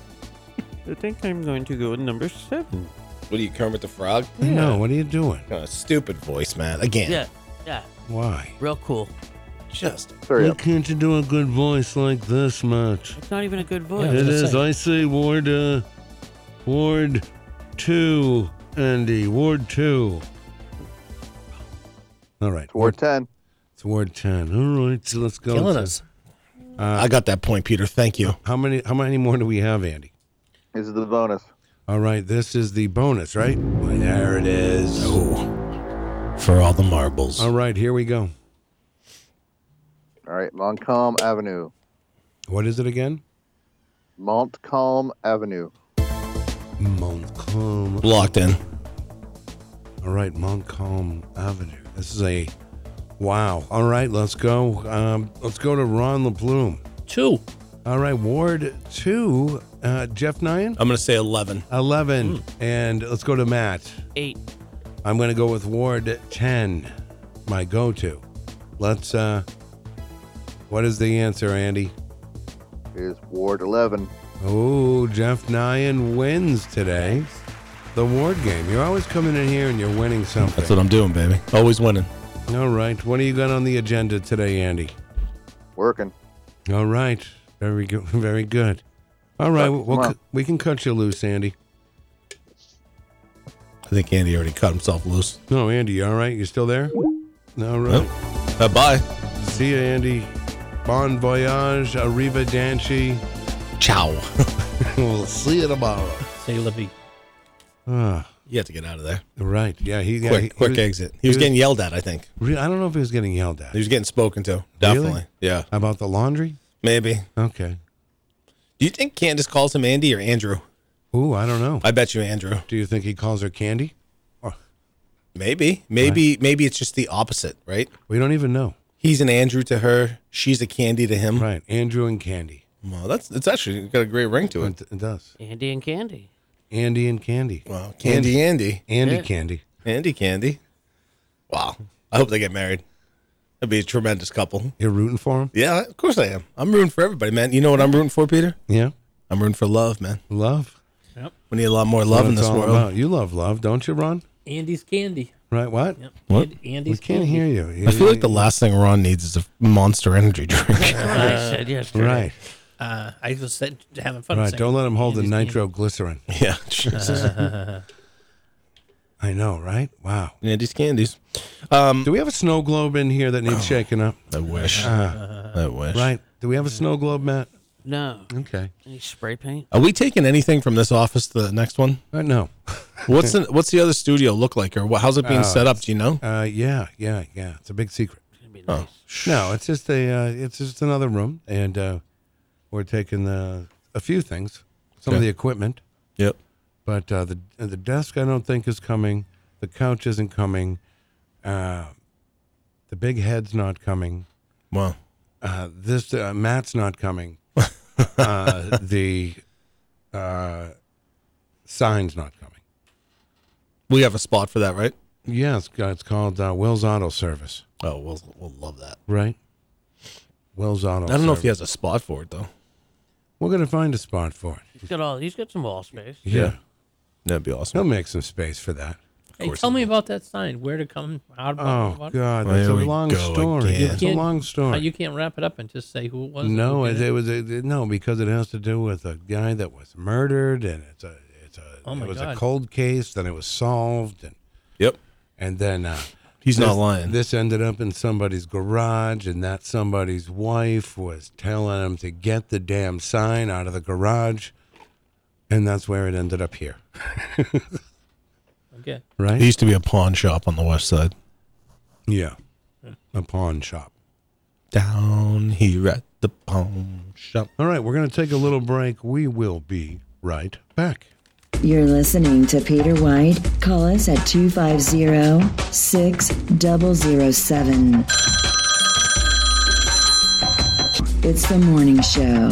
D: I think I'm going to go with number 7.
E: What are you, Kermit the Frog?
C: No, what are you doing?
E: Uh, stupid voice, man. Again.
D: Yeah. Yeah.
C: Why?
D: Real cool.
E: Just
H: Hurry
C: Why
H: up.
C: can't you do a good voice like this, Matt?
D: It's not even a good voice.
F: Yeah,
C: It
F: gonna
C: is.
F: say.
C: I say Ward, uh, Ward 2, Andy. Ward 2. All right.
H: Ward 10.
C: It's Ward 10. All right, so let's go.
E: Killing
C: to-
E: us. I got that point, Peter. Thank you.
C: How many how many more do we have, Andy?
H: This is the bonus.
C: All right, this is the bonus, right?
E: There it is. for all the marbles.
C: All right, here we go.
H: All right, Montcalm Avenue.
C: What is it again?
H: Montcalm Avenue.
C: Montcalm.
E: Locked in.
C: All right, Montcalm Avenue. This is a wow. All right, let's go. Um, let's go to Ron LaPlume.
F: Two.
C: All right, Ward 2, uh, Jeff Nyan,
E: I'm gonna say eleven.
C: 11.
E: Hmm.
C: And let's go to Matt.
D: Eight.
C: I'm going to go with Ward 10, my go to. Let's, uh, what is the answer, Andy?
H: Is Ward 11.
C: Oh, Jeff Nyan wins today. The Ward game. You're always coming in here and you're winning something.
E: That's what I'm doing, baby. Always winning.
C: All right. What do you got on the agenda today, Andy?
H: Working.
C: All right. Very good. Very good. All right.
H: Come
C: We'll,
H: on.
C: cu- we can cut you loose, Andy.
E: I think Andy already cut himself loose.
C: No, Andy. you All right. You still there? All right.
E: Bye bye.
C: See you, Andy. Bon voyage. Arrivederci.
E: Ciao.
C: we'll see you tomorrow.
F: Say Levy.
C: Ah,
E: you have to get out of there.
C: right. Yeah. He, yeah,
E: quick,
C: he- he
E: quick
C: was-
E: exit. He was getting yelled at. I think
C: re- I don't know if he was getting yelled at
E: he was getting spoken to. Definitely. Yeah.
C: about the laundry.
E: Maybe.
C: Okay.
E: Do you think Candace calls him Andy or Andrew?
C: Ooh, I don't know.
E: I bet you Andrew.
C: Do you think he calls her Candy?
E: Maybe. Maybe. Maybe it's just the opposite, right?
C: We don't even know.
E: He's an Andrew to her. She's a Candy to him.
C: Right. Andrew and Candy.
E: Well, that's it's actually got a great ring to it.
C: It, it does.
D: Andy and Candy.
C: Andy and Candy.
E: Wow. Candy, Andy,
C: Andy
D: Yeah.
C: Candy.
E: Andy, Candy. Wow. I hope they get married. That'd be a tremendous couple.
C: You're rooting for him?
E: Yeah, of course I am. I'm rooting for everybody, man. You know what I'm rooting for, Peter?
C: Yeah.
E: I'm rooting for love, man.
C: Love.
E: We need a lot more love
C: What
E: in
C: it's
E: this
C: all
E: world.
C: about. You love love, don't you, Ron?
F: Andy's candy.
C: Right? What?
E: What?
F: And-
C: We
F: Andy's
C: can't
F: candy.
C: hear you.
E: I feel like the last thing Ron needs is a monster energy drink.
D: I said yesterday.
C: Right.
F: Uh, I was said, having fun. a
C: Right.
F: second.
C: Don't let him hold
F: Andy's
C: the
F: candy.
C: nitroglycerin.
E: yeah. Jesus.
C: I know, right? Wow.
E: Andy's candies. Um,
C: Do we have a snow globe in here that
E: Oh.
C: needs shaking up?
E: I wish. I wish.
C: Right. Do we have a snow globe, Matt?
D: No.
C: Okay.
D: Any spray paint?
E: Are we taking anything from this office to the next one?
C: Uh, no.
E: What's the What's the other studio look like, or what, how's it being
C: Oh,
E: set up? Do you know?
C: Uh, yeah, yeah, yeah. It's a big secret.
D: It'd be
E: Oh.
D: nice.
C: No, it's just a uh, it's just another room, and uh, we're taking uh a few things, some of
E: Okay.
C: the equipment,
E: Yep.
C: but uh, the uh, the desk I don't think is coming. The couch isn't coming. Uh, the big head's not coming.
E: Wow.
C: Uh, this uh, Matt's not coming. uh, the uh, sign's not coming.
E: We have a spot for that, right?
C: Yeah, it's, it's called uh, Will's Auto Service,
E: Oh, we'll we'll love that.
C: right? Will's Auto.
E: I don't know if
C: Service.
E: he has a spot for it though.
C: We're gonna find a spot for it.
D: He's got all. He's got Oh, some wall space.
E: Yeah. That'd be
C: He'll
E: awesome.
C: make some space for that.
F: Hey, tell me about that sign. Where to come? How to
C: Oh
F: about it?
C: God, that's a
E: There we
C: long
E: go
C: story.
E: again.
C: It's a
F: Can't-
C: long
F: Uh,
C: story.
F: You can't wrap it up and just say who it was.
C: no,
F: and
C: it,
F: who did
C: it was it, no because it has to do with a guy that was murdered, and it's a it's a
F: Oh, my
C: it was
F: God.
C: a cold case. Then it was solved, and
E: Yep.
C: and then uh,
E: He's
C: this,
E: not lying.
C: This ended up in somebody's garage, and that somebody's wife was telling him to get the damn sign out of the garage, and that's where it ended up here,
F: Okay.
C: right?
E: There used to be a pawn shop on the west side.
C: yeah, a pawn shop.
E: Down here at the pawn shop.
C: All right, we're going to take a little break. We will be right back.
A: You're listening to Peter White. Call us at 250 6007. It's the morning show.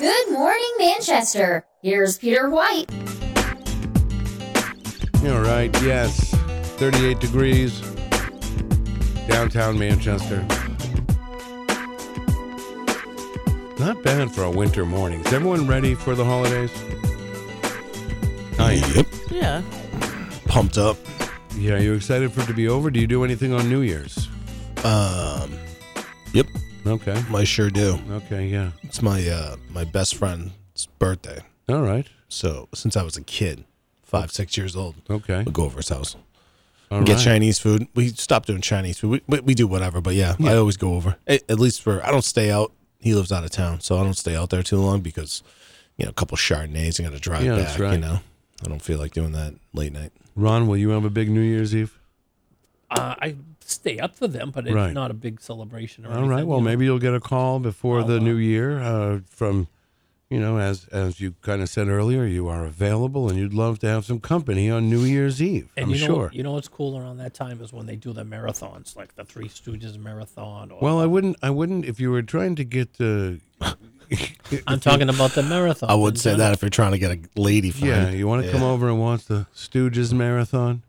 B: Good morning, Manchester. Here's Peter White.
C: All right, yes, 38 degrees, downtown Manchester. Not bad for a winter morning. Is everyone ready for the holidays? Hi.
E: Yep.
D: Yeah.
E: Pumped up.
C: Yeah, are you excited for it to be over? Do you do anything on New Year's?
E: Um. Yep.
C: Okay.
E: I sure do.
C: Okay, yeah.
E: It's my uh my best friend's birthday.
C: All right.
E: So since I was a kid, five six years old,
C: Okay.
E: we go over his house.
C: All
E: get
C: right.
E: Chinese food. We stopped doing Chinese food. We, we, we do whatever, but yeah, I always go over. At, at least for I don't stay out. He lives out of town, so I don't stay out there too long because you know a couple Chardonnays. I got to drive
C: Yeah, that's
E: back. You
C: right.
E: know, I don't feel like doing that late night.
C: Ron, will you have a big New Year's Eve?
F: Uh, I stay up for them, but it's
C: Right.
F: not a big celebration. Or
C: All right.
F: anything,
C: Well,
F: you know.
C: maybe you'll get a call before
F: I'll,
C: the
F: uh,
C: new year uh, from, you know, as as you kind of said earlier, you are available and you'd love to have some company on New Year's Eve.
F: And
C: I'm
F: you know,
C: sure.
F: You know what's cool around that time is when they do the marathons, like the Three Stooges marathon. Or,
C: well, I wouldn't. I wouldn't. If you were trying to get, uh,
F: I'm talking about the marathon.
E: I would say that if you're trying to get a lady friend.
C: yeah, you want to come over and watch the Stooges marathon.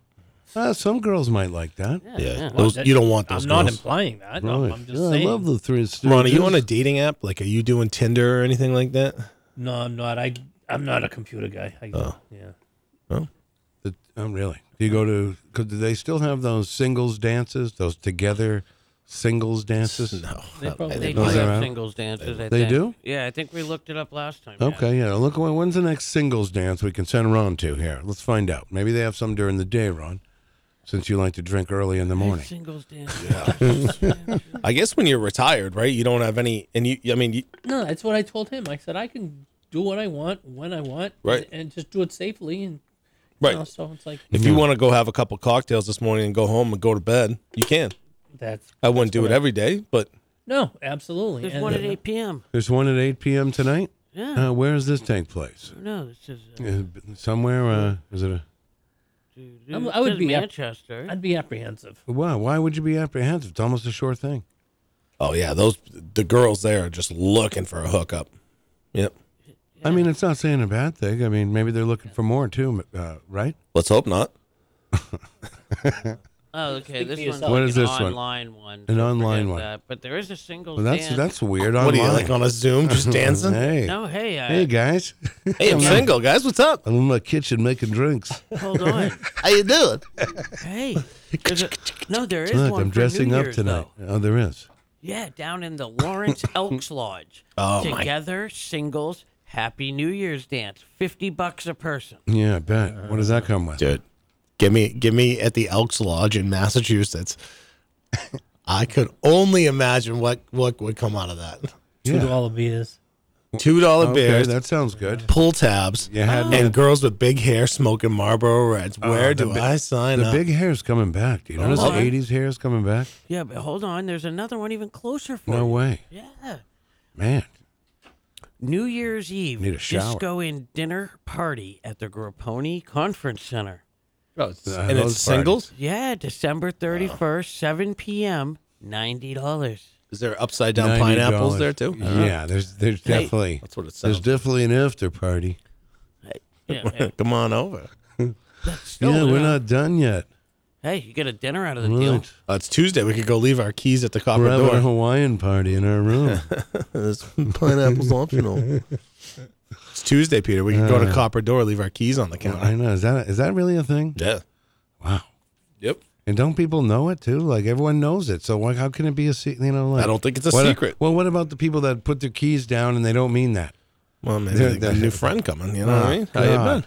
C: Uh, some girls might like that.
E: Yeah, those you don't want those.
F: I'm not
E: girls.
F: implying that.
C: Right.
F: I'm, I'm just
C: Yeah,
F: saying.
C: I love the three Stooges.
E: Ron, are you on a dating app? Like, are you doing Tinder or anything like that?
F: no, I'm not. I I'm not a computer guy. I,
E: Oh.
F: Yeah.
C: The- oh, really? Do you go to? Cause do they still have those singles dances? Those together singles dances?
E: No,
F: They probably
D: They do
C: Those are
D: have
C: out?
D: singles dances. I
C: They
D: think.
C: do?
D: Yeah, I think we looked it up last time. yeah.
C: Okay, yeah. Look, when- when's the next singles dance we can send Ron to here? Let's find out. Maybe they have some during the day, Ron, since you like to drink early in the morning.
D: Singles dance.
E: I guess when you're retired, right? You don't have any, and you. I mean, you,
F: No, that's what I told him. I said I can do what I want when I want,
E: Right.
F: and, and just do it safely. And
E: right?
F: you know, so it's like
E: If you want to go have a couple cocktails this morning and go home and go to bed, you can.
F: that's
E: I wouldn't do it every day, but
F: no, absolutely.
D: There's
F: and-
D: one at 8 p.m.
C: There's one at 8 p.m. tonight.
D: Yeah.
C: Uh, where does this take place?
D: no, this is. Uh,
C: Uh, somewhere? Uh, is it a.
F: I'm-
D: it
F: I would
D: says
F: be up-
D: Manchester.
F: I'd be apprehensive.
C: Why? Why would you be apprehensive? It's almost a sure thing.
E: oh yeah, those the girls there are just looking for a hookup. Yep.
C: I mean, it's not saying a bad thing. I mean, maybe they're looking for more, too, uh, right?
E: Let's hope not.
D: oh, okay.
F: for
D: This one's
F: yourself.
D: like
C: What is
D: an
C: this one?
D: online one.
C: An
D: so
C: online
D: forget
C: one.
D: that. But there is a
C: Well,
D: singles
C: that's
D: dance.
C: that's weird. Online.
E: What are you like on a Zoom just dancing? hey,
C: Hey.
D: No, hey, I,
C: Hey, guys.
E: I'm single, guys. What's up?
C: I'm in my kitchen making drinks.
D: hold on.
E: How you doing?
D: hey, there's a- no, there is
C: Look,
D: one.
C: I'm
D: for New
C: dressing up
D: Year's,
C: tonight.
D: though.
C: Oh, there is.
D: Yeah, down in the Lawrence Elks Lodge.
E: Oh, my-
D: Together, singles, Happy New Year's dance. Fifty bucks a person.
C: Yeah, I bet. What does that come with?
E: Dude, give me give me at the Elks Lodge in Massachusetts. I could only imagine what what would come out of that.
F: Two dollar beers.
E: Two dollar
C: Okay,
E: beers,
C: that sounds good.
E: pull tabs,
C: You had Oh,
E: and girls with big hair smoking Marlboro Reds. Where
C: Uh, the
E: do
C: bi-
E: I sign
C: the
E: up? Oh,
C: big hair's coming back. Do you notice the
D: Lord.
C: '80s hair's coming back?
D: Yeah, but hold on. There's another one even closer for
C: No
D: you.
C: way,
D: Yeah.
C: man.
D: New Year's Eve
C: Need a shower.
D: disco and dinner party at the Groponi Conference Center.
C: Uh,
E: and
C: those
E: Oh, it's singles.
D: Yeah, December 31st, 7 p.m., $90.
E: Is there upside down
C: $90.
E: pineapples there too? Uh-huh.
C: Yeah, there's there's
D: Hey,
C: definitely
E: that's what it
C: there's
E: sounds.
C: definitely an after party.
D: Yeah, hey,
E: Come on over. Oh,
D: still,
C: yeah,
D: you
C: we're
D: know,
C: not done yet.
D: Hey, you get a dinner out of the deal.
C: Right.
E: Uh, it's Tuesday. We could go leave our keys at the copper
C: We're having a
E: door.
C: Hawaiian party in our room.
E: This pineapple's optional. It's Tuesday, Peter. We could go
C: Uh.
E: to copper door, leave our keys on the
C: I
E: counter.
C: know. Is that is that really a thing?
E: Yeah.
C: Wow.
E: Yep.
C: And don't people know it too? Like everyone knows it. So why, how can it be a secret? You know, like
E: I don't think it's a
C: what-
E: secret.
C: well, what about the people that put their keys down and they don't mean that?
E: Well, maybe
C: They're-
E: they got a
C: they're-
E: new friend coming. You know what I mean? How
C: God.
E: you been?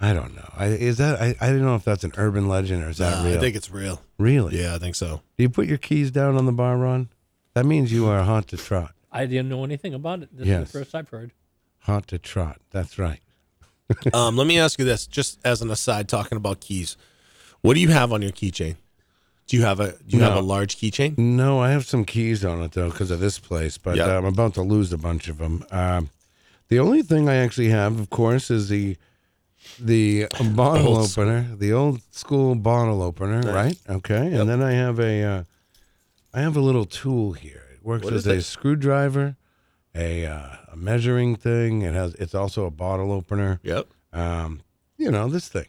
C: I don't know. I, is that I, I don't know if that's an urban legend or is that
E: Uh,
C: real?
E: I think it's real.
C: really?
E: Yeah, I think so.
C: Do you put your keys down on the bar, Ron? That means you are hot to trot.
F: I didn't know anything about it. This
C: Yes.
F: is the first I've heard.
C: Hot to trot. That's right.
E: Um, let me ask you this, just as an aside, talking about keys. What do you have on your keychain? Do you have a Do you have
C: No.
E: a large keychain?
C: No, I have some keys on it though because of this place, but
E: Yeah.
C: uh, I'm about to lose a bunch of them. Um, the only thing I actually have, of course, is the the bottle
E: Old school.
C: opener, the old school bottle opener, right? Okay, and then I have a uh, I have a little tool here. It works
E: What
C: as
E: is
C: a
E: this?
C: screwdriver, a uh, a measuring thing. It has it's also a bottle opener.
E: Yep.
C: Um, you know this thing.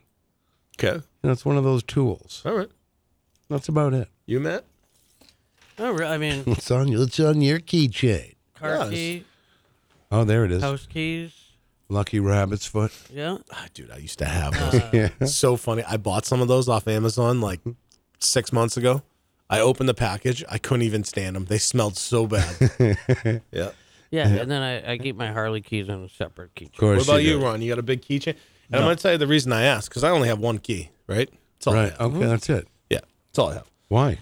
E: Okay.
C: You know, it's one of those tools.
E: All right.
C: That's about it.
E: You Matt?
D: Oh, really? I mean,
C: It's on you. It's on your keychain.
D: car
E: Yes.
D: key,
C: Oh, there it is.
D: house keys.
C: Lucky Rabbit's Foot.
D: Yeah.
E: Ah, dude, I used to have those.
C: Yeah.
E: so funny. I bought some of those off Amazon like six months ago. I opened the package. I couldn't even stand them. They smelled so bad. yeah.
D: Yeah. And then I, I keep my Harley keys on a separate key.
C: Of course
E: What about you,
C: do.
E: Ron? You got a big keychain? And I'm going to tell you the reason I asked because I only have one key, right? That's all I
C: Right.
E: have.
C: Okay, that's it.
E: Yeah, that's all I have.
C: Why?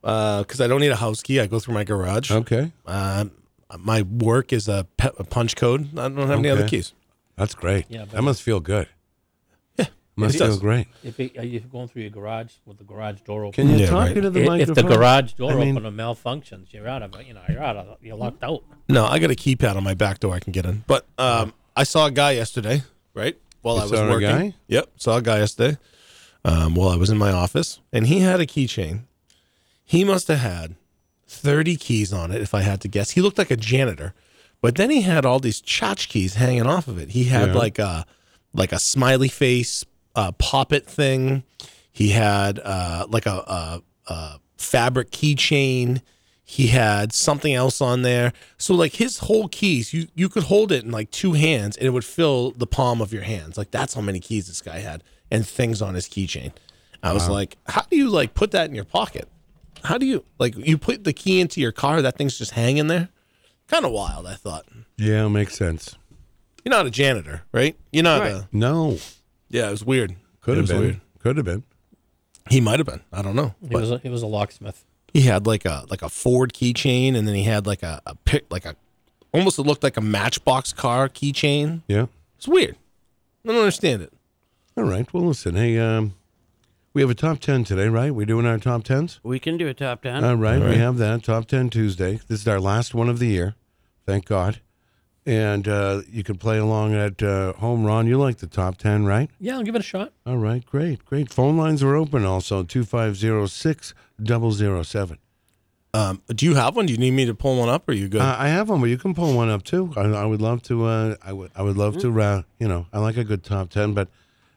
E: Because I don't need a house key. I go through my garage.
C: Okay.
E: Um, my work is a, pe- a punch code. I don't have any other
C: Okay.
E: keys.
C: That's great.
F: Yeah, but-
C: that must feel good.
E: Yeah,
C: Must
E: it
C: feel
E: does.
C: great.
F: If, it, uh, if you're going through your garage with the garage door open,
C: Can you
E: Yeah,
C: talk
E: right.
C: into the
F: i-
C: microphone?
F: if the garage door
C: I mean-
F: opener malfunctions, you're out of you know you're out of you're locked out.
E: No, I got a keypad on my back door I can get in. But um, I saw a guy yesterday, right? While
C: You
E: I was
C: saw a
E: working.
C: guy?
E: Yep, saw a guy yesterday um, while I was in my office, and he had a keychain. He must have had 30 keys on it, if I had to guess. He looked like a janitor, but then he had all these tchotchkes hanging off of it. He had
C: Yeah.
E: like a like a smiley face uh, poppet thing. He had uh, like a, a, a fabric keychain. He had something else on there. So like his whole keys, you you could hold it in like two hands and it would fill the palm of your hands. Like that's how many keys this guy had and things on his keychain. I was like, how do you like put that in your pocket? How do you like you put the key into your car? That thing's just hanging there. Kind of wild, I thought.
C: Yeah, makes sense.
E: You're not a janitor, right? You're not a
C: No,
E: yeah. It was weird.
C: could
E: It
C: have
E: was
C: been.
E: weird.
C: Could have been.
E: He might have been. I don't know.
F: He
E: But
F: was a, he was a locksmith.
E: he had like a like a Ford keychain, and then he had like a, a pick like a almost it looked like a Matchbox car keychain.
C: Yeah.
E: It's weird. I don't understand it.
C: All right. Well, listen. Hey, um, we have a top ten today, right? We're doing our top tens.
D: We can do a top down.
C: All right,
E: All right.
C: we have that top ten Tuesday. This is our last one of the year, thank God. And uh, you can play along at uh, home, Ron. You like the top ten, right?
F: Yeah, I'll give it a shot.
C: All right, great, great. Phone lines are open also 250 007.
E: Um, do you have one? Do you need me to pull one up, or are you good?
C: Uh, I have one, but you can pull one up too. I, I would love to. Uh, I would. I would love to. Uh, you know, I like a good top ten, but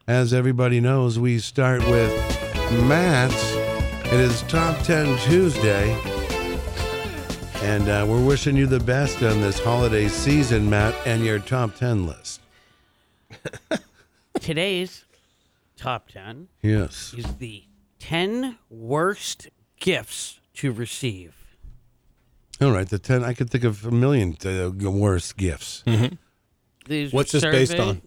C: as everybody knows, we start with Matt's. It is Top Ten Tuesday, and uh, we're wishing you the best on this holiday season, Matt, and your top ten list.
D: Today's top 10
C: Yes.
D: is the 10 worst gifts to receive.
C: All right. The ten. I could think of a million uh, worse gifts.
D: These were
E: What's this based
D: surveyed
E: on?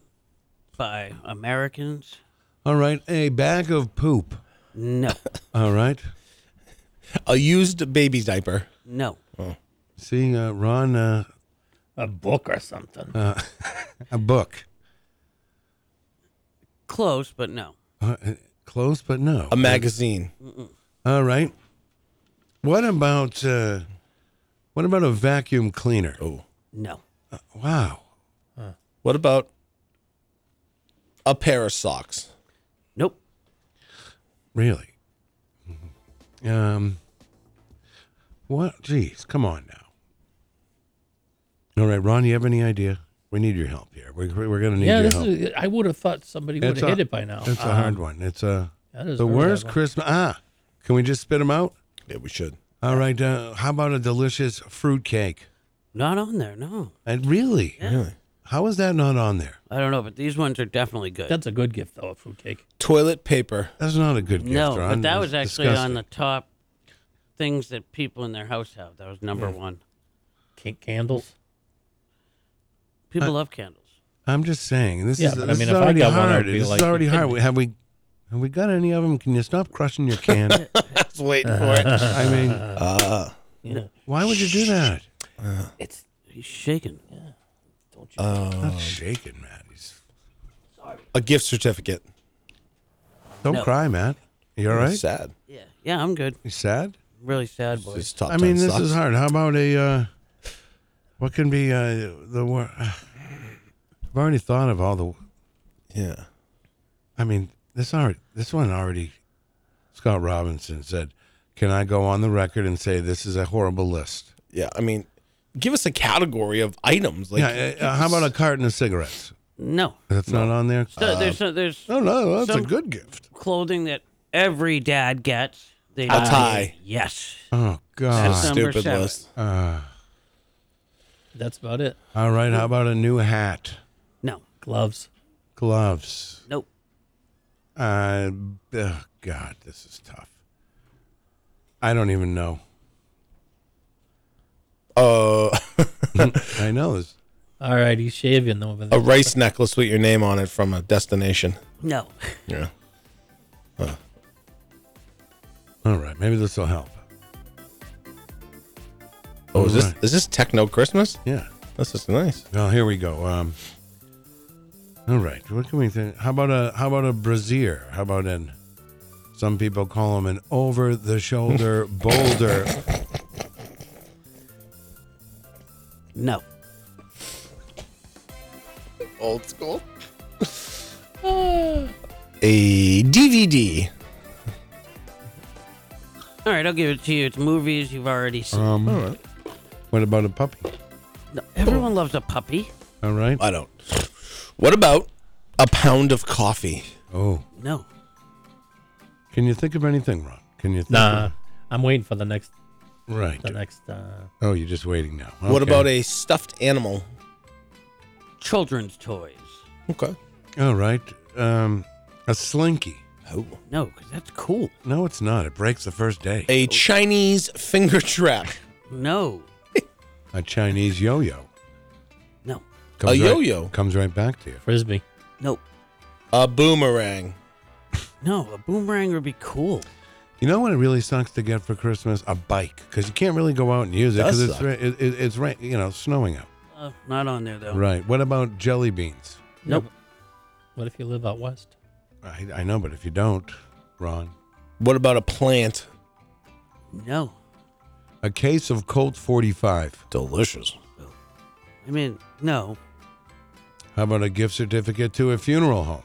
D: By Americans?
C: All right. A bag of poop.
D: No,
C: All right.
E: A used baby diaper.
D: no.
C: See, uh, Ron, uh,
F: A book or something.
C: a book.
D: Close, but no.
C: Uh, uh, close, but no.
E: A magazine.
C: All right. What about uh, what about a vacuum cleaner? Uh,
E: Oh,
D: No.
C: Wow.
E: what about a pair of socks?
D: Nope.
C: Really? Mhm. Um. What? Jeez, come on now. All right, Ron, you have any idea? We need your help here. We're, we're going to need
F: yeah,
C: your
F: this
C: help.
F: is. I would have thought somebody would
C: It's
F: have
C: a-
F: hit it by now. Uh-huh. Um,
C: It's a hard one. It's a
F: That is
C: the
F: a very
C: worst
F: hard one.
C: Christmas. Ah, can we just spit them out?
E: Yeah, we should.
C: All right. Uh, how about a delicious fruit cake?
D: Not on there, no.
C: And really,
E: Really?
C: how is that not on there?
D: I don't know, but these ones are definitely good.
F: That's a good gift though, a fruitcake.
E: Toilet paper.
C: That's not a good gift.
D: no,
C: Ron.
D: but that
C: That's
D: was actually on
C: disgusting.
D: the top things that people in their house have. That was number one.
F: Cake candles.
D: People love candles.
C: I'm just saying. This
F: Yeah,
C: is.
F: but I
C: This
F: mean,
C: is
F: if I
C: already
F: got one, I
C: hard.
F: would be
C: this
F: like,
C: is already
F: you
C: hard.
F: kidding
C: Have we? Have we got any of them? Can you stop crushing your can?
E: Just waiting for it.
C: I mean,
E: Uh,
C: why would you do that?
F: It's
D: He's shaking. Uh,
F: don't you?
E: Oh.
C: Not shaking, Matt. He's-
E: uh, a gift certificate.
C: Don't
D: No.
C: cry, Matt. You all right?
E: Sad.
D: Yeah. Yeah, I'm good.
C: You sad?
D: Really sad, boy.
E: It's top
C: I mean,
E: 10
C: this
E: socks.
C: is hard. How about a? Uh, what can be uh, the wor I've already thought of all the.
E: Yeah.
C: I mean, this already. This one already. Scott Robinson said, "Can I go on the record and say this is a horrible list?"
E: Yeah. I mean, give us a category of items. Like,
C: yeah. uh, how about a carton of cigarettes?
D: no.
C: That's not on there.
D: So
E: uh,
D: there's so there's
C: No, no, that's a
D: some-
C: good gift.
D: clothing that every dad gets. They
E: A tie.
D: Yes.
C: Oh
D: That's
C: God!
D: some- Number
E: stupid
D: seven.
E: list.
F: That's about it.
C: All right, how about a new hat,
D: No.
F: Gloves.
C: gloves?
D: Nope.
C: Uh, oh God, this is tough. I don't even know.
E: Uh,
C: I know this.
F: All right, he's shaving over there.
E: a rice necklace with your name on it from a destination.
D: No.
E: Yeah.
C: All right, maybe this will help.
E: Oh, is this
C: Alright.
E: is this techno Christmas?
C: Yeah.
E: This is nice.
C: Well, here we go. Um, all right, what can we think? How about a how about a brazier? How about an? Some people call them an over-the-shoulder boulder.
D: No.
E: Old school. a DVD.
D: All right, I'll give it to you. It's movies you've already seen.
E: Uh,
C: Um, What about a puppy?
D: No, everyone loves a puppy.
C: All right.
E: I don't. What about a pound of coffee?
C: Oh,
D: No.
C: can you think of anything, Ron? Can you? Think
F: Nah,
C: Of,
F: I'm waiting for the next.
C: right.
F: The next. Uh,
C: Oh, you're just waiting now.
E: What
C: Okay.
E: about a stuffed animal?
D: Children's toys.
E: Okay.
C: All right. Um, a slinky.
E: Oh.
D: No, because that's cool.
C: No, it's not. It breaks the first day. A,
E: A Chinese finger trap.
D: No.
C: Chinese yo-yo.
D: No.
C: Comes right-
E: yo-yo?
C: comes right back to you.
F: Frisbee.
D: Nope.
E: A boomerang.
D: No, a boomerang would be cool.
C: You know what it really sucks to get for Christmas? A bike, because you can't really go out and use it
E: Does
C: because it's
E: suck.
C: ra- it, it, it's ra- you know snowing out.
D: Uh, not on there though.
C: Right. What about jelly beans?
D: Nope.
F: What if you live out west?
C: I, I know, but if you don't, Ron,
E: What about a plant?
D: No.
C: a case of Colt 45.
E: Delicious.
D: I mean, no.
C: How about a gift certificate to a funeral home?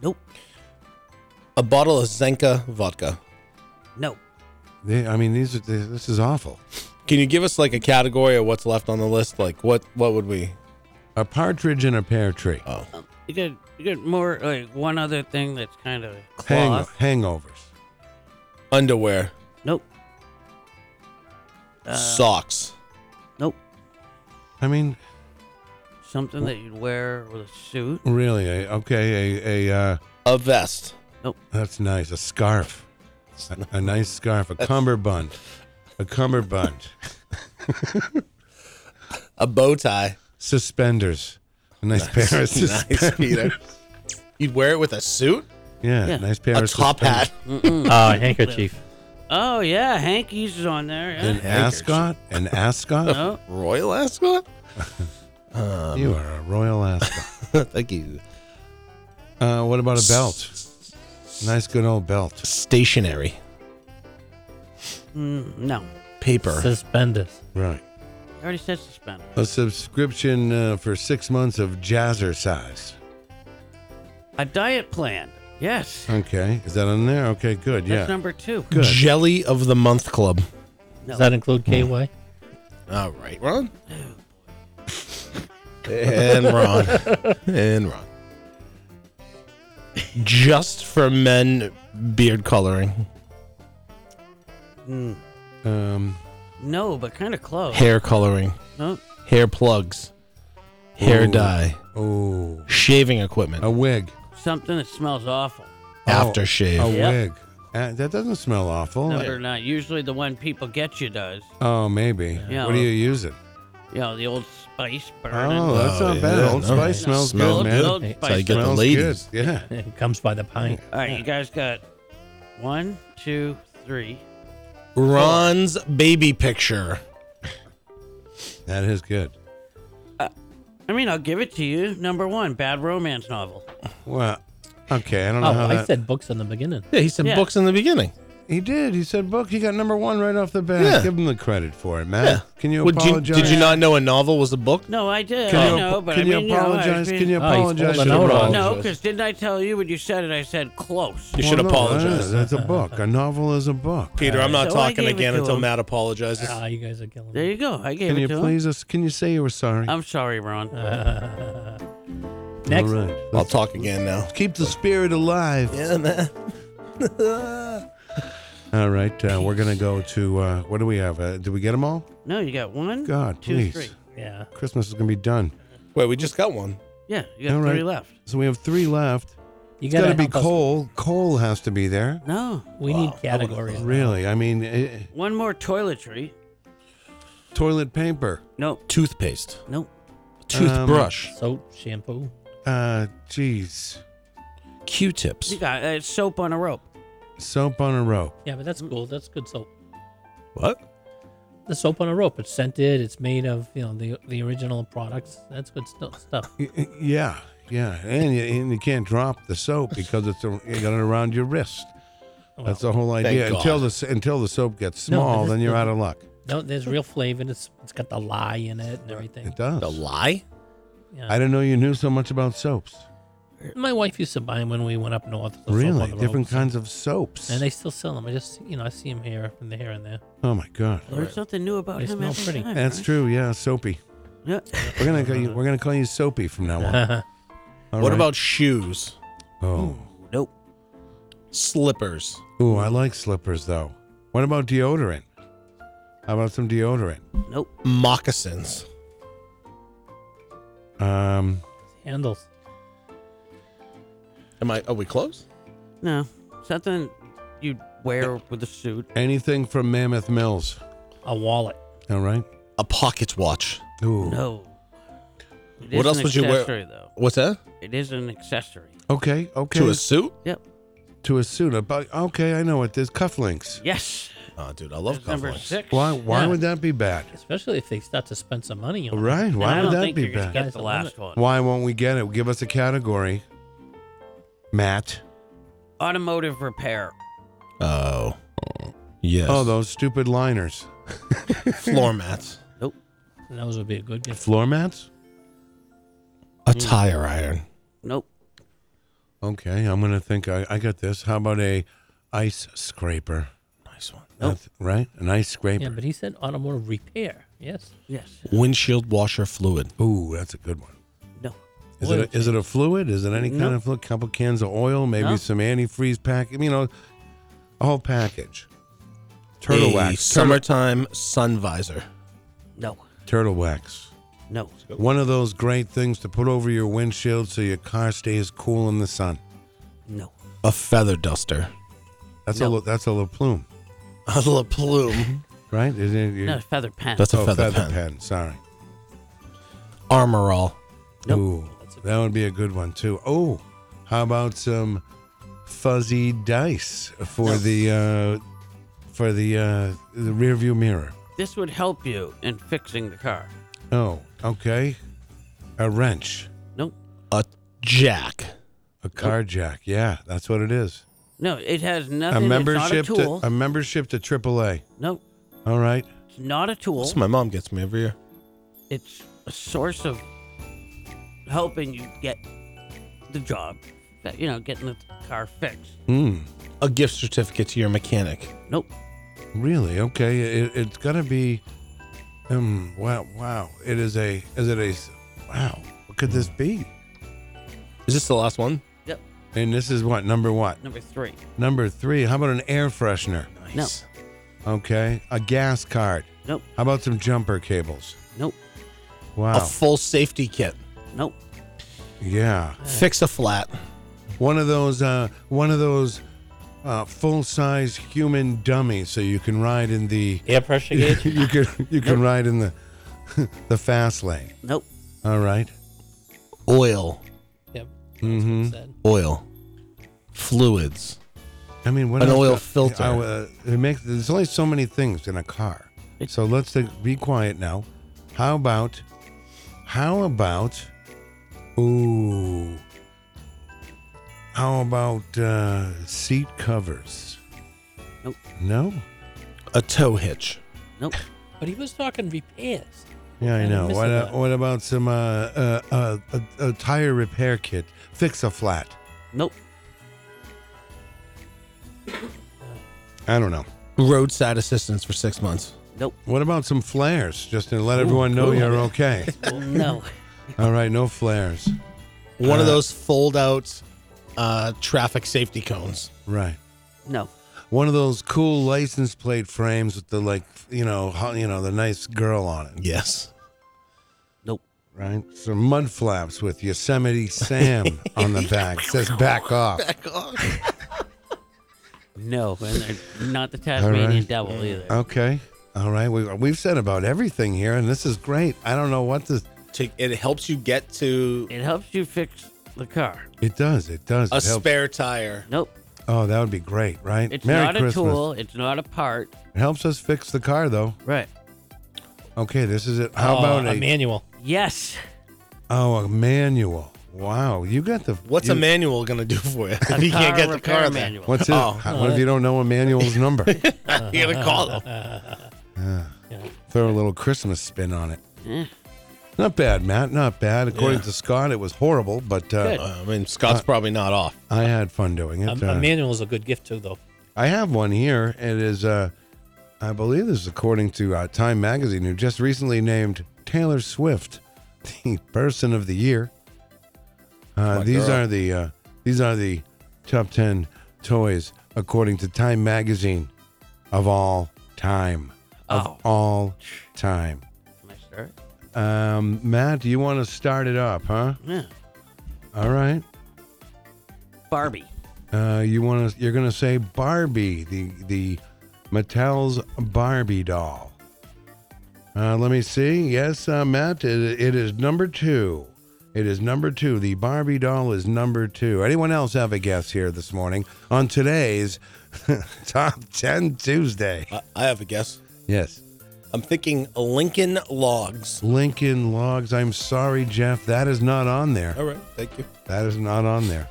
D: Nope.
E: A bottle of Zenka vodka.
D: No.
C: They, I mean, these are they, this is awful.
E: Can you give us like a category of what's left on the list? Like what what would we?
C: A partridge in a pear tree.
E: Oh.
D: Um, You got you got more like one other thing that's kind of
C: Hang,
D: cloth.
C: hangovers.
E: Underwear.
D: Nope. Uh,
E: socks.
D: Nope.
C: I mean,
D: Something that you'd wear with a suit.
C: really, a, okay, a, a uh,
E: A vest.
C: that's nice. A scarf. A, a nice scarf. A cummerbund. A cummerbund.
E: A bow tie.
C: suspenders. A nice, pair of suspenders.
E: Nice, Peter. You'd wear it with a suit?
C: Yeah,
D: Yeah.
C: nice pair
E: a
C: of
E: top
C: suspenders.
E: hat.
C: Ah,
F: Oh, handkerchief.
D: Oh yeah, hankies is on there. Yeah. Oh,
C: An ascot? An ascot?
D: no.
E: Royal ascot?
C: you are a royal ascot.
E: Thank you.
C: Uh, what about a belt? Nice good old belt.
E: Stationary.
D: Mm, no.
E: Paper.
F: Suspenders.
C: Right.
D: I already said suspender.
C: A subscription uh, for six months of Jazzercise.
D: A diet plan. Yes.
C: Okay. Is that on there? Okay, good.
D: That's
C: Uh, yeah.
D: number two.
C: Good.
E: Jelly of the month club.
D: No.
F: Does that include KY?
E: All right, Ron. and Ron. And Ron. Just for men beard coloring,
D: Mm,
C: Um,
D: no, but kind of close.
E: hair coloring,
D: No.
E: hair plugs, hair
C: Ooh.
E: dye,
C: oh,
E: shaving equipment,
C: a wig.
D: Something that smells awful.
C: Oh,
E: aftershave.
C: A
D: Yeah.
C: wig. Uh, that doesn't smell awful.
D: No, they're not. Usually the one people get you does.
C: Oh, maybe.
D: Yeah.
C: What do you use it?
D: You know, the old spice burning.
C: Oh, that's
E: Oh,
C: not bad.
E: yeah,
C: Old
E: no.
C: Spice smells
D: The old,
C: good, man.
D: the old
F: Hey,
E: That's how you
D: spice.
E: get the
C: Smells
E: ladies.
C: good, Yeah.
F: It comes by the pint.
D: All right, you guys got one, two, three.
E: Oh. Ron's baby picture.
C: That is good.
D: I mean, I'll give it to you. Number one, bad romance novel.
C: Well, okay. I don't
F: Oh,
C: know how
F: I
C: that-
F: said books in the beginning.
E: Yeah, he said
D: Yeah.
E: books in the beginning.
C: he did. He said book. He got number one right off the bat.
E: Yeah.
C: Give him the credit for it, man.
E: Yeah.
C: Can you
E: Well, did
C: apologize?
E: Did you not know a novel was a book?
D: No, I did.
C: Can
D: I
C: you,
D: know, but
C: can
D: I
C: you
D: mean, you know, I've
C: apologize?
D: been-
C: can you
F: Oh, he's
C: apologize?
F: holding
C: to
F: out on
C: Ron?
F: it.
D: No, because didn't I tell you when you said it? I said close.
E: You should
C: Well, no,
E: apologize.
C: that's a book. A novel is a book.
E: Peter, I'm not
D: So I
E: talking
D: gave it
E: again
D: to
E: until
D: him.
E: Matt apologizes.
F: Ah, you guys are killing
D: There
F: me.
D: you go. I
C: Can
D: gave it Um,
C: you
D: to him.
C: please? Uh. Us, can you say you were sorry?
D: I'm sorry, Ron.
F: Next.
C: All right.
E: I'll talk again now.
C: Keep the spirit alive.
E: Yeah, man.
C: All right. Uh, we're gonna go to. Uh, what do we have? Uh, did we get them all?
D: no, you got one,
C: God,
D: two,
C: please.
D: three.
F: Yeah.
C: Christmas is gonna be done.
E: Wait, we just got one.
D: Yeah, you got
C: All
D: three
C: right.
D: left.
C: So we have three left.
F: You
C: It's gotta be
F: help us.
C: Cole. Cole has to be there.
D: No,
F: We need categories.
C: Really? I mean, eh,
D: one more toiletry.
C: toilet paper.
D: Nope,
E: Toothpaste.
D: nope.
E: Toothbrush.
F: Soap, shampoo.
C: Uh, jeez.
E: Q-tips.
C: Um,
D: You got uh, soap on a rope.
C: Soap on a rope.
F: Yeah, but
C: Mm.
F: that's cool. That's good soap.
I: What?
F: The soap on a rope. It's scented. It's made of you know the the original products. That's good stu- stuff. Oh,
C: Y- y- Yeah, yeah, and you, and you can't drop the soap because it's a, you got it around your wrist.
F: Oh,
C: That's the whole idea.
I: God.
C: Until the s- until the soap gets
F: No, but
C: small,
F: this-
C: then you're
F: the-
C: out of luck.
F: No, there's real flavor. and It's it's got the lye in it and everything.
C: It does.
I: The lie?
F: Yeah.
C: I didn't know you knew so much about soaps.
F: My wife used to buy them when we went up north. the soap on
C: Really,
F: the
C: different
F: ropes.
C: kinds of soaps.
F: And they still sell them. I just you know I see them here and there and there.
C: oh my god,
D: Learn something new about
F: They
D: him
F: smell
D: every
F: pretty.
D: time.
C: that's
D: right?
C: true. Yeah, soapy.
D: Yeah.
C: We're gonna call you, we're gonna call you soapy from now on. All
I: what
C: right.
I: about shoes?
C: oh
D: Nope.
I: Slippers.
C: ooh I like slippers though. What about deodorant? How about some deodorant?
D: Nope.
I: Moccasins.
C: Um,
F: Handles.
I: Am I are we close?
D: No. Something you'd wear with a suit.
C: anything from Mammoth Mills.
F: A wallet.
C: All right.
I: A pocket watch.
C: Ooh.
D: No. It
I: What
D: is
I: else
D: an
I: would you wear-
D: accessory, Though
I: What's that?
D: it is an accessory.
C: Okay. Okay.
I: To a suit?
D: Yep.
C: to a suit. About okay, I know it. There's cufflinks.
D: Yes.
I: Oh dude, I love
D: There's number
I: cufflinks.
D: six.
C: Why? Why
F: Yeah.
C: would that be bad?
F: Especially if they start to spend some money on it.
C: Right?
D: And
C: Why
D: I
C: would
D: don't
C: that
D: think
C: be
D: you're gonna
C: bad?
D: Get
F: Guys,
D: the
F: I love
D: last
F: it.
D: one.
C: Why won't we get it? Give us a category. Matt.
D: Automotive repair.
I: Oh. Yes.
C: Oh, those stupid liners.
I: floor mats.
F: And those would be a good gift.
C: Floor mats.
I: A
C: Hmm.
I: tire iron.
D: Nope.
C: Okay, I'm gonna think. I, I got this. How about a ice scraper?
I: Nice one.
C: That's, right, an ice scraper.
F: Yeah, but he said automotive repair. Yes.
D: Yes.
I: Windshield washer fluid.
C: Ooh, that's a good one.
D: No.
C: Is
F: Oil
C: it, a, is it a fluid? Is it any kind of fluid? Couple cans of oil, maybe
D: No.
C: some antifreeze pack. You know, a whole package. Turtle
I: a
C: wax. Turtle-
I: Summertime sun visor.
D: No.
C: turtle wax.
D: No.
C: One of those great things to put over your windshield so your car stays cool in the sun.
D: No.
I: A feather duster.
C: That's a
D: No.
C: lo- that's a little plume,
I: A la plume.
C: right? Is it, you-
D: No feather pen.
I: That's a
C: oh,
I: feather, pen.
C: Sorry.
I: Armor all.
D: Nope.
C: Ooh, that would be a good one too. Oh, how about some fuzzy dice for the uh, for the uh, the rear view mirror?
D: this would help you in fixing the car.
C: Oh, okay. A wrench,
D: Nope.
I: A jack.
C: a car jack. Yeah, that's what it is.
D: No, it has
C: A
D: nothing.
C: membership
D: It's not a tool.
C: to a membership to AAA.
D: no,
C: All right.
D: it's not a tool.
I: That's what my mom gets me every year.
D: it's a source of helping you get the job, that- you know, getting the car fixed.
C: Hmm.
I: A gift certificate to your mechanic.
D: Nope.
C: Really? Okay. It, it's gonna be. Um. Wow. Wow. It is a. Is it a? s- Wow. What could this be?
I: Is this the last one?
D: Yep.
C: And this is what number what
D: Number three.
C: number three? How about an air freshener?
I: Nice.
C: Okay. A gas card.
D: Nope.
C: How about some jumper cables?
D: Nope.
I: A
C: Wow.
I: full safety kit.
D: Nope.
C: yeah.
I: Fix a flat.
C: One of those. Uh. One of those. Uh, full-size human dummy, so you can ride in the
F: Air pressure gauge.
C: you can you can ride in the the fast lane.
D: Nope.
C: All right.
I: Oil.
F: yep.
C: Mm-hmm.
F: Said.
I: Oil. Fluids.
C: I mean, what
I: An
C: else
I: oil
C: do-
I: filter.
C: I, uh, it makes there's only so many things in a car. So let's think, be quiet now. How about, how about, ooh, how about uh, seat covers?
D: Nope.
C: No.
I: A tow hitch.
D: Nope.
F: But he was talking repairs.
C: Yeah, I
F: I'm
C: know. What,
F: missing
C: uh,
F: that.
C: what about some uh, uh, uh, a, a tire repair kit? Fix a flat.
D: Nope.
C: I don't know.
I: Roadside assistance for six months.
D: Nope.
C: What about some flares? Just to let everyone know you're okay.
D: no.
C: All right, no flares.
I: One
C: Uh,
I: of those fold out uh, traffic safety cones.
C: Right.
D: No.
C: one of those cool license plate frames with the like you know ho- you know the nice girl on it
I: Yes.
D: Nope.
C: right some mud flaps with yosemite sam on the back says back off
D: No. And they're not the Tasmanian
C: right.
D: devil either.
C: okay all right we, we've said about everything here and this is great i don't know what this
I: To, it helps you get to
D: It helps you fix the car.
C: it does it does
I: a
C: it helps.
I: spare tire.
D: Nope.
C: Oh, that would be great, right?
D: It's
C: Merry
D: not
C: Christmas.
D: a tool. It's not a part.
C: It helps us fix the car, though.
D: Right.
C: Okay, this is it. How
F: Oh,
C: about
E: Uh,
F: a
C: a,
F: manual?
D: Yes.
C: oh a manual? Wow, you got the
E: What's
C: you-
E: a manual going to do for you if
D: A
E: you can't
D: car
E: get the
D: repair
E: car there?
D: manual.
C: What's it?
E: Oh.
C: How- what if you don't know a manual's number?
E: you got to call them.
C: Throw a little Christmas spin on it. Not bad, Matt. Not bad. According to Scott, it was horrible, but uh,
E: I mean, Scott's probably not off.
C: I had fun doing
F: A,
C: it.
F: a
C: Uh,
F: manual is a good gift too, though.
C: I have one here. It is, uh, I believe this is according to uh, Time Magazine, who just recently named Taylor Swift the Person of the Year. Uh,
J: My
C: these
J: girl.
C: are the uh, these are the top ten toys according to Time Magazine of all time of
D: Oh.
C: all time.
D: Can I start?
C: Um, Matt, do you want to start it up, huh?
D: Yeah.
C: All right.
D: Barbie.
C: Uh, you want to? You're gonna say Barbie, the the Mattel's Barbie doll. Uh, let me see. Yes, uh, Matt, it, it is number two. It is number two. The Barbie doll is number two. Anyone else have a guess here this morning on today's Top Ten Tuesday?
E: I, I have a guess.
C: Yes,
E: I'm thinking Lincoln Logs.
C: Lincoln Logs. I'm sorry, Jeff, that is not on there.
E: All right. Thank you.
C: That is not on there.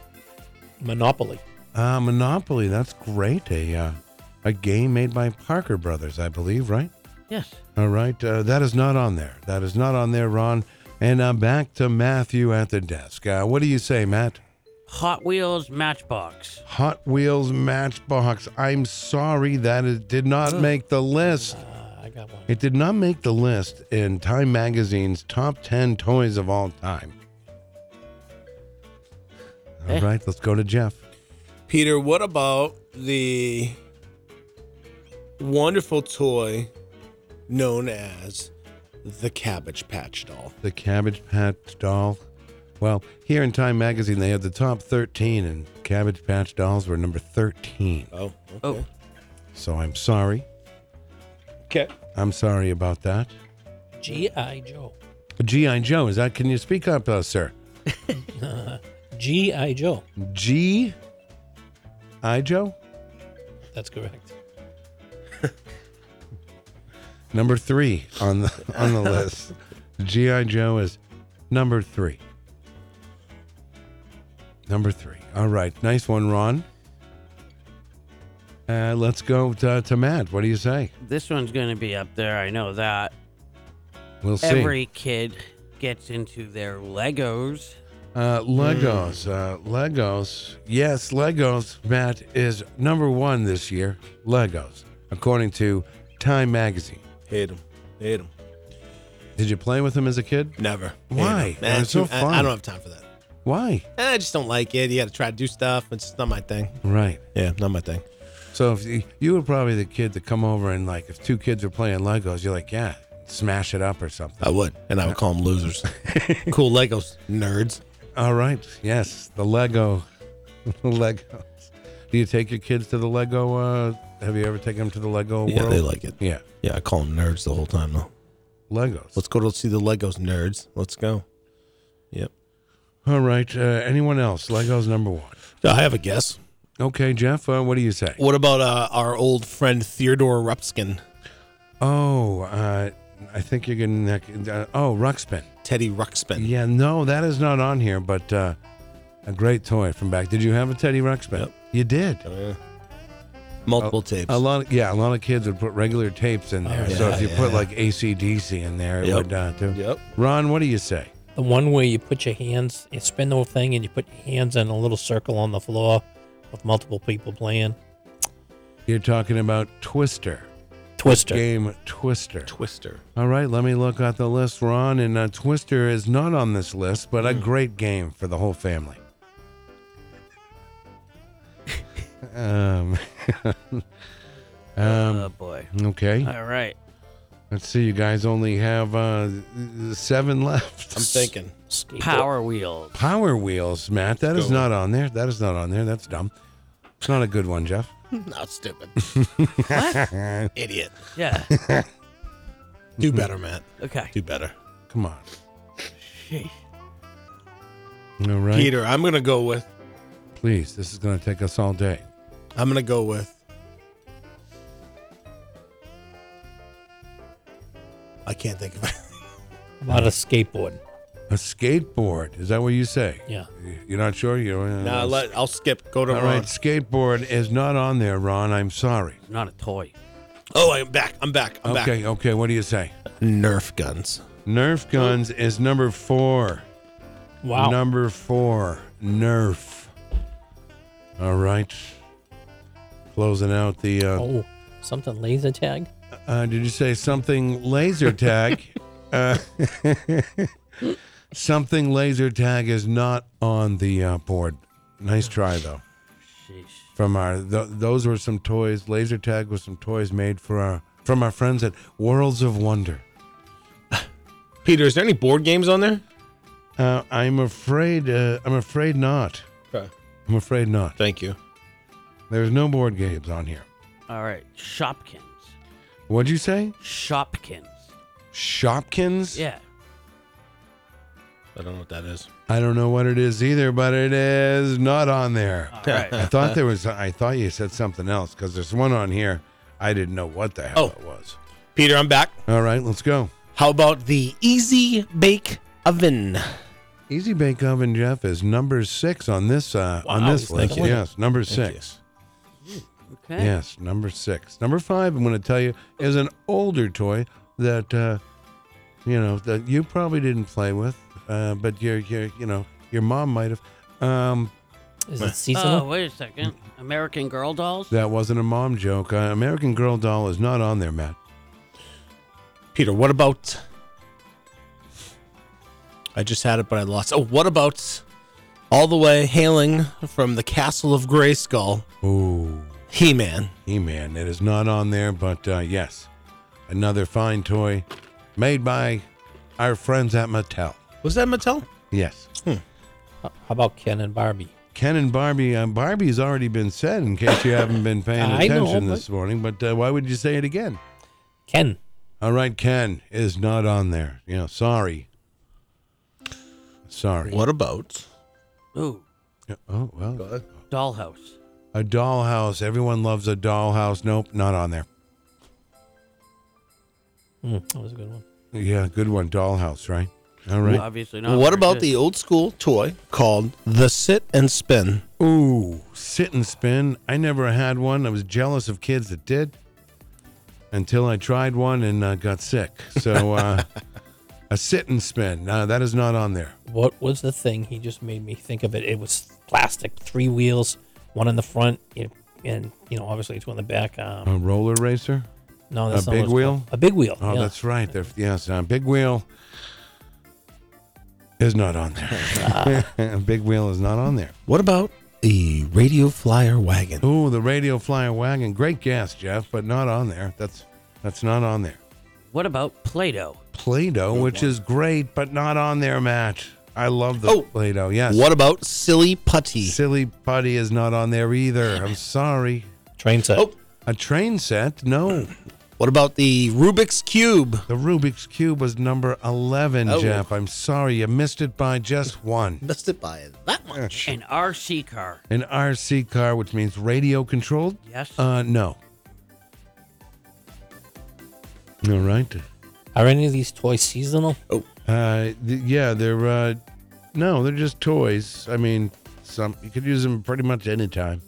F: Monopoly.
C: Uh, Monopoly. That's great. A uh, a game made by Parker Brothers, I believe, right?
D: Yes.
C: All right. Uh, that is not on there. That is not on there, Ron. And uh, back to Matthew at the desk. Uh, what do you say, Matt?
D: Hot Wheels Matchbox.
C: Hot Wheels Matchbox. I'm sorry that it did not make the list.
F: Uh, I got one.
C: It did not make the list in Time Magazine's top 10 toys of all time. All
D: Eh.
C: right, let's go to Jeff.
E: Peter, what about the wonderful toy known as the Cabbage Patch doll?
C: The Cabbage Patch Doll. Well, here in Time Magazine, they had the top 13, and Cabbage Patch Dolls were number 13.
E: Oh,
D: Oh.
C: So I'm sorry.
E: okay.
C: I'm sorry about that.
F: G.I. Joe.
C: G.I. Joe, is that? Can you speak up, uh, sir?
F: G.I. Joe.
C: G.I. Joe?
F: That's correct.
C: Number three on the, on the list. G.I. Joe is number three. Number three. All right. Nice one, Ron. Uh, let's go to, to Matt. What do you say?
D: This one's going to be up there. I know that.
C: We'll see.
D: Every kid gets into their Legos.
C: Uh, Legos. Uh, Legos. Yes, Legos, Matt, is number one this year. Legos, according to Time Magazine.
E: Hate him. Hate him.
C: Did you play with them as a kid?
E: Never.
C: Why?
E: Hate 'em.
C: They're
E: it's
C: so
E: too- I-
C: fun.
E: I, don't have time for that.
C: Why?
E: Eh, I just don't like it. You got to try to do stuff. It's not my thing.
C: Right.
E: Yeah, not my thing.
C: So if you, you were probably the kid to come over and like, if two kids were playing Legos, you're like, yeah, smash it up or something.
E: I would, and I would call them losers. cool Legos, nerds.
C: All right. Yes, the Lego, the Legos. Do you take your kids to the Lego? Uh, have you ever taken them to the Lego
E: Yeah,
C: world?
E: they like it.
C: Yeah,
E: Yeah, I call them nerds the whole time though.
C: Legos.
E: Let's go to see the Legos, nerds. Let's go. Yep.
C: All right. Uh, anyone else? Legos number one.
E: I have a guess.
C: Okay, Jeff. Uh, what do you say?
E: What about uh, our old friend Theodore Ruxpin,
C: Oh, uh, I think you're getting that. Uh, oh, Ruxpin.
E: Teddy Ruxpin?
C: Yeah, no, that is not on here, but uh, a great toy from back. Did you have a Teddy Ruxpin?
E: Yep.
C: You did.
E: Uh, multiple tapes.
C: A lot, of, yeah. A lot of kids would put regular tapes in there. so
E: yeah,
C: if you put like ACDC in there, it
E: Yep.
C: would uh, do.
E: Yep.
C: Ron, what do you say?
F: The one where you put your hands, you spin the whole thing, and you put your hands in a little circle on the floor with multiple people playing.
C: You're talking about Twister
F: Twister.
C: game Twister.
E: Twister.
C: All right, let me look at the list, Ron. And uh, Twister is not on this list, but a
E: Hmm.
C: great game for the whole family. um, um, hmm.
D: oh, boy.
C: okay.
D: All right.
C: Let's see. You guys only have uh, seven left.
E: I'm thinking.
D: Power Wheels.
C: Power Wheels, Matt. That is not on there. That is not on there. That's dumb. It's not a good one, Jeff.
E: Not stupid. Idiot.
D: Yeah.
E: Do better, Matt.
D: Okay.
E: Do better.
C: Come on. All right.
E: Peter, I'm gonna go with
C: Please, this is going to take us all day.
E: I'm gonna go with. I can't think of it.
F: How About a skateboard.
C: A skateboard. Is that what you say?
F: Yeah.
C: You're not sure? You uh,
E: Nah, let, I'll skip. Go to
C: All
E: Ron.
C: right, skateboard is not on there, Ron. I'm sorry.
D: Not a toy.
E: Oh, I'm back. I'm back. I'm
C: okay, okay. What do you say?
E: back. Nerf guns.
C: Nerf guns is number four.
F: Wow.
C: Number four, Nerf. All right. Closing out the. Uh,
F: Oh, something laser tag.
C: uh, did you say something laser tag? uh, something laser tag is not on the uh, board. Nice try though.
D: Sheesh.
C: From our th- those were some toys. Laser tag was some toys made for our from our friends at Worlds of Wonder.
E: Peter, is there any board games on there?
C: Uh, I'm afraid. Uh, I'm afraid not.
E: Okay.
C: I'm afraid not.
E: Thank you.
C: There's no board games on here.
D: All right, Shopkins.
C: What'd you say?
D: Shopkins.
C: Shopkins?
D: Yeah.
E: I don't know what that is.
C: I don't know what it is either, but it is not on there.
D: All right.
C: I thought there was. I thought you said something else because there's one on here. I didn't know what the hell
E: Oh.
C: it was.
E: Peter, I'm back.
C: All right, let's go.
E: How about the Easy Bake Oven?
C: Easy Bake Oven Jeff is number six on this uh, on
E: Wow,
C: this
E: thank
C: list.
E: you.
C: Yes, number
E: Thank
C: six.
D: okay.
C: Yes, number six. Number five. I'm going to tell you is an older toy that uh, you know that you probably didn't play with, uh, but your your you know your mom might have. Um,
F: Is it
D: Oh,
F: seasonal?
D: wait a second. American Girl dolls.
C: That wasn't a mom joke. Uh, American Girl doll is not on there, Matt.
E: Peter, what about? I just had it, but I lost. Oh, what about? All the way hailing from the castle of Grayskull,
C: Ooh,
E: He-Man.
C: He Man. It is not on there, but uh, yes, another fine toy made by our friends at Mattel.
E: Was that Mattel?
C: Yes.
F: How about Ken and Barbie?
C: Ken and Barbie. Uh, Barbie's already been said in case you haven't been paying
F: I know,
C: attention this morning, but uh, why would you say it again?
F: Ken.
C: All right, Ken is not on there. Yeah, sorry. Sorry.
E: What about?
D: Ooh,
C: Yeah, Oh, well.
D: dollhouse.
C: A dollhouse. Everyone loves a dollhouse. Nope, not on there.
F: Hmm, that was a good one.
C: Yeah, good one. Dollhouse, right? All right.
D: Obviously not.
E: what
D: very
E: about
D: good.
E: the old school toy called the sit and spin?
C: Ooh, sit and spin. I never had one. I was jealous of kids that did until I tried one and uh, got sick. So uh, a sit and spin. Uh, that is not on there.
F: What was the thing? He just made me think of it. It was plastic, three wheels, one in the front, you- and you know, obviously two in the back. Um,
C: A roller racer?
F: no, that's
C: a
F: not what
C: big
F: it's called.
C: wheel?
F: A big wheel.
C: Oh,
F: yeah.
C: that's right. There, yes, uh, big wheel is not on there. big wheel is not on there.
E: What about the radio flyer wagon?
C: Ooh, the radio flyer wagon. Great guess, Jeff, but not on there. That's that's not on there.
D: What about Play-Doh?
C: Play-Doh, which is great, but not on there, Matt. I love the
E: Oh.
C: Play-Doh. Yes.
E: What about silly putty?
C: Silly putty is not on there either. I'm sorry.
F: train set.
E: Oh,
C: A train set? No.
E: what about the Rubik's cube?
C: The Rubik's cube was number 11,
E: Oh.
C: Jeff. I'm sorry you missed it by just one.
E: Missed it by that much.
D: An RC car.
C: An RC car, which means radio controlled?
D: Yes.
C: Uh, no. All right.
F: Are any of these toys seasonal?
C: Uh, th- yeah, they're uh, no, they're just toys. I mean, some you could use them pretty much any time.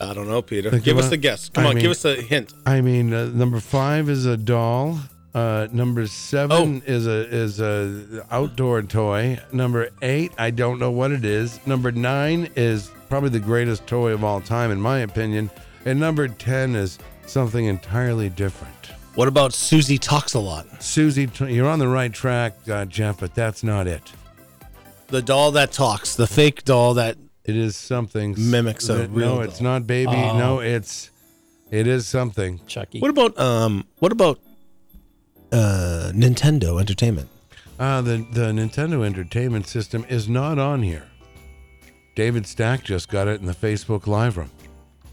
E: I don't know, Peter.
C: Think
E: give us
C: about-
E: a guess. Come
C: I
E: on,
C: mean-
E: give us a hint.
C: I mean, uh, number five is a doll. Uh, number seven
E: Oh.
C: is a is a outdoor toy. Number eight, I don't know what it is. Number nine is probably the greatest toy of all time, in my opinion. And number ten is something entirely different.
E: What about Susie talks a lot?
C: Susie, t- you're on the right track, uh, Jeff, but that's not it.
E: The doll that talks, the fake doll that
C: It is something s-
E: Mimics a
C: that-
E: real
C: No, it's
E: doll. Oh.
C: not baby. No, it's it is something.
F: Chucky.
E: What about um what about uh Nintendo Entertainment?
C: Uh, the the Nintendo Entertainment System is not on here. David Stack just got it in the Facebook live room.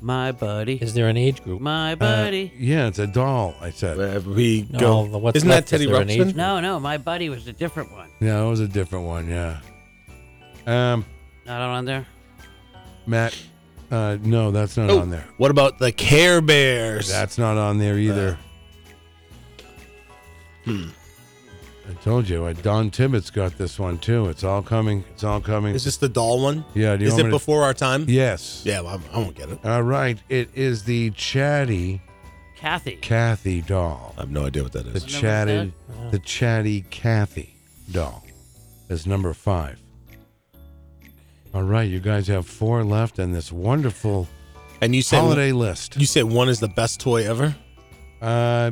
D: My buddy.
F: Is there an age group?
D: My
C: Uh,
D: buddy.
C: yeah, it's a doll. I said.
E: Uh, we
F: No,
E: go.
F: the what's
E: Isn't
F: left
E: that
F: is
E: Teddy
F: there an age
E: Ruxpin?
D: no, no, my buddy was a different one.
C: Yeah, it was a different one. Yeah. Um,
D: Not on there.
C: Matt, Uh, no, that's not
I: Oh,
C: on there.
I: What about the Care Bears?
C: That's not on there either.
I: Hmm.
C: I told you, I, Don Tibbetts got this one too. It's all coming. It's all coming.
I: is this the doll one?
C: yeah. Do you
I: Is
C: want
I: it
C: me to-
I: before our time?
C: Yes.
I: Yeah, well, I won't get it.
C: All right. It is the chatty
D: Kathy.
C: Kathy doll.
E: I have no idea what that
C: The
E: is.
D: number is
C: chatty, the chatty Kathy doll is number five. All right, you guys have four left in this wonderful
I: And you said
C: holiday list.
I: you said one is the best toy ever.
C: Uh,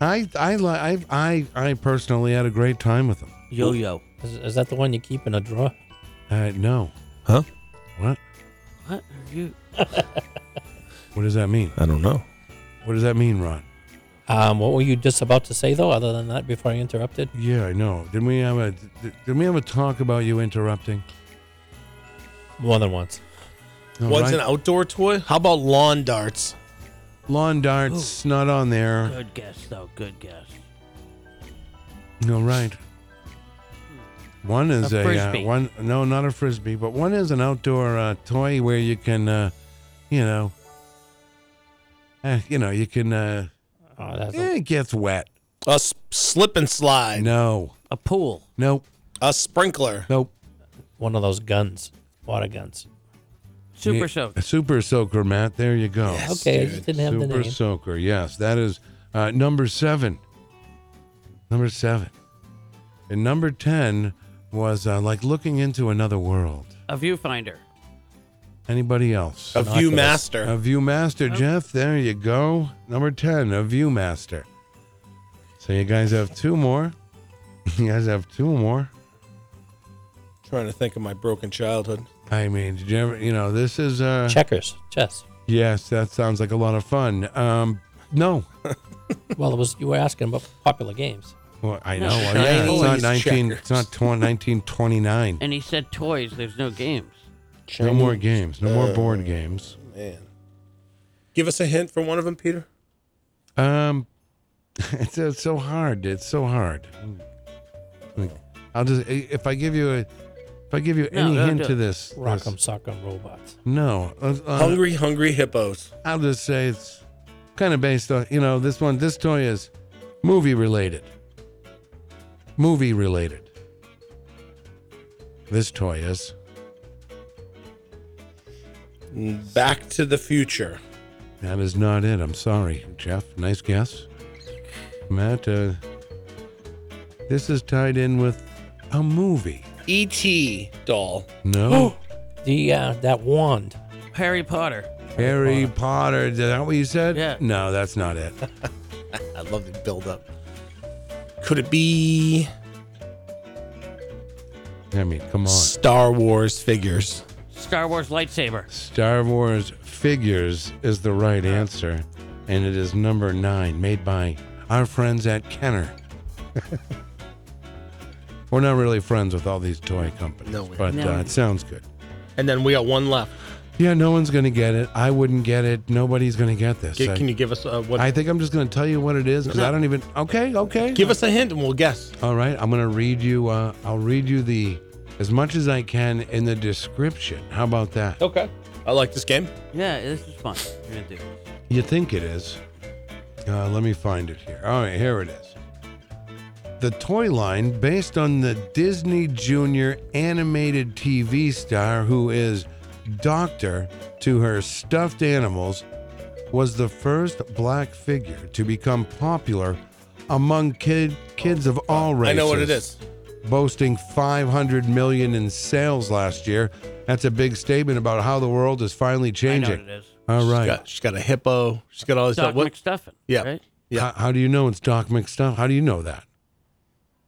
C: I I li- I I I personally had a great time with them.
D: Yo yo.
F: Is, is that the one you keep in a drawer?
C: Uh, no,
I: Huh?
C: what?
D: What are you?
C: What does that mean?
I: I don't know.
C: What does that mean, Ron?
F: Um, what were you just about to say though? Other than that, before I interrupted,
C: Yeah, I know. Didn't we have a did, did we have a talk about you interrupting?
F: more than once.
C: All
I: One's
C: right.
I: an outdoor toy. How about lawn darts?
C: lawn darts not on there.
D: Good guess though. Good guess.
C: No, right. One is
D: A
C: a,
D: frisbee.
C: uh, one. No, not a frisbee, but one is an outdoor uh, toy where you can, uh, you know, uh, you know, you can. Uh,
F: Oh, that's
C: eh, it gets wet.
I: A s- slip and slide.
C: No,
D: A pool.
C: nope,
I: A sprinkler.
C: nope.
F: one of those guns, water guns.
D: Super
C: Yeah,
D: soak.
C: a super soaker, Matt. There you go.
I: Yes,
F: Okay, I
I: dude.
F: just didn't have the
C: Super
F: name.
C: soaker. Yes, that is uh, number seven. Number seven, and number ten was uh, like looking into another world.
D: A viewfinder.
C: Anybody else?
I: A view master.
C: A Viewmaster, Jeff. There you go. Number 10, a Viewmaster. So you guys have two more. You guys have two more.
I: Trying to think of my broken childhood.
C: I mean, did you ever, you know, this is, uh,
F: Checkers, chess.
C: yes, that sounds like a lot of fun. Um, no.
F: Well, it was you were asking about popular games.
C: Well, I know. Well, yeah, it's not
I: Chinese
C: 19, it's not
I: checkers.
C: 20, 1929.
D: And he said toys. There's no games.
C: No more games, no more board games.
I: Man. Give us a hint for one of them, Peter.
C: Um, it's, it's so hard. It's so hard. Like, I'll just if I give you a if I give you
D: No,
C: any
D: no,
C: hint
D: no.
C: to this, this-
F: Rock'em sock'em robots.
C: no, uh, uh,
I: Hungry, hungry hippos.
C: I'll just say it's kind of based on you know this one. This toy is movie related. Movie related. This toy is
I: Back to the future.
C: that is not it. I'm sorry, Jeff. Nice guess, Matt. Uh, this is tied in with a movie.
I: E.T. E doll.
C: No.
F: The uh, that wand.
D: Harry Potter.
C: Harry Potter. Is that what you said?
D: Yeah.
C: No, that's not it.
I: I love the build up. Could it be
C: I mean, come on.
I: Star Wars figures?
D: Star Wars lightsaber.
C: Star Wars figures is the right answer, and it is number nine, made by our friends at Kenner. We're not really friends with all these toy companies,
I: No, we-
C: but Uh, it sounds good.
I: And then we got one left.
C: Yeah, no one's gonna get it. I wouldn't get it. Nobody's gonna get this.
I: G-
C: I,
I: Can you give us a what?
C: I think I'm just gonna tell you what it is because I don't even. Okay, okay.
I: give us a hint and we'll guess.
C: All right, I'm gonna read you. Uh, I'll read you the as much as I can in the description. How about that?
I: Okay. I like this game.
D: Yeah, this is fun. We're gonna do this.
C: You think it is? Uh, let me find it here. All right, here it is. The toy line, based on the Disney Junior animated TV star who is doctor to her stuffed animals, was the first black figure to become popular among kid, kids of all races
I: I know what it is.
C: boasting 500 million in sales last year. That's a big statement about how the world is finally
D: I know what
C: changing.
D: it is.
C: All
I: She's
C: right.
I: got, she's got a hippo. She's got all this
D: Doc
I: stuff. What?
D: McStuffin.
I: Yeah.
D: Right?
I: Yeah.
C: How, how do you know it's Doc McStuff? How do you know that?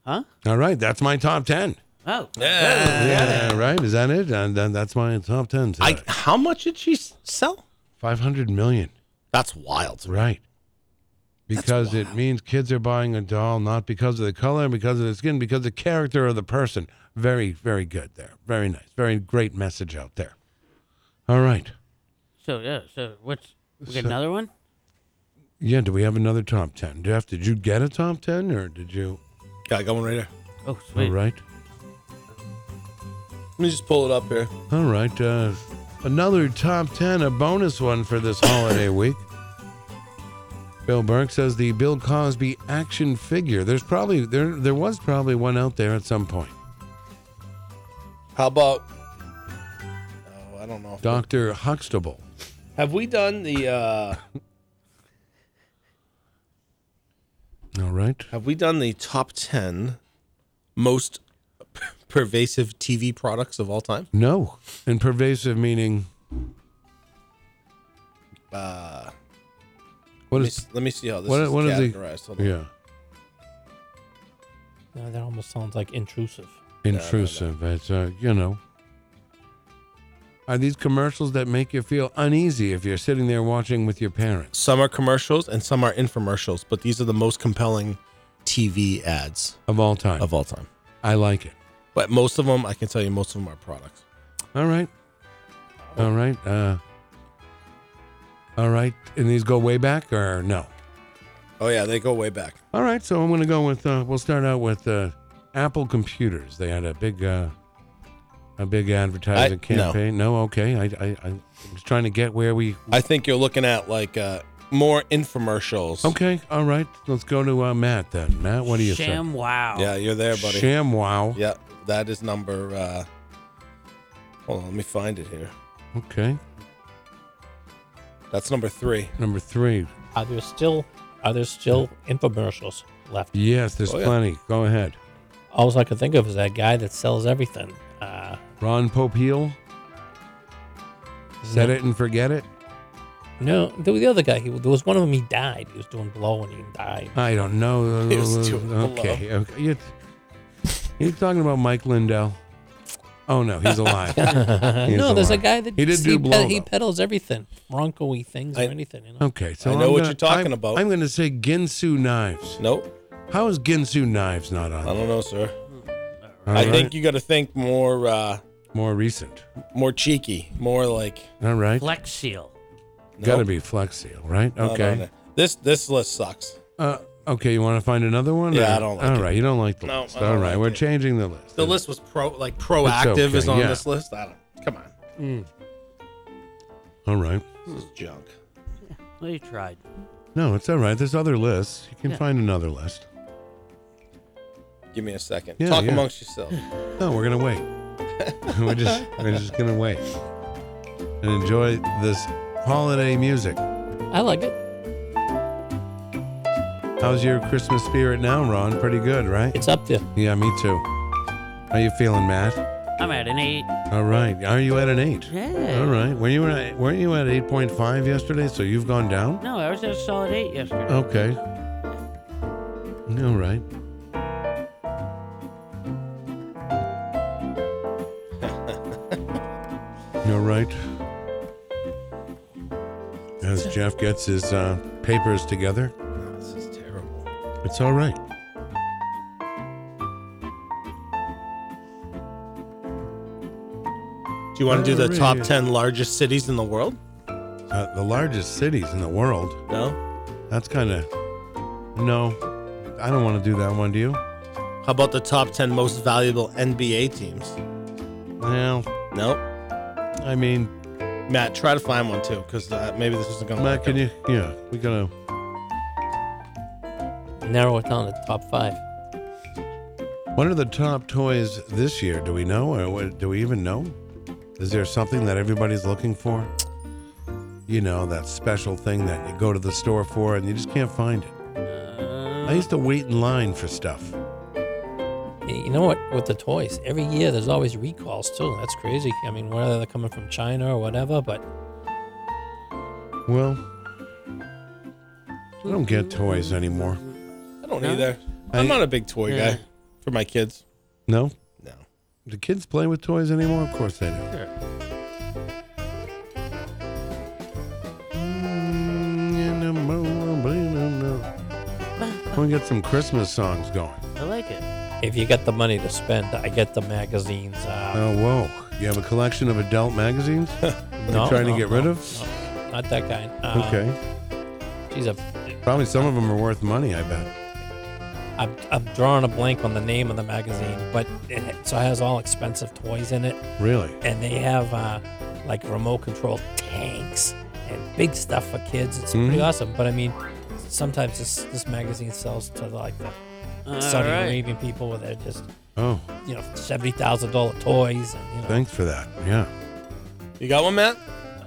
D: Huh?
C: All right, that's my top 10.
D: Oh.
I: Yeah.
C: yeah, right. Is that it? And then that's my top 10. today.
I: I, how much did she s- sell?
C: 500 million.
I: That's wild.
C: Right. Because it means kids are buying a doll not because of the color, because of the skin, because of the character of the person. Very, very good there. Very nice. Very great message out there. All right.
D: So yeah. So what's we got another one?
C: Yeah, do we have another top 10? Jeff, did you get a top 10 or did you?
I: Yeah, I got one right there.
D: Oh sweet.
C: All right.
I: Let me just pull it up here.
C: All right. Uh, another top 10, a bonus one for this holiday week. Bill Burke says the Bill Cosby action figure. There's probably there there was probably one out there at some point.
E: How about? Oh, I don't know. if-
C: Dr. Huxtable.
E: Have we done the? uh
C: All right.
E: Have we done the top ten most p- pervasive TV products of all time?
C: No. And pervasive meaning
E: Uh,
C: what
E: let, me,
C: is
E: s- let me see how this
C: what,
E: is
C: what is the
E: categorized. Hold on.
C: Yeah.
F: No, that almost sounds like intrusive.
C: Intrusive. It's uh, you know. Are these commercials that make you feel uneasy if you're sitting there watching with your parents?
E: Some are commercials and some are infomercials, but these are the most compelling TV ads
C: Of all time.
E: of all time.
C: I like it.
E: But most of them, I can tell you, most of them are products.
C: All right. All right. Uh, all right. And these go way back or no?
E: Oh yeah, they go way back.
C: All right. So I'm going to go with, uh, we'll start out with uh, Apple Computers. They had a big, uh, a big advertising
E: I- no.
C: campaign. No. okay. I, I, I was trying to get where we.
E: I think you're looking at like uh, more infomercials.
C: Okay. All right. Let's go to uh, Matt then. Matt, what do you
D: Sham wow.
E: Yeah, you're there,
C: think?
E: buddy.
C: Sham wow.
E: Yeah, that is number. Uh, hold on, let me find it here.
C: Okay.
E: That's number three.
C: Number three.
F: Are there still are there still infomercials left?
C: Yes, there's
E: Oh, yeah.
C: plenty. Go ahead.
F: All I can think of is that guy that sells everything. Uh,
C: Ron Popeil. Set
F: no-
C: it and forget it.
F: No, there was the other guy. He, there was one of them. He died. He was doing blow and he died.
C: I don't know.
E: He was doing
C: okay, okay. You, you talking about Mike Lindell? Oh no, he's alive. He's
F: no, there's a
C: alive.
F: guy that
C: He did do
F: pe-
C: blow,
F: He
C: though.
F: peddles everything, Bronco-y things
E: I-
F: or anything. You know,
C: Okay, so
E: I know
C: I'm
E: what
C: gonna-
E: you're talking
C: I'm-
E: about.
C: I'm going to say Ginsu knives.
E: Nope,
C: How is Ginsu knives not
E: I
C: on?
E: don't know, sir.
C: All
E: I
C: right,
E: think you got to think more, uh,
C: more recent.
E: more cheeky, more like.
C: All right,
D: Flex seal.
C: got to
E: Nope.
C: be Flex Seal, right?
E: No, no,
C: Okay.
E: no. This this list sucks.
C: Uh, okay, you want to find another one?
E: Yeah,
C: or-
E: I don't like
C: All
E: it.
C: right, you don't like the
E: No,
C: list.
E: I don't
C: All right,
E: like
C: we're
E: it.
C: changing the list.
E: The list was pro, like proactive
C: okay,
E: is on
C: yeah.
E: this list. I don't. Come on,
C: All right.
E: this is junk.
D: They tried.
C: No, it's all right. There's other lists. You can
D: Yeah.
C: find another list.
E: Give me a second.
C: Yeah,
E: Talk
C: yeah.
E: amongst yourselves.
C: No, we're gonna wait. we're just we're just gonna wait and enjoy this holiday music.
F: I like it.
C: How's your Christmas spirit now, Ron? Pretty good, right?
F: It's up there.
C: Yeah, me too. How you feeling, Matt?
D: I'm at an eight.
C: All right. Are you at an eight?
D: Yeah.
C: All right. Were you at, weren't you at eight point five yesterday? So you've gone down.
D: No, I was at a solid eight yesterday.
C: Okay. All right. All right. As Jeff gets his uh, papers together,
E: No, Oh, this is terrible.
C: it's all right.
E: Do you want to do the top
C: Alright.
E: ten largest cities in the world?
C: Uh, the largest cities in the world.
E: No.
C: That's kind of. No, I don't want to do that one, do you?
E: How about the top ten most valuable NBA teams?
C: Well,
E: No.
C: I mean,
E: Matt, try to find one too, because uh, maybe this isn't gonna.
C: Matt,
E: work
C: can
E: out.
C: you? Yeah, we gotta.
F: Narrow it down to the top five.
C: What are the top toys this year? Do we know? Or what, do we even know? Is there something that everybody's looking for? You know, that special thing that you go to the store for and you just can't find it. I used to wait in line for stuff.
F: Y- You know what? With the toys, every year there's always recalls too. That's crazy. I mean, whether they're coming from China or whatever, but
C: Well, I don't get toys anymore.
E: I don't either. I'm
C: I-
E: not a big toy
D: Yeah.
E: guy for my kids.
C: No?
E: No.
C: Do kids play with toys anymore? Of course they do. Can we get some Christmas songs going?
D: I like it.
F: if you got the money to spend, I get the magazines. Uh,
C: Oh, whoa. You have a collection of adult magazines? You're
F: no,
C: trying to
F: no,
C: get rid
F: no,
C: of?
F: no, not that kind. Uh,
C: okay.
F: Geez, I've,
C: Probably some of them are worth money, I bet.
F: I'm, I'm drawing a blank on the name of the magazine, but it, so it has all expensive toys in it,
C: Really?
F: and they have uh, like remote control tanks and big stuff for kids. It's pretty awesome. But I mean, sometimes this this magazine sells to like the
D: All
F: Saudi
D: right.
F: Arabian people where they're just
C: Oh,
F: you know seventy thousand dollar toys and you know.
C: thanks for that. Yeah.
E: You got one, Matt?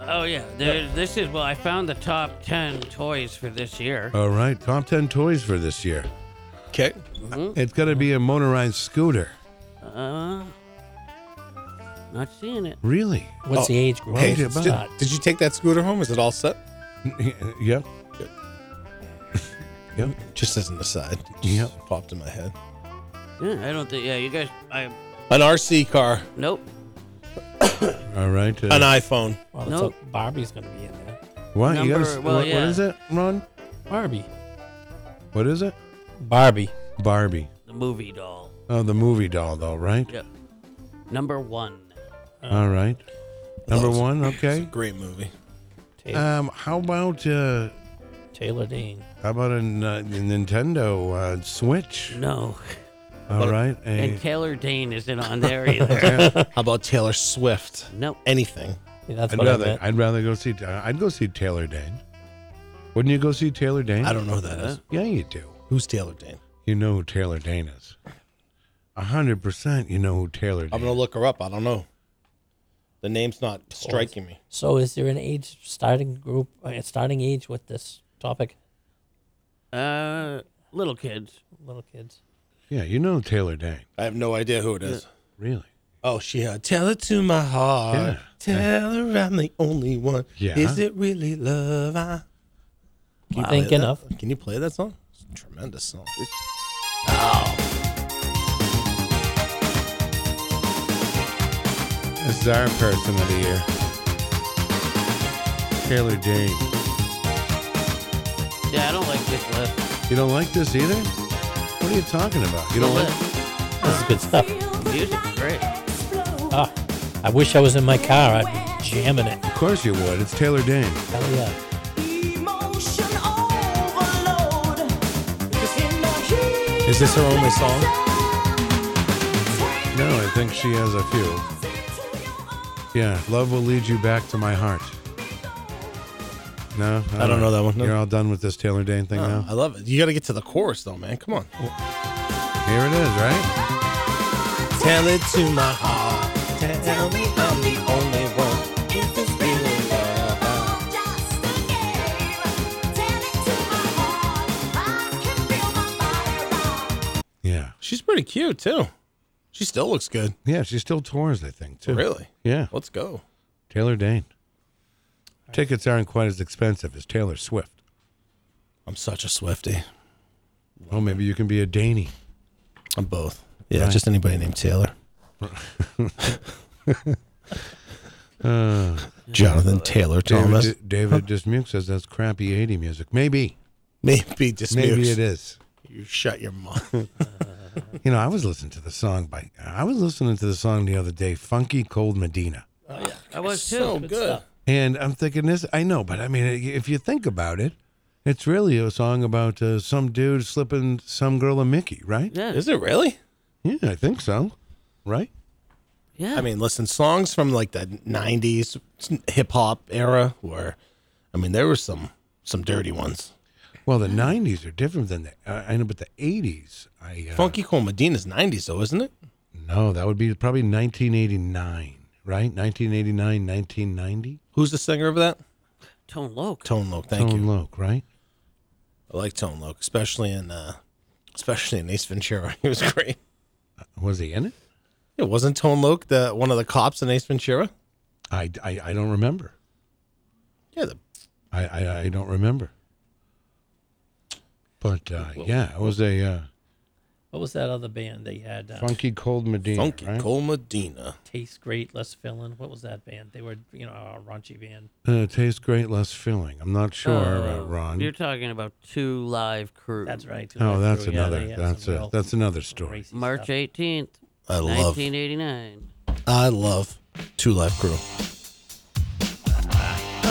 D: Oh yeah, there, this is well. I found the top ten toys for this year.
C: All right. Top 10 toys for this year.
E: Okay.
F: Mm-hmm.
C: It's going to be a motorized scooter.
D: Uh, not seeing it.
C: Really? Oh.
F: What's the age group?
E: Hey,
C: did-
F: It's
E: did,
F: not-
E: did you take that scooter home? Is it all set?
C: yep.
E: Just as an aside. Yeah.
C: Yep.
E: Popped in my head.
D: Yeah, I don't think. Yeah, you guys. I
E: An RC car,
D: nope.
C: All right. Uh,
E: an iPhone.
F: well,
D: no.
F: it's a- Barbie's gonna be in there.
C: what? you
D: number-
C: gotta,
D: well,
C: what,
D: yeah.
C: what is it, Ron?
F: Barbie,
C: What is it?
F: Barbie.
C: Barbie.
D: The movie doll.
C: Oh, the movie doll, though, right?
D: Yep. Number one.
C: All right. Number
E: Those.
C: one.
E: It's
C: Okay.
E: a great movie.
F: Taylor,
C: Um, how about uh,
F: Taylor Dane.
C: how about a, N- uh, Nintendo uh, Switch?
D: No.
C: All right.
D: And
C: A,
D: Taylor Dane isn't on there either.
E: How about Taylor Swift?
D: nope.
E: Anything.
F: Yeah, that's
C: I'd
F: what I
C: rather
F: meant.
C: I'd rather go see uh, I'd go see Taylor Dane. Wouldn't you go see Taylor Dane?
E: I don't know who that is.
C: Yeah, you do.
E: Who's Taylor Dane?
C: You know who Taylor Dane is. A hundred percent. You know who Taylor
E: I'm
C: Dane.
E: gonna look her up. I don't know. The name's not striking me.
F: So, is there an age starting group, uh, starting age with this topic?
D: Uh, little kids.
F: Little kids.
C: Yeah, you know Taylor Dane.
E: I have no idea who it is.
C: Really?
E: Oh, she had tell it to my heart.
C: Yeah.
E: Tell her I'm the only one.
C: Yeah.
E: Is it really love? I...
F: You thinking
E: that-
F: of?
E: Can you play that song? It's a tremendous song.
C: This is our person of the year. Taylor Dane.
D: Yeah, I don't like this list.
C: You don't like this either? What are you talking about? You don't like
F: This is good stuff.
D: Music's great.
F: Ah, I wish I was in my car. I'd be jamming it.
C: Of course you would. It's Taylor Dane.
F: Hell yeah.
E: Is this her only song?
C: No, I think she has a few. Yeah, love will lead you back to my heart. No,
E: I don't know that one. No.
C: You're all done with this Taylor Dane thing
E: Oh, I
C: now.
E: love it. You got to get to the chorus though, man. Come on.
C: Here it is, right?
E: Tell it to my heart. Tell me I'm the only one. Is this really love?
C: Yeah,
E: She's pretty cute too. She still looks good.
C: yeah. She still tours, I think, too.
E: Really?
C: Yeah,
E: Let's go.
C: Taylor Dane. Tickets aren't quite as expensive as Taylor Swift.
E: I'm such a Swifty.
C: Oh, maybe you can be a Daney.
E: I'm both. Yeah,
C: Right.
E: just anybody named Taylor.
C: Uh,
E: Jonathan Taylor
C: David,
E: Thomas.
C: David Dismuke says that's crappy '80 music. Maybe,
E: Maybe just
C: maybe
E: Mukes.
C: it is.
E: You shut your mouth.
C: You know, I was listening to the song by I was listening to the song the other day, Funky Cold Medina.
D: I was too.
E: so good.
C: And I'm thinking this, I know, but I mean, if you think about it, it's really a song about uh, some dude slipping some girl a Mickey, right?
D: Yeah.
E: Is it really?
C: Yeah, I think so. Right?
D: Yeah.
E: I mean, listen, songs from like the '90s hip hop era were, I mean, there were some some dirty ones.
C: Well, the 90s are different than the, uh, I know, but the 80s, I, uh,
E: Funky Cole Medina's '90s though, isn't it?
C: no, that would be probably 1989, right? 1989, 1990.
E: Who's the singer of that?
D: Tone Loc.
E: Tone Loc. Thank
C: Tone
E: you.
C: Loc, right?
E: I like Tone Loc, especially in uh, especially in Ace Ventura. He was great.
C: Was he in it?
E: It wasn't Tone Loc, the one of the cops in Ace Ventura.
C: I, I, I don't remember.
E: Yeah, the,
C: I, I, I don't remember. But uh, yeah, it was a uh,
F: What was that other band they had? Uh,
C: funky cold Medina.
E: Funky
C: right?
E: Cole Medina.
F: Taste Great, Less Filling. What was that band? They were, you know, a raunchy band.
C: Uh, tastes great, less filling. I'm not sure, uh,
D: Oh,
C: Ron.
D: You're talking about two live crew.
F: That's right.
C: oh, that's
F: Yeah, they
C: another.
F: had
C: that's
F: some
C: a,
F: real
C: that's another story.
F: racy
D: March
F: stuff.
D: 18th,
E: I love
D: 1989.
E: I love Two Life Crew.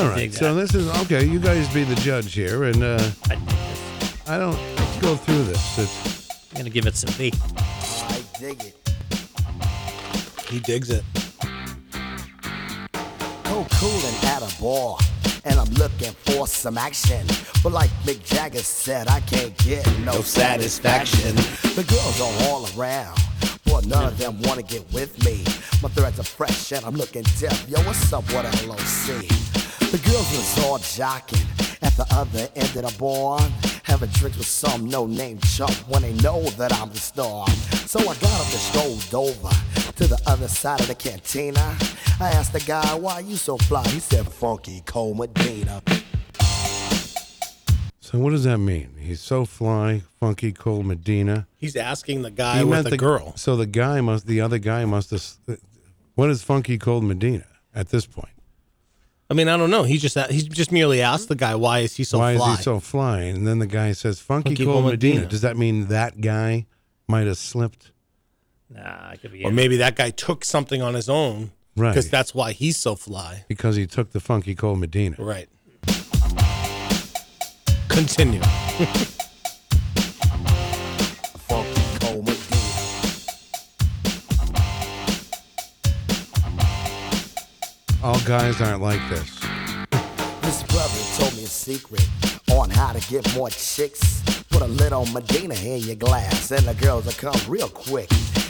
C: All right.
F: dig
C: So this is okay. You guys be the judge here, and uh,
F: I dig this.
C: I don't let's go through this. It's,
F: I'm gonna give it some B.
E: He digs it.
G: cool, cool, and at a ball. And I'm looking for some action. But like Mick Jagger said, I can't get no, satisfaction. The girls are all around. Boy, none of them wanna get with me. My threads are fresh and I'm looking deaf. Yo, what's up, what LOC? The girls was all jocking at the other end of the bar. Having drinks with some no-name chump when they know that I'm the star. So I got up and strolled over to the other side of the cantina. I asked the guy, why you so fly? He said, funky Cole Medina.
C: So what does that mean? He's so fly, funky, Cole Medina.
E: He's asking the guy
C: He
E: with
C: meant
E: the, girl.
C: So the guy must, the other guy must have. What is funky, Cole Medina at this point?
E: I mean, I don't know. He just he just merely asked the guy why is he so
C: Why
E: fly?
C: is he so fly? And then the guy says, "Funky,
E: Funky
C: Cole
E: Cole
C: Medina.
E: Medina.
C: Does that mean that guy might have slipped?
F: Nah, it could be.
E: or
F: it.
E: maybe that guy took something on his own,
C: Right.
E: Because that's why he's so fly,
C: Because he took the funky Cole Medina.
E: right? Continue.
G: Funky Cole Medina.
C: All guys aren't like this.
G: This brother told me a secret on how to get more chicks. Put a little Medina in your glass, and the girls will come real quick.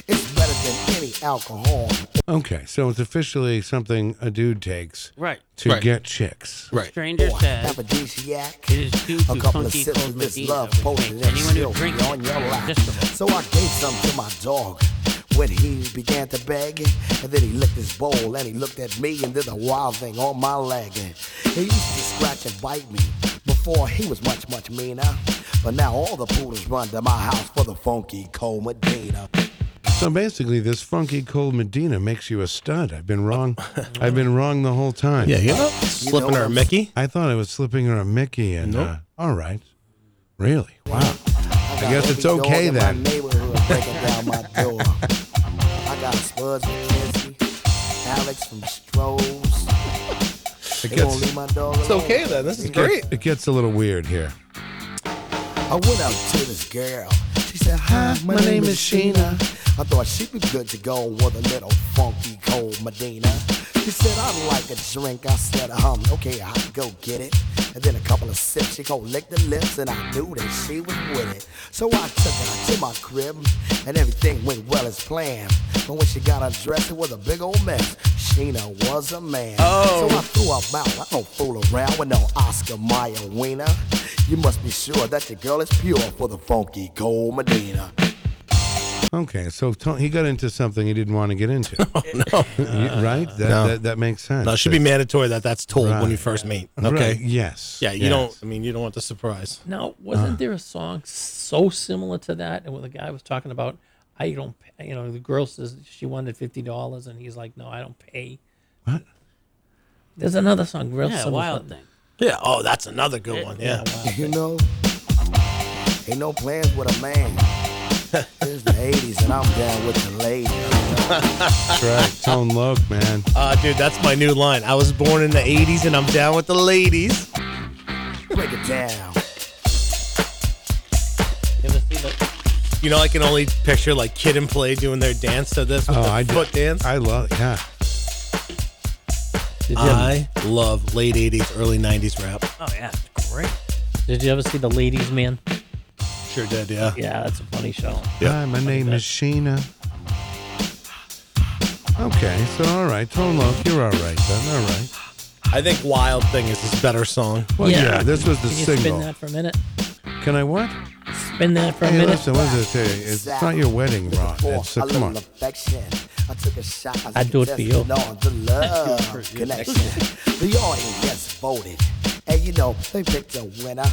G: It's better than any alcohol.
C: Okay, so it's officially something a dude takes
D: Right.
C: to
E: Right.
C: get chicks.
E: Right.
D: Stranger says
G: aphrodisiac.
D: it is due to
G: A couple of
D: funky
G: sips
D: cold
G: of this
D: medina,
G: love
D: which
G: potion
D: makes
G: and
D: anyone who
G: she'll be
D: drinks it
G: on your lap.
D: irresistible.
G: So I gave some to my dog. When he began to beg, and then he licked his bowl and he looked at me and did a wild thing on my leg. He used to scratch and bite me. Before he was much, much meaner. But now all the poodles run to my house for the funky cold Medina.
C: So basically, this funky Cole Medina makes you a stud. I've been wrong. I've been wrong the whole time.
E: Yeah, yeah. Slipping
G: know
E: our
G: what?
E: Mickey.
C: I thought I was slipping her a Mickey, and uh, all right, really, wow.
G: I
C: guess it's okay then.
G: My neighborhood breaking down my door. I got Spuds McKenzie, Alex from Strohs.
C: It
G: They won't
C: gets
G: leave my dog
E: It's
G: alone.
E: okay then. This is
C: it gets-
E: great.
C: It gets a little weird here.
G: I went up to this girl. She said, Hi, my, name, is Sheena. I thought she'd be good to go with a little funky cold Medina. She said, I'd like a drink. I said, um, okay, I'll go get it. And then a couple of sips, she go lick the lips, and I knew that she was with it. So I took her to my crib, and everything went well as planned. But when she got undressed, it was a big old mess. Sheena was a man. Oh. So I threw her out. I don't fool around with no Oscar Mayer wiener. You must be sure that your girl is pure for the funky gold Medina.
C: Okay, so to- he got into something he didn't want to get into. You- right? That, that, that makes sense.
E: Oh, No, it should be mandatory that that's told when
C: Right.
E: you first meet.
C: Right,
E: Okay.
C: Yes.
E: Yeah, you
C: yes.
E: don't. I mean, you don't want the surprise.
F: Now,
C: Uh.
F: wasn't there a song so similar to that? And when the guy was talking about, I don't, pay," you know, the girl says she wanted fifty dollars, and he's like, no, I don't pay.
C: What?
F: There's another song real
D: yeah,
F: similar.
D: wild thing.
E: Yeah. Oh, that's another good one. Yeah.
G: You know, ain't no plans with a man. It's the 80s and I'm down with the ladies.
C: That's right. Tone Loc, man.
E: Uh, dude, that's my new line. I was born in the '80s and I'm down with the ladies.
G: Break it down.
F: You ever see the-
E: You know, I can only picture like Kid and Play doing their dance to this with
C: Oh,
E: the
C: I do-
E: foot dance.
C: I love. Yeah.
F: Did you, ever,
E: I love late '80s, early '90s rap.
D: Oh yeah, it's great.
F: did you ever see the Ladies Man?
E: Sure did. Yeah.
F: Yeah, that's a funny show.
C: Hi, my name is Sheena. Okay, so all right, Tone Loc, you're all right then. All right.
E: I think Wild Thing is his better song.
C: Well, yeah. this was the
F: Can you spin
C: single.
F: that for a minute?
C: Can I what?
F: Spin that for a
C: Hey,
F: minute.
C: listen, what does it say? It's not your wedding, Ron.
G: For
C: It's,
G: a
C: uh, come
G: little
C: on.
G: affection. I took a shot.
F: I do it for you.
G: On the love connection. the audience voted, and you know they picked a winner.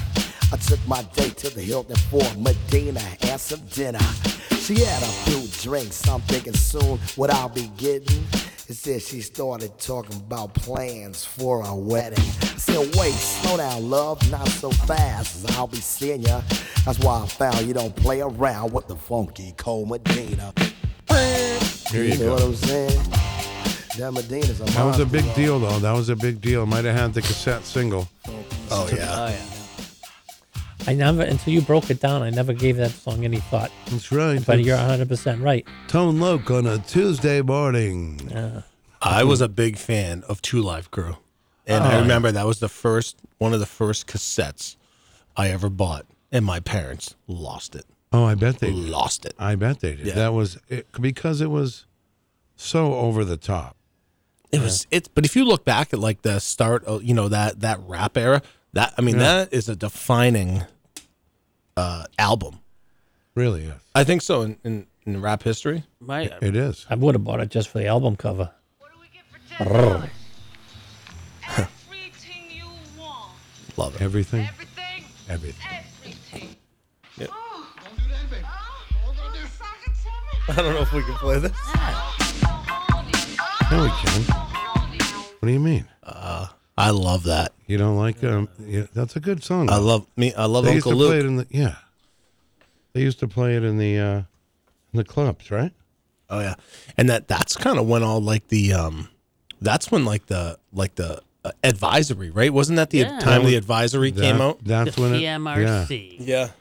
G: I took my date to the Hilton for Medina and some dinner. She had a few drinks. I'm thinking soon what I'll be getting. It said she started talking about plans for a wedding. I said, wait, slow down, love, not so fast, 'cause I'll be seeing ya. That's why I found you don't play around with the funky cold Medina.
C: Here you
G: know what
C: go.
G: I'm saying? That Medina's
C: That
G: a
C: was a
G: monster,
C: big
G: y'all.
C: deal, though. That was a big deal. Might have had the cassette single.
E: Oh yeah.
F: I never until you broke it down. I never gave that song any thought.
C: That's right.
F: But you're 100 percent right.
C: Tone Loc on a Tuesday morning.
E: I was a big fan of Two Live Crew, and I remember that was the first one of the first cassettes I ever bought, and my parents lost it.
C: Oh, I bet they did.
E: Lost it.
C: I bet they did.
E: Yeah.
C: That was it, because it was so over the top.
E: It was it's but if you look back at like the start of you know that that rap era, that I mean that is a defining uh album.
C: Really is.
E: I think so in in, in rap history.
D: My
C: It is.
F: I would have bought it just for the album cover.
G: Everything you want.
E: Love it.
C: Everything.
G: Everything.
C: Everything.
G: Everything.
E: Yep.
G: Oh, don't do that, baby. don't do
K: I don't know if we can play this.
C: No, we can.
G: Oh,
C: What do you mean?
E: I love that.
C: You don't like um? Yeah, that's a good song.
E: I love me I love
C: They used
E: Uncle
C: to play it
E: Luke.
C: in the yeah. They used to play it in the uh, in the clubs, right?
E: Oh yeah. And that that's kind of when all like the um that's when like the like the uh, advisory, right? Wasn't that the
D: Yeah.
E: time the advisory came
C: That-
E: out?
C: That's when it. Yeah,
D: PMRC.
K: Yeah.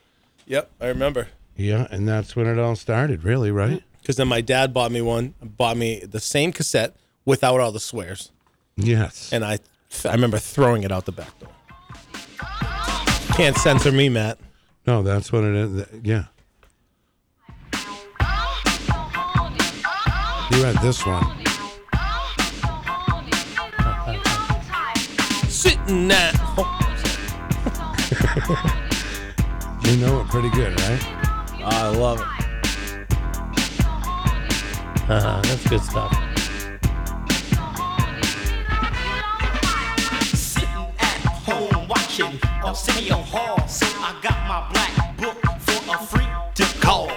K: Yep, I remember.
C: yeah, and that's when it all started, really, right?
E: Cuz then my dad bought me one, bought me the same cassette without all the swears.
C: Yes.
E: and I I remember throwing it out the back door. Can't censor me, Matt.
C: no, that's when it. is- th- Yeah. You had this one.
E: Sitting at home.
C: You know it pretty good, right?
E: I love it.
F: Uh, that's good stuff.
G: Sitting at home watching Arsenio Hall, so I got my black book for a freak to call.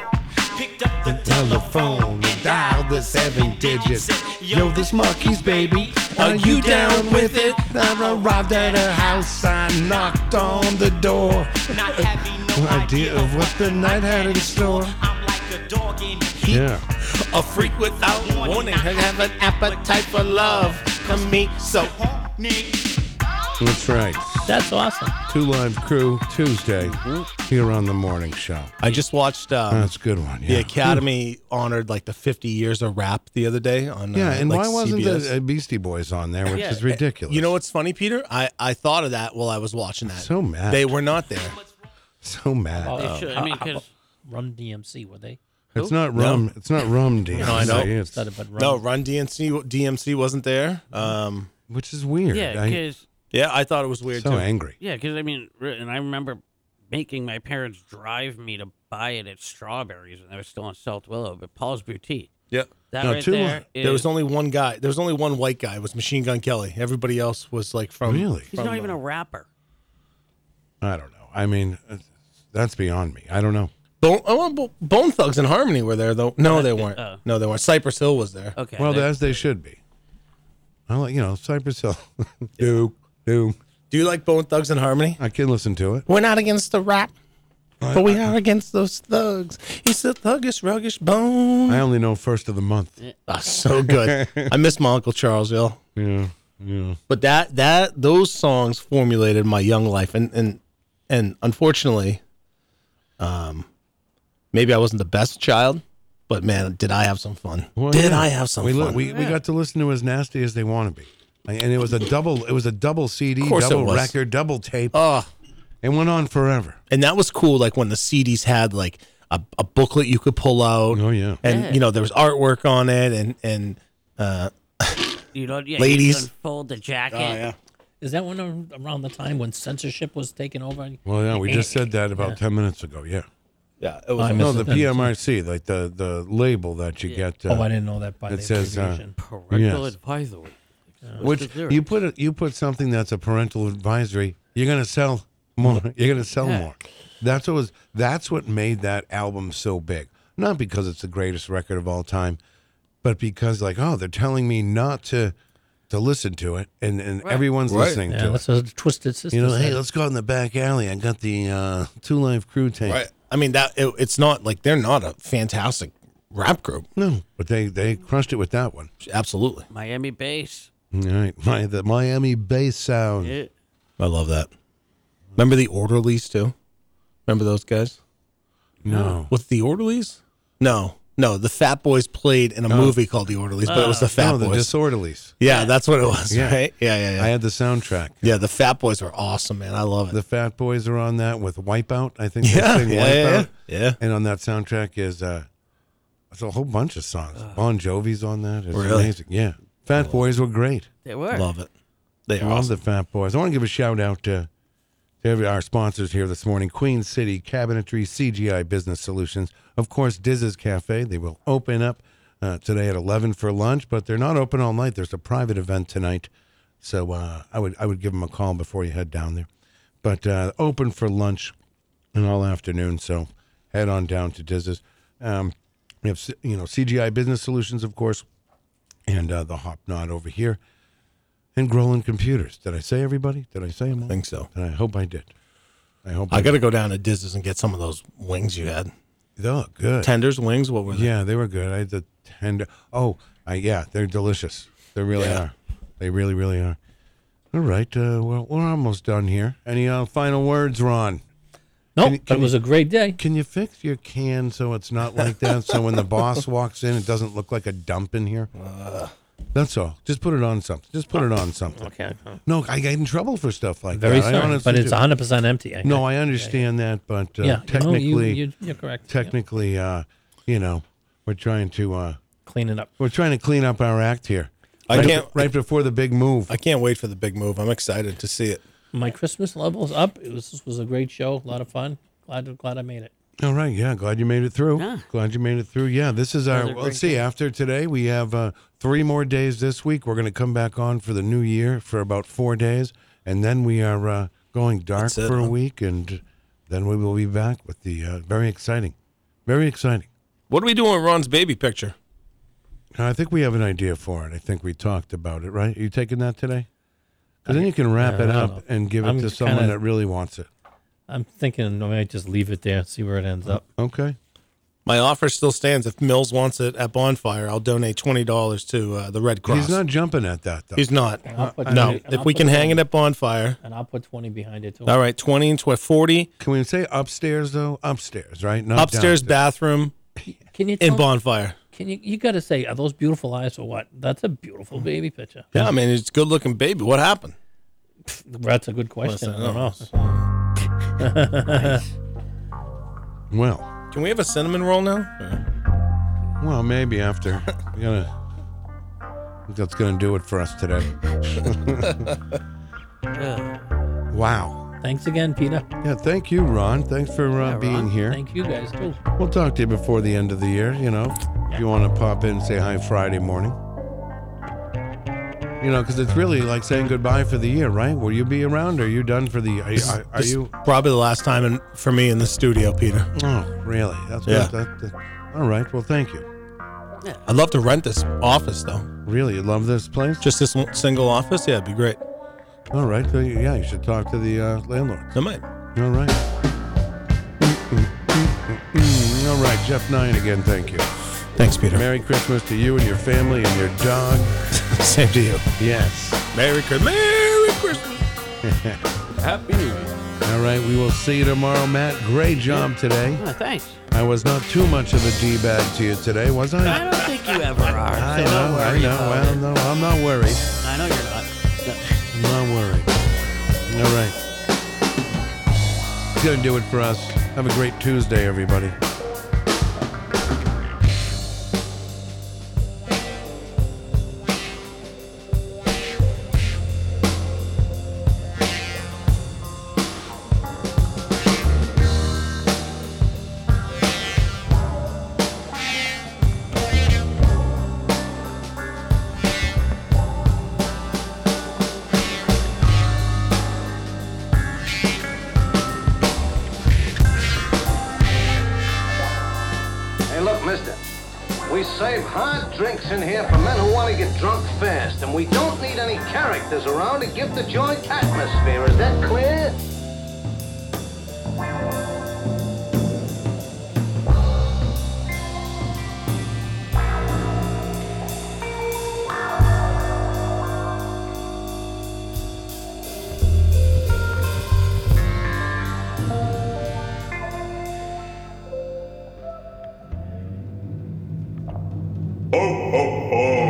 G: Picked up the telephone and dialed the seven digits. Yo, this monkey's baby, are you down with it? I arrived at her house, I knocked on the door. Not having no idea of what the night had in store. I'm like a dog in heat.
C: Yeah.
E: A freak without warning. I have an appetite for love. Come meet so.
C: That's right.
F: That's awesome.
C: Two Live Crew Tuesday here on the morning show.
E: I just watched um,
C: That's a good one.
E: the
C: Yeah.
E: Academy honored like the 50 years of rap the other day on
C: Yeah,
E: uh,
C: and
E: like,
C: why wasn't
E: CBS.
C: the uh, Beastie Boys on there, which
D: Yeah.
C: is ridiculous?
E: You know what's funny, Peter? I, I thought of that while I was watching that.
C: So mad.
E: They were not there.
C: So mad.
E: Oh,
D: They should. I mean, 'cause-
F: Run DMC were they?
C: it's not rum. It's not rum, Dan.
E: I know.
C: It's-
F: Started, but run.
E: No, Run DMC DMC wasn't there. Um,
C: which is weird.
D: yeah,
C: I-
D: because
E: yeah, I thought it was weird
C: so
E: too.
C: angry.
D: yeah, because I mean, re- and I remember making my parents drive me to buy it at Strawberries when they were still in South Willow, but Paul's Boutique.
E: Yep.
D: That
C: Now,
D: right
C: two-
D: there is
E: There was only one guy. There was only one white guy. It was Machine Gun Kelly. Everybody else was like from.
C: Really?
D: he's not even a rapper.
C: I don't know. I mean, it's- that's beyond me. I don't know.
E: Bone, oh, well, Bone Thugs and Harmony were there though. No, they weren't.
D: oh.
E: No, they weren't. Cypress Hill was there.
D: Okay.
C: well,
D: they-
C: as they should be. I like, you know, Cypress Hill. Duke, Duke.
E: Do you like Bone Thugs and Harmony?
C: I can listen to it.
E: We're not against the rap, but we are against those thugs. It's the thuggish, ruggish bone.
C: I only know first of the month.
E: Ah, so good. I miss my Uncle Charles, yo.
C: Yeah, yeah.
E: But that that those songs formulated my young life, and and and unfortunately, um, maybe I wasn't the best child, but man, did I have some fun?
C: Well,
E: did
C: yeah.
E: I have some
C: we li-
E: fun?
C: we, we got to listen to as nasty as they want to be, and it was a double. It was a double CD,
E: course it
C: double
E: was.
C: record, double
D: Oh.
C: tape.
E: Ah,
C: It went on forever.
E: and that was cool. Like when the CDs had like a, a booklet you could pull out.
C: Oh, yeah.
E: and you know there was artwork on it, and and uh,
D: you don't, yeah,
E: Ladies.
D: you fold the
G: Oh,
D: jacket.
F: Is that one ar- around the time when censorship was taken over?
C: Well, yeah, we just said that about ten minutes ago. Yeah.
E: yeah, it was.
F: I
C: No,
F: missed
C: the
F: it then.
C: PMRC, like the the label that you get. Uh,
F: Oh, I didn't know that. By
C: It
F: the
C: says, uh,
F: abbreviation.
D: Parental
C: Yes.
D: advisory. That's
C: which
D: the lyric.
C: you put a, you put something that's a parental advisory. You're gonna sell more. You're gonna sell more. That's what was. That's what made that album so big. Not because it's the greatest record of all time, but because like, oh, they're telling me not to to listen to it, and and everyone's listening
F: yeah,
C: to it.
F: that's a twisted system.
C: You know, hey, let's go out in the back alley. I got the uh, Two Live Crew tape.
E: Right. I mean that it, it's not like they're not a fantastic rap group.
C: No, but they they crushed it with that one.
E: Absolutely,
D: Miami bass.
C: All right, my the Miami bass sound.
D: Yeah.
E: I love that. Remember the Orderlies too? Remember those guys?
C: No.
E: With the Orderlies? No, No, the Fat Boys played in a
C: Oh.
E: movie called The Orderlies, but it was Oh. the Fat
C: no, Oh, the
E: Boys.
C: Disorderlies.
E: yeah, that's what it was,
C: Yeah.
E: right? Yeah, yeah, yeah.
C: I had the soundtrack.
E: yeah, the Fat Boys were awesome, man. I love it.
C: The Fat Boys are on that with Wipeout. I think they
E: Yeah,
C: sing
E: yeah, yeah,
C: Wipeout.
E: yeah. Yeah.
C: And on that soundtrack is uh, it's a whole bunch of songs. Bon Jovi's on that. It's
E: Really?
C: amazing. Yeah. Fat Boys were great.
D: They were.
E: love it. They
C: I
E: are
C: love
E: awesome.
C: the Fat Boys. I want to give a shout out to, to every, our sponsors here this morning Queen City Cabinetry, CGI Business Solutions. Of course, Diz's Cafe. They will open up uh, today at 11 for lunch, but they're not open all night. There's a private event tonight. So uh, I, would, I would give them a call before you head down there. But uh, open for lunch and all afternoon. So head on down to Diz's. Um, we have, C- you know, CGI Business Solutions, of course, and uh, the Hop Knot over here and Groland Computers. Did I say everybody? Did I say them all?
E: I think so.
C: And I hope I did. I hope I,
E: I got to go down to Diz's and get some of those wings you had.
C: They look good.
E: Tenders, wings, what were they?
C: Yeah, they were good. I had the tender. Oh, I, yeah, they're delicious. They really
E: Yeah.
C: are. They really, really are. All right. Uh, well, we're almost done here. Any uh, final words, Ron?
F: No,
C: Can you-
F: but
C: can
F: it was
C: you-
F: a great day.
C: Can you fix your can so it's not like that? so when the boss walks in, it doesn't look like a dump in here. That's all. Just put it on something. Just put it on something.
F: Okay.
C: No, I get in trouble for stuff like
F: Very
C: that. I
F: sorry,
C: honestly
F: but it's
C: do.
F: 100% empty. I
C: No, I understand that, but uh,
F: yeah, no,
C: technically,
F: you, you, you're correct. Yep.
C: technically, uh, you know, we're trying to uh,
F: Cleaning up.
C: we're trying to clean up our act here.
E: I
C: right,
E: can't-
C: right before the big move.
E: I can't wait for the big move. I'm excited to see it.
F: My Christmas level's up. It was this was a great show. A lot of fun. Glad glad I made it.
C: All right, yeah, glad you made it through. Glad you made it through. Yeah, this is our. Let's see. After today, we have uh, three more days this week. We're going to come back on for the new year for about four days, and then we are uh, going dark
E: That's it,
C: for a
E: huh?
C: week, and then we will be back with the uh, very exciting, very exciting.
E: What are we doing with Ron's baby picture?
C: I think we have an idea for it. I think we talked about it, right? Are you taking that today? Because then you can wrap
F: I
C: it
F: don't
C: up
F: know.
C: and give it
F: I'm
C: to
F: just
C: someone
F: kinda-
C: that really wants it.
F: I'm thinking I might just leave it there, see where it ends up.
C: Okay.
E: My offer still stands. If Mills wants it at Bonfire, I'll donate twenty dollars to uh, the Red Cross.
C: He's not jumping at that, though.
E: He's not.
F: I'll put
E: no.
F: twenty-
E: If we can hang it at Bonfire,
F: And I'll put 20 behind it too.
E: all right. Twenty and tw- forty
C: can we say upstairs, though? Upstairs, right? Not
E: upstairs
C: downstairs.
E: bathroom
F: Can you
E: in
F: tell-
E: Bonfire.
F: Can you you got to say are those beautiful eyes or what? That's a beautiful baby picture.
E: Yeah, I mean it's a good looking baby. What happened?
F: That's a good question.
E: Listen,
F: I don't know.
C: Well,
E: Can we have a cinnamon roll now?
C: well, maybe after. We're gonna. I think That's gonna do it for us today. Wow.
F: Thanks again, Peter.
C: Yeah. Thank you, Ron. Thanks for uh, being here.
F: Thank you guys too.
C: We'll talk to you before the end of the year, you know. If you want to pop in and say hi Friday morning. You know, because it's really like saying goodbye for the year, right? Will you be around? Are you done for the? Are, you- are, are
E: This is
C: you?
E: probably the last time in, for me in the studio, Peter?
C: Oh, really? That's
E: Yeah.
C: What, that, that- all right. Well, thank you.
E: I'd love to rent this office though.
C: Really, you love this place.
E: Just this one- single office. Yeah, it'd be great.
C: all right. So, yeah, you should talk to the uh, landlord.
E: I might.
C: All right. All right, Jeff Nine again. Thank you.
E: Thanks, Peter.
C: Merry Christmas to you and your family and your dog.
E: Same to you.
C: Yes.
E: Merry Christmas. Merry Christmas.
C: All right, we will see you tomorrow, Matt. Great job today.
D: Oh, thanks.
C: I was not too much of a D bag to you today, was
D: I
C: I?
D: don't think you ever are.
C: I
D: so
C: know,
D: don't
C: I
D: worry
C: know.
D: about
C: Well,
D: it.
C: no, I'm not worried.
D: I know you're not.
C: I'm not worried. All right. It's going to do it for us. Have a great Tuesday, everybody.
L: Hey, look, mister. We save hard drinks in here for men who want to get drunk fast, and we don't need any characters around to give the joint atmosphere. Is that clear?
M: ho, ho.